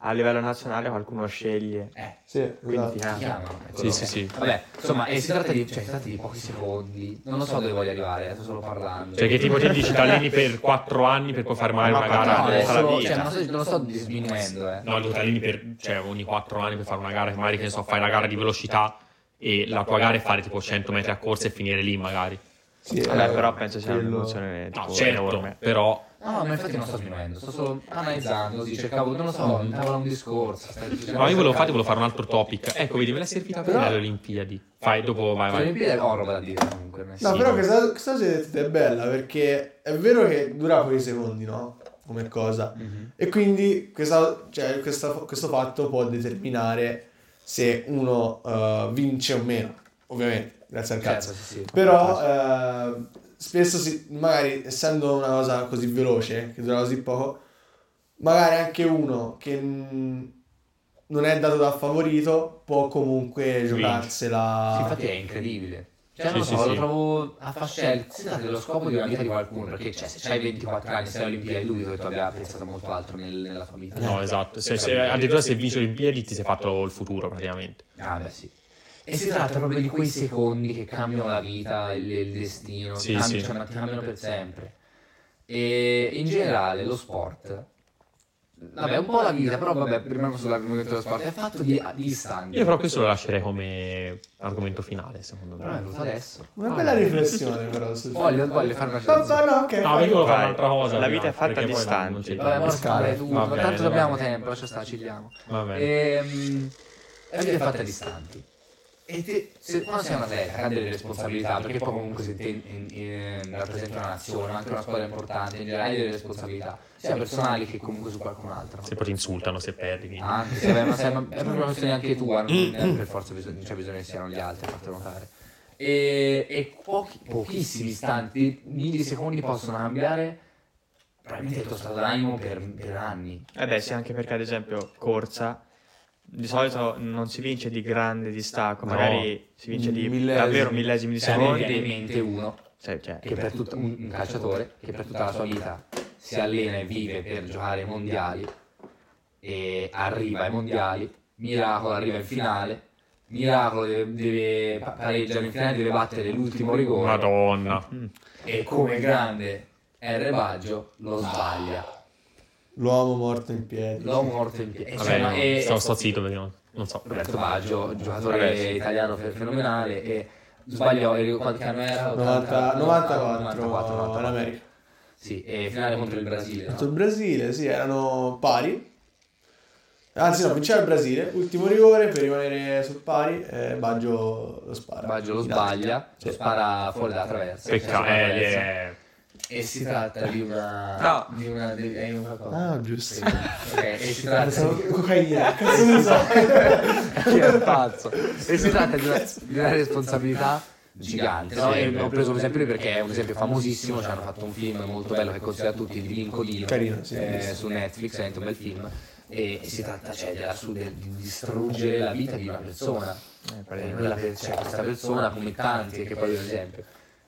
Speaker 3: a livello nazionale qualcuno sceglie.
Speaker 4: Sì,
Speaker 3: Quindi,
Speaker 4: esatto.
Speaker 3: eh,
Speaker 1: Chiaro,
Speaker 2: Sì, sì, sì.
Speaker 1: ecco, Vabbè, insomma, e si tratta di, cioè, si tratta di pochi secondi. Non lo so dove voglio arrivare, sto solo parlando.
Speaker 2: Cioè, che tipo ti dici Tallini per 4 anni per poi fare male una
Speaker 3: Ma
Speaker 1: No,
Speaker 2: gara
Speaker 3: quattro anni,
Speaker 2: tutta la
Speaker 1: adesso,
Speaker 2: vita.
Speaker 1: cioè, non, lo sto, non lo sto diminuendo, eh.
Speaker 2: No, dico Tallini per cioè, ogni 4 anni per fare una gara, che magari che ne so, fai la gara di velocità e la tua gara è fare tipo 100 metri a corsa e finire lì magari.
Speaker 4: Sì,
Speaker 3: vabbè,
Speaker 4: eh,
Speaker 3: però penso sia
Speaker 4: quello-
Speaker 3: un'emozione
Speaker 2: No,
Speaker 3: tipo,
Speaker 2: certo,
Speaker 3: enorme.
Speaker 2: però
Speaker 1: No, no, Ah, ma infatti non sto sminuendo, sto solo analizzando, sì, cercavo, non lo so, andavo un discorso. stai-
Speaker 2: No, io volevo fare, volevo fare un altro topic. Ecco, vedi, me l'hai servita bene alle Olimpiadi. Fai dopo, vai,
Speaker 1: Cioè, le
Speaker 2: vai.
Speaker 1: Olimpiadi ho roba da dire comunque. nel
Speaker 4: No,
Speaker 1: senso.
Speaker 4: però questa, questa cosa che hai detto è bella perché è vero che dura pochi secondi, no? Come cosa. E quindi questa- cioè, questa- questo fatto può determinare se uno eh, vince o meno, ovviamente, grazie al
Speaker 1: Certo,
Speaker 4: cazzo.
Speaker 1: sì, sì.
Speaker 4: Però eh, spesso, si, magari essendo una cosa così veloce, che dura così poco, magari anche uno che mm, non è dato da favorito può comunque giocarsela.
Speaker 1: Sì, infatti è incredibile. Cioè,
Speaker 2: Sì,
Speaker 1: non lo
Speaker 2: sì,
Speaker 1: so,
Speaker 2: sì.
Speaker 1: lo trovo affascinante. Si tratta dello scopo di una vita di qualcuno, perché cioè, se c'hai 24 anni, sei alle Olimpiadi, è dubido che tu abbia pensato molto altro nel- nella tua vita.
Speaker 2: No, esatto. Se, se, addirittura se vinci le Olimpiadi ti sei fatto il futuro praticamente.
Speaker 1: Ah, beh, sì. E si tratta proprio di quei secondi che cambiano la vita, il, il destino,
Speaker 2: Sì,
Speaker 1: ti, cambi-
Speaker 2: sì.
Speaker 1: cioè, ma ti cambiano per sempre. E in generale lo sport, vabbè, un po' la vita, però vabbè, prima sull'argomento dello sport, è fatto di, di istanti.
Speaker 2: Io però questo lo lascerei come argomento finale, secondo
Speaker 1: Però
Speaker 3: Eh,
Speaker 1: è
Speaker 2: me.
Speaker 1: venuto adesso.
Speaker 4: Una bella riflessione, però. sul
Speaker 1: Voglio, voglio fare una
Speaker 4: No, no,
Speaker 1: scelta.
Speaker 4: no, ok.
Speaker 2: No, perché volevo fare
Speaker 3: Vai.
Speaker 2: un'altra cosa.
Speaker 3: La vita è fatta
Speaker 2: perché
Speaker 3: a
Speaker 2: poi
Speaker 3: distanza.
Speaker 2: non c'è tempo.
Speaker 1: Vabbè, ma scala è tutto,
Speaker 2: Va bene,
Speaker 1: tanto
Speaker 2: va
Speaker 1: abbiamo
Speaker 2: bene.
Speaker 1: tempo, lascia stare, cilliamo.
Speaker 2: Va bene.
Speaker 1: Ehm, la vita è fatta di istanti. E te, se quando sei un atleta che ha delle responsabilità, perché poi comunque se te in- in- rappresenta una nazione, anche una squadra importante, in generale hai delle responsabilità, sia personali che comunque su qualcun altro.
Speaker 2: Se poi ti insultano, se perdi. quindi.
Speaker 1: Anche se vabbè, ma sai, ma è proprio una questione anche tua, non è per forza bisogno, non c'è bisogno che siano gli altri a farti notare. E, e pochi- pochissimi istanti, millisecondi possono cambiare probabilmente il tuo stato d'animo per, per anni.
Speaker 3: Eh beh, sì, anche perché ad esempio corsa di solito non si vince di grande distacco,
Speaker 2: No.
Speaker 3: magari si vince di
Speaker 4: Millesimi.
Speaker 3: davvero millesimi di
Speaker 1: Cioè, a me viene in
Speaker 3: secondi.
Speaker 1: mente uno
Speaker 3: Cioè, cioè,
Speaker 1: che per tutta- un, un calciatore che per tutta la sua vita si allena e vive per giocare ai mondiali e arriva ai mondiali, miracolo arriva in finale, miracolo deve, deve pa- pareggiare in finale, deve battere l'ultimo rigore
Speaker 2: Madonna.
Speaker 1: Mm. e come grande è Rebaggio lo sbaglia,
Speaker 4: L'uomo morto in piedi.
Speaker 1: l'ho morto in piedi. E
Speaker 2: Vabbè,
Speaker 1: insomma,
Speaker 2: no,
Speaker 1: Eh, e-
Speaker 2: sto, sto zitto perché non, non so.
Speaker 1: Roberto Baggio, giocatore
Speaker 2: Vabbè, sì.
Speaker 1: italiano fe- fenomenale e sbagliò, e quanti anni era? Ah,
Speaker 4: 90 94,
Speaker 1: 94.
Speaker 4: l'America.
Speaker 1: Sì, e finale contro il Brasile.
Speaker 4: Contro
Speaker 1: no?
Speaker 4: il Brasile, sì, erano pari. Anzi, no, vinceva il Brasile. Ultimo rigore per rimanere sul pari. eh, Baggio lo spara.
Speaker 1: Baggio lo
Speaker 4: In
Speaker 1: sbaglia,
Speaker 4: Sì.
Speaker 1: lo spara fuori dalla traversa.
Speaker 2: Peccato.
Speaker 1: Sulla
Speaker 2: Eh,
Speaker 1: traversa.
Speaker 2: eh,
Speaker 1: E si tratta di una...
Speaker 3: No.
Speaker 1: Di una... Di, è una cosa.
Speaker 4: Ah,
Speaker 1: [laughs]
Speaker 4: giusto.
Speaker 1: Ok, e si
Speaker 4: alta.
Speaker 1: tratta
Speaker 4: Pensavo
Speaker 1: di...
Speaker 4: che cocaina. Cazzo ne so.
Speaker 1: Chi è pazzo? E si tratta di una, di una responsabilità gigante. No? E ho preso un esempio lui perché è un esempio famosissimo. Ci hanno fatto un film molto bello che consiglio a tutti di Vincolino
Speaker 4: Carino, sì, ho visto.
Speaker 1: su Netflix. È un bel film. E, e si tratta cioè, della su- del- di distruggere la vita di una persona. Eh, quella per- cioè, questa persona, come tanti, che poi, ad esempio,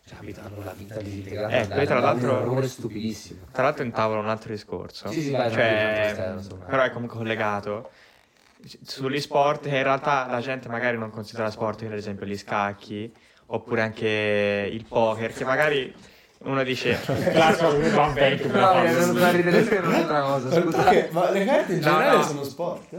Speaker 1: cioè, abitano la vita disintegrata.
Speaker 3: Eh, poi,
Speaker 1: da-
Speaker 3: tra
Speaker 1: da
Speaker 3: l'altro-
Speaker 1: Un errore stupidissimo.
Speaker 3: Tra l'altro intavolo un altro discorso,
Speaker 1: Sì, sì, vai,
Speaker 3: cioè,
Speaker 1: vai, vai.
Speaker 3: però è comunque collegato sugli sport che in realtà la gente magari non considera sport, quindi ad esempio gli scacchi oppure anche il poker, che magari uno dice
Speaker 2: Classico come va vecchio, come la fanno.
Speaker 1: da ridere per un'altra cosa.
Speaker 4: Perché? Ma le carte in
Speaker 3: No,
Speaker 4: generale
Speaker 3: no.
Speaker 4: sono sport? eh?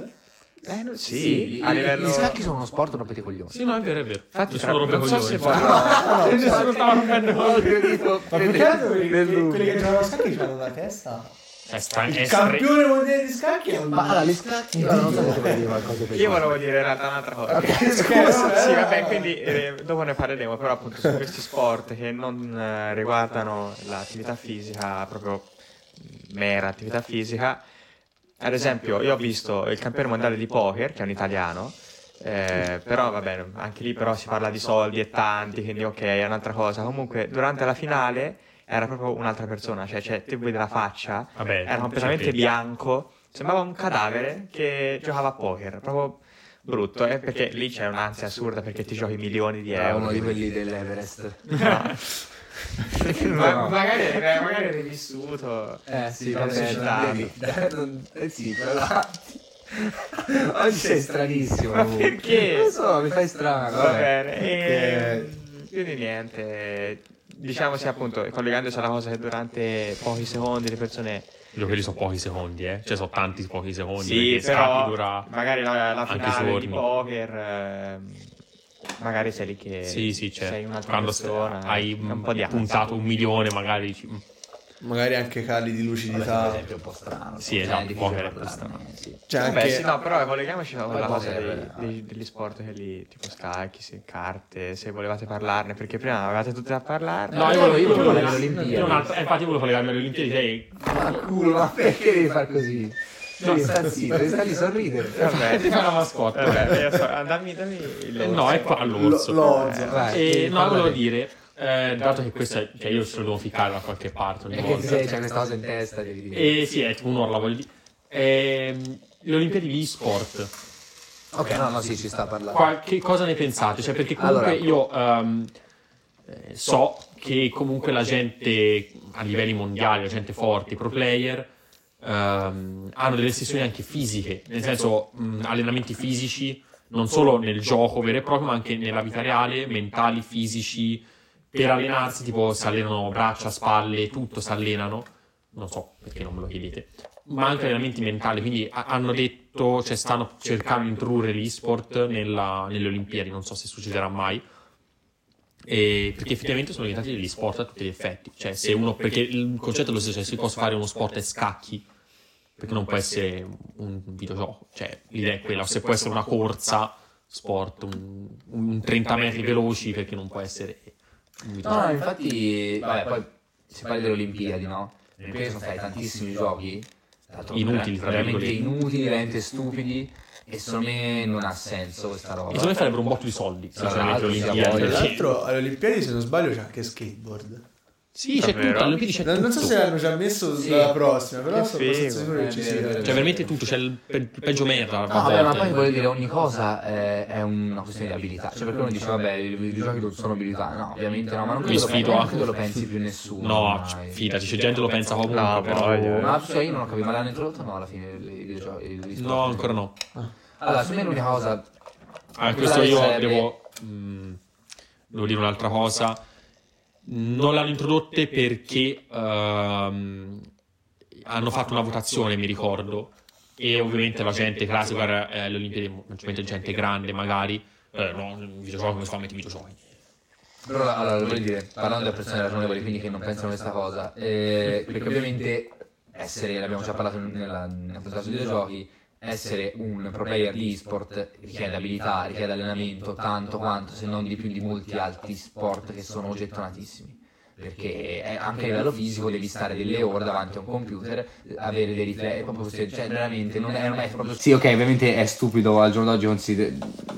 Speaker 3: eh, no, sì,
Speaker 1: i-
Speaker 3: a
Speaker 1: i-
Speaker 3: livello...
Speaker 1: Gli scacchi sono uno sport, rompete i coglioni.
Speaker 2: Sì, no, è vero, è vero. Infatti, sono
Speaker 3: tra-
Speaker 2: robe
Speaker 3: non so se
Speaker 2: coglioni.
Speaker 4: Ah, no, cioè,
Speaker 2: Nessuno stava rompendo
Speaker 1: No, ho capito.
Speaker 4: ma più che altro quelli, che- quelli che giocano a scacchi hanno la testa.
Speaker 2: È stra-
Speaker 4: Il
Speaker 2: è stra-
Speaker 4: campione mondiale di scacchi è un
Speaker 1: Ma allora, gli scacchi... Allora, non so se volevo dire qualcosa per
Speaker 3: Io volevo dire in realtà un'altra cosa.
Speaker 4: scusa,
Speaker 3: sì,
Speaker 4: eh.
Speaker 3: vabbè, quindi eh, dopo ne parleremo, però appunto su questi sport che non eh, riguardano l'attività fisica, proprio mera attività fisica. Ad esempio, io ho visto il campione mondiale di poker, che è un italiano, eh, però va bene, anche lì però si parla di soldi e tanti, quindi ok, è un'altra cosa. Comunque, durante la finale era proprio un'altra persona, cioè, cioè te vedi la faccia,
Speaker 2: Vabbè,
Speaker 3: era completamente
Speaker 2: sempre.
Speaker 3: bianco, sembrava un cadavere che giocava a poker, proprio brutto, eh, perché lì c'è un'ansia assurda perché ti giochi milioni di
Speaker 1: È
Speaker 3: euro.
Speaker 1: uno di quelli dell'Everest.
Speaker 3: [laughs] Ma- magari, eh, magari l'hai vissuto.
Speaker 1: Eh sì, [laughs]
Speaker 3: vabbè,
Speaker 1: vabbè,
Speaker 3: non
Speaker 1: Eh sì, però... [laughs] Oggi sei stranissimo.
Speaker 3: Ma
Speaker 1: Lu.
Speaker 3: perché?
Speaker 1: Non so, mi fai strano.
Speaker 3: Va
Speaker 1: vabbè.
Speaker 3: bene,
Speaker 1: Che-
Speaker 3: e... quindi niente, diciamoci appunto, collegandoci alla cosa che durante pochi secondi le persone...
Speaker 2: Io quelli sono pochi secondi, eh. Cioè, sono tanti pochi secondi.
Speaker 3: Sì,
Speaker 2: perché
Speaker 3: però
Speaker 2: scatti dura...
Speaker 3: magari la, la
Speaker 2: anche
Speaker 3: finale di
Speaker 2: giorni.
Speaker 3: poker, ehm, magari sei lì che
Speaker 2: Sì, sì,
Speaker 3: eh, sei
Speaker 2: certo.
Speaker 3: un'altra
Speaker 2: Quando se-
Speaker 3: persona,
Speaker 2: hai
Speaker 3: c'è un po' di
Speaker 2: puntato un milione, magari... "Mm". ci-
Speaker 4: Magari anche cali
Speaker 1: Vabbè,
Speaker 4: di
Speaker 1: per
Speaker 4: lucidità.
Speaker 1: Esatto. esempio è un po' strano.
Speaker 2: esatto. Sì,
Speaker 1: Eh,
Speaker 2: esatto,
Speaker 1: è
Speaker 2: poker
Speaker 1: difficile
Speaker 2: è un po'
Speaker 1: parlarne, sì.
Speaker 4: Cioè,
Speaker 3: Vabbè,
Speaker 4: anche...
Speaker 3: sì, no, però collegamiamoci con la
Speaker 1: Poi
Speaker 3: cosa
Speaker 1: poter-
Speaker 3: dei- dei- degli sport che lì, tipo scacchi, se- carte, se volevate parlarne, perché prima avevate tutte da parlarne.
Speaker 1: No, io volevo- io volevo
Speaker 2: volevo-
Speaker 1: le Olimpiadi.
Speaker 2: io un altro- eh, infatti, io volevo collegarmi alle Olimpiadi. sei-
Speaker 1: Ma culo, ma perché devi far così? Devi star zitto, devi star lì a sorridere.
Speaker 2: [laughs]
Speaker 3: Vabbè,
Speaker 2: Ti fai la mascotte.
Speaker 3: Vabbè, io so- ah, dammi, dammi il...
Speaker 2: Eh, No, è qua l'orso. Eh,
Speaker 4: L'ozzo.
Speaker 1: Vai,
Speaker 2: E
Speaker 1: devi
Speaker 2: no, volevo
Speaker 1: parlare.
Speaker 2: dire, eh, dato che questa, cioè io ce lo devo ficcare da qualche parte ogni
Speaker 1: È che
Speaker 2: volta.
Speaker 1: se c'è questa cosa in testa, devi dire.
Speaker 2: E Eh, sì, è tipo un'orla, voglio dire. Ehm, le Olimpiadi di sport,
Speaker 1: Ok, no, no, sì, ci sta a parlare.
Speaker 2: che cosa ne pensate? Cioè, perché comunque
Speaker 1: Allora.
Speaker 2: io ehm, eh, so che comunque la gente a livelli mondiali, la gente forte, i pro player, ehm, hanno delle sessioni anche fisiche, nel senso mh, allenamenti fisici, non solo nel gioco vero e proprio, ma anche nella vita reale, mentali, fisici, per allenarsi, tipo si allenano braccia, spalle, tutto, si allenano. Non so perché non me lo chiedete, ma anche allenamenti mentali. Quindi ha- hanno detto, cioè stanno cercando di introdurre l'e-sport nella- nelle Olimpiadi. Non so se succederà mai. E perché effettivamente sono diventati degli sport a tutti gli effetti. Cioè, se uno, perché il concetto è lo stesso, cioè, se posso fare uno sport a scacchi, perché non può essere un videogioco. Cioè, l'idea è quella, o se può essere una corsa sport, un, un 30 metri veloci, perché non può essere
Speaker 1: No,
Speaker 2: un videogioco.
Speaker 1: no, Cioè, infatti, vabbè, poi si parla delle Olimpiadi, no? Le Olimpiadi sono stati tantissimi giochi tanto
Speaker 2: Inutili, tra
Speaker 1: veramente
Speaker 2: virgolette.
Speaker 1: inutili, veramente stupidi. E secondo me non ha senso questa
Speaker 2: E
Speaker 1: roba.
Speaker 2: secondo me farebbero un botto di
Speaker 4: Ah,
Speaker 2: soldi,
Speaker 1: Tra
Speaker 2: sinceramente,
Speaker 1: l'altro,
Speaker 2: Olimpiadi.
Speaker 1: sia
Speaker 4: Tra
Speaker 1: voglia.
Speaker 2: perché-
Speaker 4: l'altro, alle Olimpiadi, se non sbaglio, c'è anche skateboard.
Speaker 2: Sì, c'è
Speaker 3: Davvero?
Speaker 2: tutto, alle Olimpiadi c'è
Speaker 4: Non, non so
Speaker 2: tutto.
Speaker 4: se l'hanno già messo
Speaker 1: Sì.
Speaker 4: dalla prossima, però
Speaker 3: Che
Speaker 4: sono abbastanza
Speaker 3: figo.
Speaker 4: sicuro che ci
Speaker 1: Eh, vero,
Speaker 4: sia. Cioè,
Speaker 1: vero.
Speaker 2: C'è Cioè, veramente tutto, c'è il, pe- il peggio merda.
Speaker 1: No, Ah, vabbè, ma
Speaker 2: volta.
Speaker 1: poi voglio dire, ogni cosa eh, è una questione di abilità. Cioè, perché uno dice, vabbè, i videogiochi non sono abilità. No, ovviamente no, ma non
Speaker 2: Mi
Speaker 1: credo,
Speaker 2: sfido
Speaker 1: non
Speaker 2: a-
Speaker 1: credo lo pensi più nessuno.
Speaker 2: No,
Speaker 1: ormai.
Speaker 2: c- fidati, c'è gente che lo pensa comunque,
Speaker 3: No,
Speaker 2: però...
Speaker 3: voglio-
Speaker 1: Ma cioè, io non ho capito, ma l'hanno introdotto no alla fine i videogiochi? i videogiochi?
Speaker 2: No, ancora no.
Speaker 1: Allora, secondo me l'unica cosa
Speaker 2: Ah, questo io devo, mm, devo dire un'altra cosa. Non l'hanno introdotte perché ehm, hanno fatto una votazione, mi ricordo. E ovviamente la gente classica, eh, le Olimpiadi, principalmente gente grande magari, eh, no, videogiochi, come si fa a mettere i videogiochi?
Speaker 1: Però allora, voglio dire, parlando da persone ragionevoli, quindi che non pensano a questa cosa, eh, perché ovviamente essere, l'abbiamo già parlato nella, nella puntata sui videogiochi, essere un pro player di sport richiede abilità, richiede allenamento, tanto quanto, se non di più di molti altri sport che sono gettonatissimi. Perché eh, anche a livello fisico devi stare delle ore davanti a un computer, avere dei riflessi, proprio se- cioè veramente non è, non è proprio... Sì, ok, ovviamente è stupido al giorno d'oggi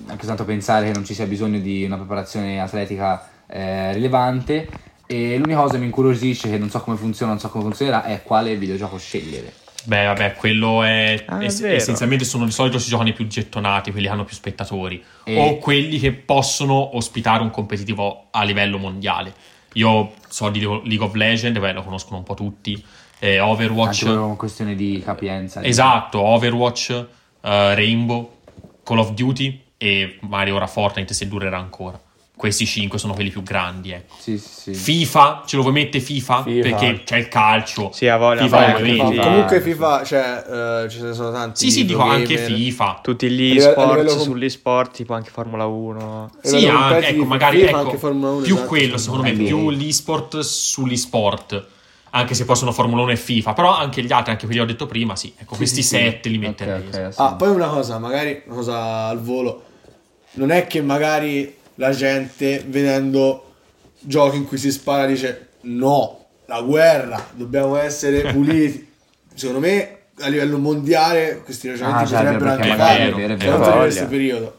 Speaker 1: anche tanto pensare che non ci sia bisogno di una preparazione atletica eh, rilevante. E l'unica cosa che mi incuriosisce, che non so come funziona, non so come funzionerà, è quale videogioco scegliere.
Speaker 2: Beh, vabbè, quello è,
Speaker 3: Ah, è
Speaker 2: ess-
Speaker 3: vero.
Speaker 2: essenzialmente sono di solito si giocano i più gettonati, quelli che hanno più spettatori,
Speaker 1: E-
Speaker 2: o quelli che possono ospitare un competitivo a livello mondiale. Io so di League of Legends, beh, lo conoscono un po' tutti, eh,
Speaker 1: Anche
Speaker 2: Overwatch,
Speaker 1: per una questione di capienza. di-
Speaker 2: esatto, Overwatch, eh, Rainbow, Call of Duty e magari ora Fortnite se durerà ancora. Questi cinque sono quelli più grandi, ecco.
Speaker 1: Sì, sì, sì.
Speaker 2: FIFA, ce lo vuoi mettere FIFA?
Speaker 3: FIFA.
Speaker 2: Perché c'è il calcio.
Speaker 3: Sì, ha voglia,
Speaker 2: FIFA
Speaker 3: ha voglia,
Speaker 2: ovviamente.
Speaker 3: FIFA.
Speaker 4: Comunque FIFA, cioè, eh, ci sono tanti
Speaker 2: Sì, sì, dico anche
Speaker 4: videogamer.
Speaker 2: FIFA.
Speaker 3: Tutti
Speaker 4: A
Speaker 3: gli
Speaker 4: livello- a
Speaker 3: sport,
Speaker 4: livello com-
Speaker 3: sugli sport, tipo anche Formula 1.
Speaker 2: Sì,
Speaker 4: Livello
Speaker 2: ah,
Speaker 4: competitive,
Speaker 2: ecco, magari
Speaker 4: FIFA,
Speaker 2: ecco,
Speaker 4: anche Formula 1,
Speaker 2: più
Speaker 4: esatto.
Speaker 2: quello, secondo me,
Speaker 1: NBA.
Speaker 2: più l'esport sugli sport. Anche se poi sono Formula 1 e FIFA, però anche gli altri, anche quelli che ho detto prima, sì. Ecco, questi
Speaker 1: sì,
Speaker 2: sette li
Speaker 1: Ok,
Speaker 2: metterei.
Speaker 1: ok,
Speaker 2: esatto.
Speaker 1: sì.
Speaker 4: Ah, poi una cosa, magari una cosa al volo. Non è che magari la gente vedendo giochi in cui si spara dice no, la guerra, dobbiamo essere puliti. Secondo me a livello mondiale questi
Speaker 1: Ah,
Speaker 4: ragionamenti
Speaker 1: certo,
Speaker 4: potrebbero
Speaker 1: perché
Speaker 4: anche
Speaker 2: magari
Speaker 4: fare,
Speaker 2: è vero, è
Speaker 1: vero.
Speaker 4: soprattutto in
Speaker 3: Voglia.
Speaker 4: questo periodo.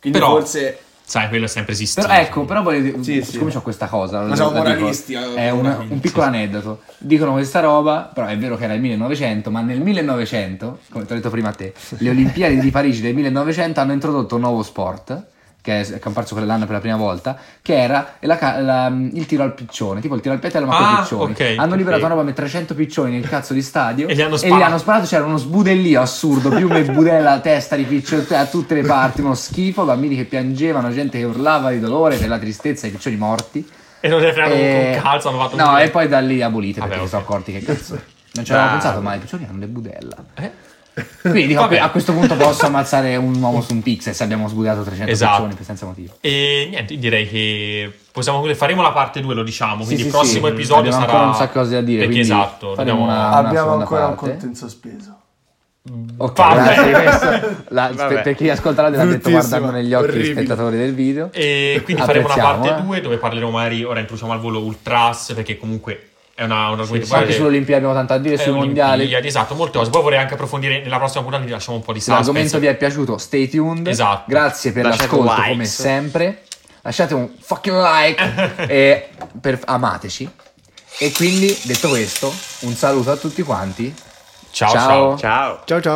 Speaker 4: Quindi
Speaker 2: Però-
Speaker 4: forse
Speaker 2: Sai, quello è sempre esistito.
Speaker 1: Però ecco, però voglio dire,
Speaker 4: Sì,
Speaker 1: siccome
Speaker 4: sì.
Speaker 1: c'ho questa cosa,
Speaker 4: Ma siamo
Speaker 1: la dico,
Speaker 4: moralisti, eh,
Speaker 1: è un- un,
Speaker 4: veramente.
Speaker 1: piccolo aneddoto. Dicono questa roba, però è vero che era il 1900, ma nel 1900, come ti ho detto prima a te, le Olimpiadi di Parigi del 1900 hanno introdotto un nuovo sport che è camparso quell'anno per la prima volta, che era la ca- la- il tiro al piccione, tipo il tiro al petello ma con
Speaker 2: Ah,
Speaker 1: i piccioni.
Speaker 2: ok,
Speaker 1: hanno
Speaker 2: ok.
Speaker 1: liberato una roba come 300 piccioni nel cazzo di stadio
Speaker 2: [laughs] E li hanno
Speaker 1: e
Speaker 2: sparati.
Speaker 1: gli hanno sparato, c'era uno sbudellio assurdo, piume e budella a testa di piccioni a tutte le parti, uno schifo, bambini che piangevano, gente che urlava di dolore per la tristezza, i piccioni morti.
Speaker 2: E non ne fregano
Speaker 1: E-
Speaker 2: un cazzo, hanno fatto un
Speaker 1: Eh, No,
Speaker 2: giro.
Speaker 1: e poi da lì abolite
Speaker 2: Vabbè,
Speaker 1: perché si
Speaker 2: ok.
Speaker 1: sono accorti
Speaker 4: [laughs]
Speaker 1: che cazzo. è. Non ci avevamo
Speaker 2: Bravo.
Speaker 1: pensato, ma i piccioni hanno le budella.
Speaker 2: Eh?
Speaker 1: Quindi dico,
Speaker 2: Vabbè.
Speaker 1: a questo punto posso ammazzare un uomo su un pixel se abbiamo sbudato 300
Speaker 2: Esatto.
Speaker 1: piccioni per senza motivo.
Speaker 2: E niente, io direi che possiamo concludere. faremo la parte 2, lo diciamo, quindi
Speaker 1: sì,
Speaker 2: il prossimo
Speaker 1: sì,
Speaker 2: episodio
Speaker 1: abbiamo
Speaker 2: sarà
Speaker 1: ancora un sacco di cose da dire,
Speaker 2: Perché
Speaker 1: quindi faremo
Speaker 2: esatto, dobbiamo-
Speaker 1: una-
Speaker 4: Abbiamo
Speaker 1: seconda
Speaker 4: ancora un
Speaker 1: parte.
Speaker 4: conto in sospeso.
Speaker 1: Ok,
Speaker 2: Vabbè.
Speaker 1: [laughs] grazie,
Speaker 2: [laughs]
Speaker 1: questo- la-
Speaker 3: Vabbè.
Speaker 1: per, per chi ascolta l'audio l'ha detto
Speaker 4: Bruttissimo,
Speaker 1: guardando negli occhi gli
Speaker 4: orribile.
Speaker 1: spettatori del video.
Speaker 2: E quindi faremo una
Speaker 1: Apprezziamo,
Speaker 2: parte
Speaker 1: eh.
Speaker 2: 2 dove parleremo magari, ora introduciamo al volo Ultras perché comunque è una, un argomento
Speaker 1: Anche sull'Olimpiade abbiamo tanto da dire, sui mondiali.
Speaker 2: mondiali. Esatto, molte cose. Poi vorrei anche approfondire nella prossima puntata, vi lasciamo un po' di
Speaker 1: Se l'argomento
Speaker 2: suspense.
Speaker 1: vi è piaciuto, stay tuned.
Speaker 2: Esatto.
Speaker 1: Grazie per
Speaker 3: Lasciate
Speaker 1: l'ascolto,
Speaker 3: likes.
Speaker 1: come sempre. Lasciate un fucking
Speaker 2: [laughs]
Speaker 1: like e per- amateci. E quindi, detto questo, un saluto a tutti quanti.
Speaker 2: ciao. ciao.
Speaker 3: Ciao.
Speaker 4: Ciao ciao.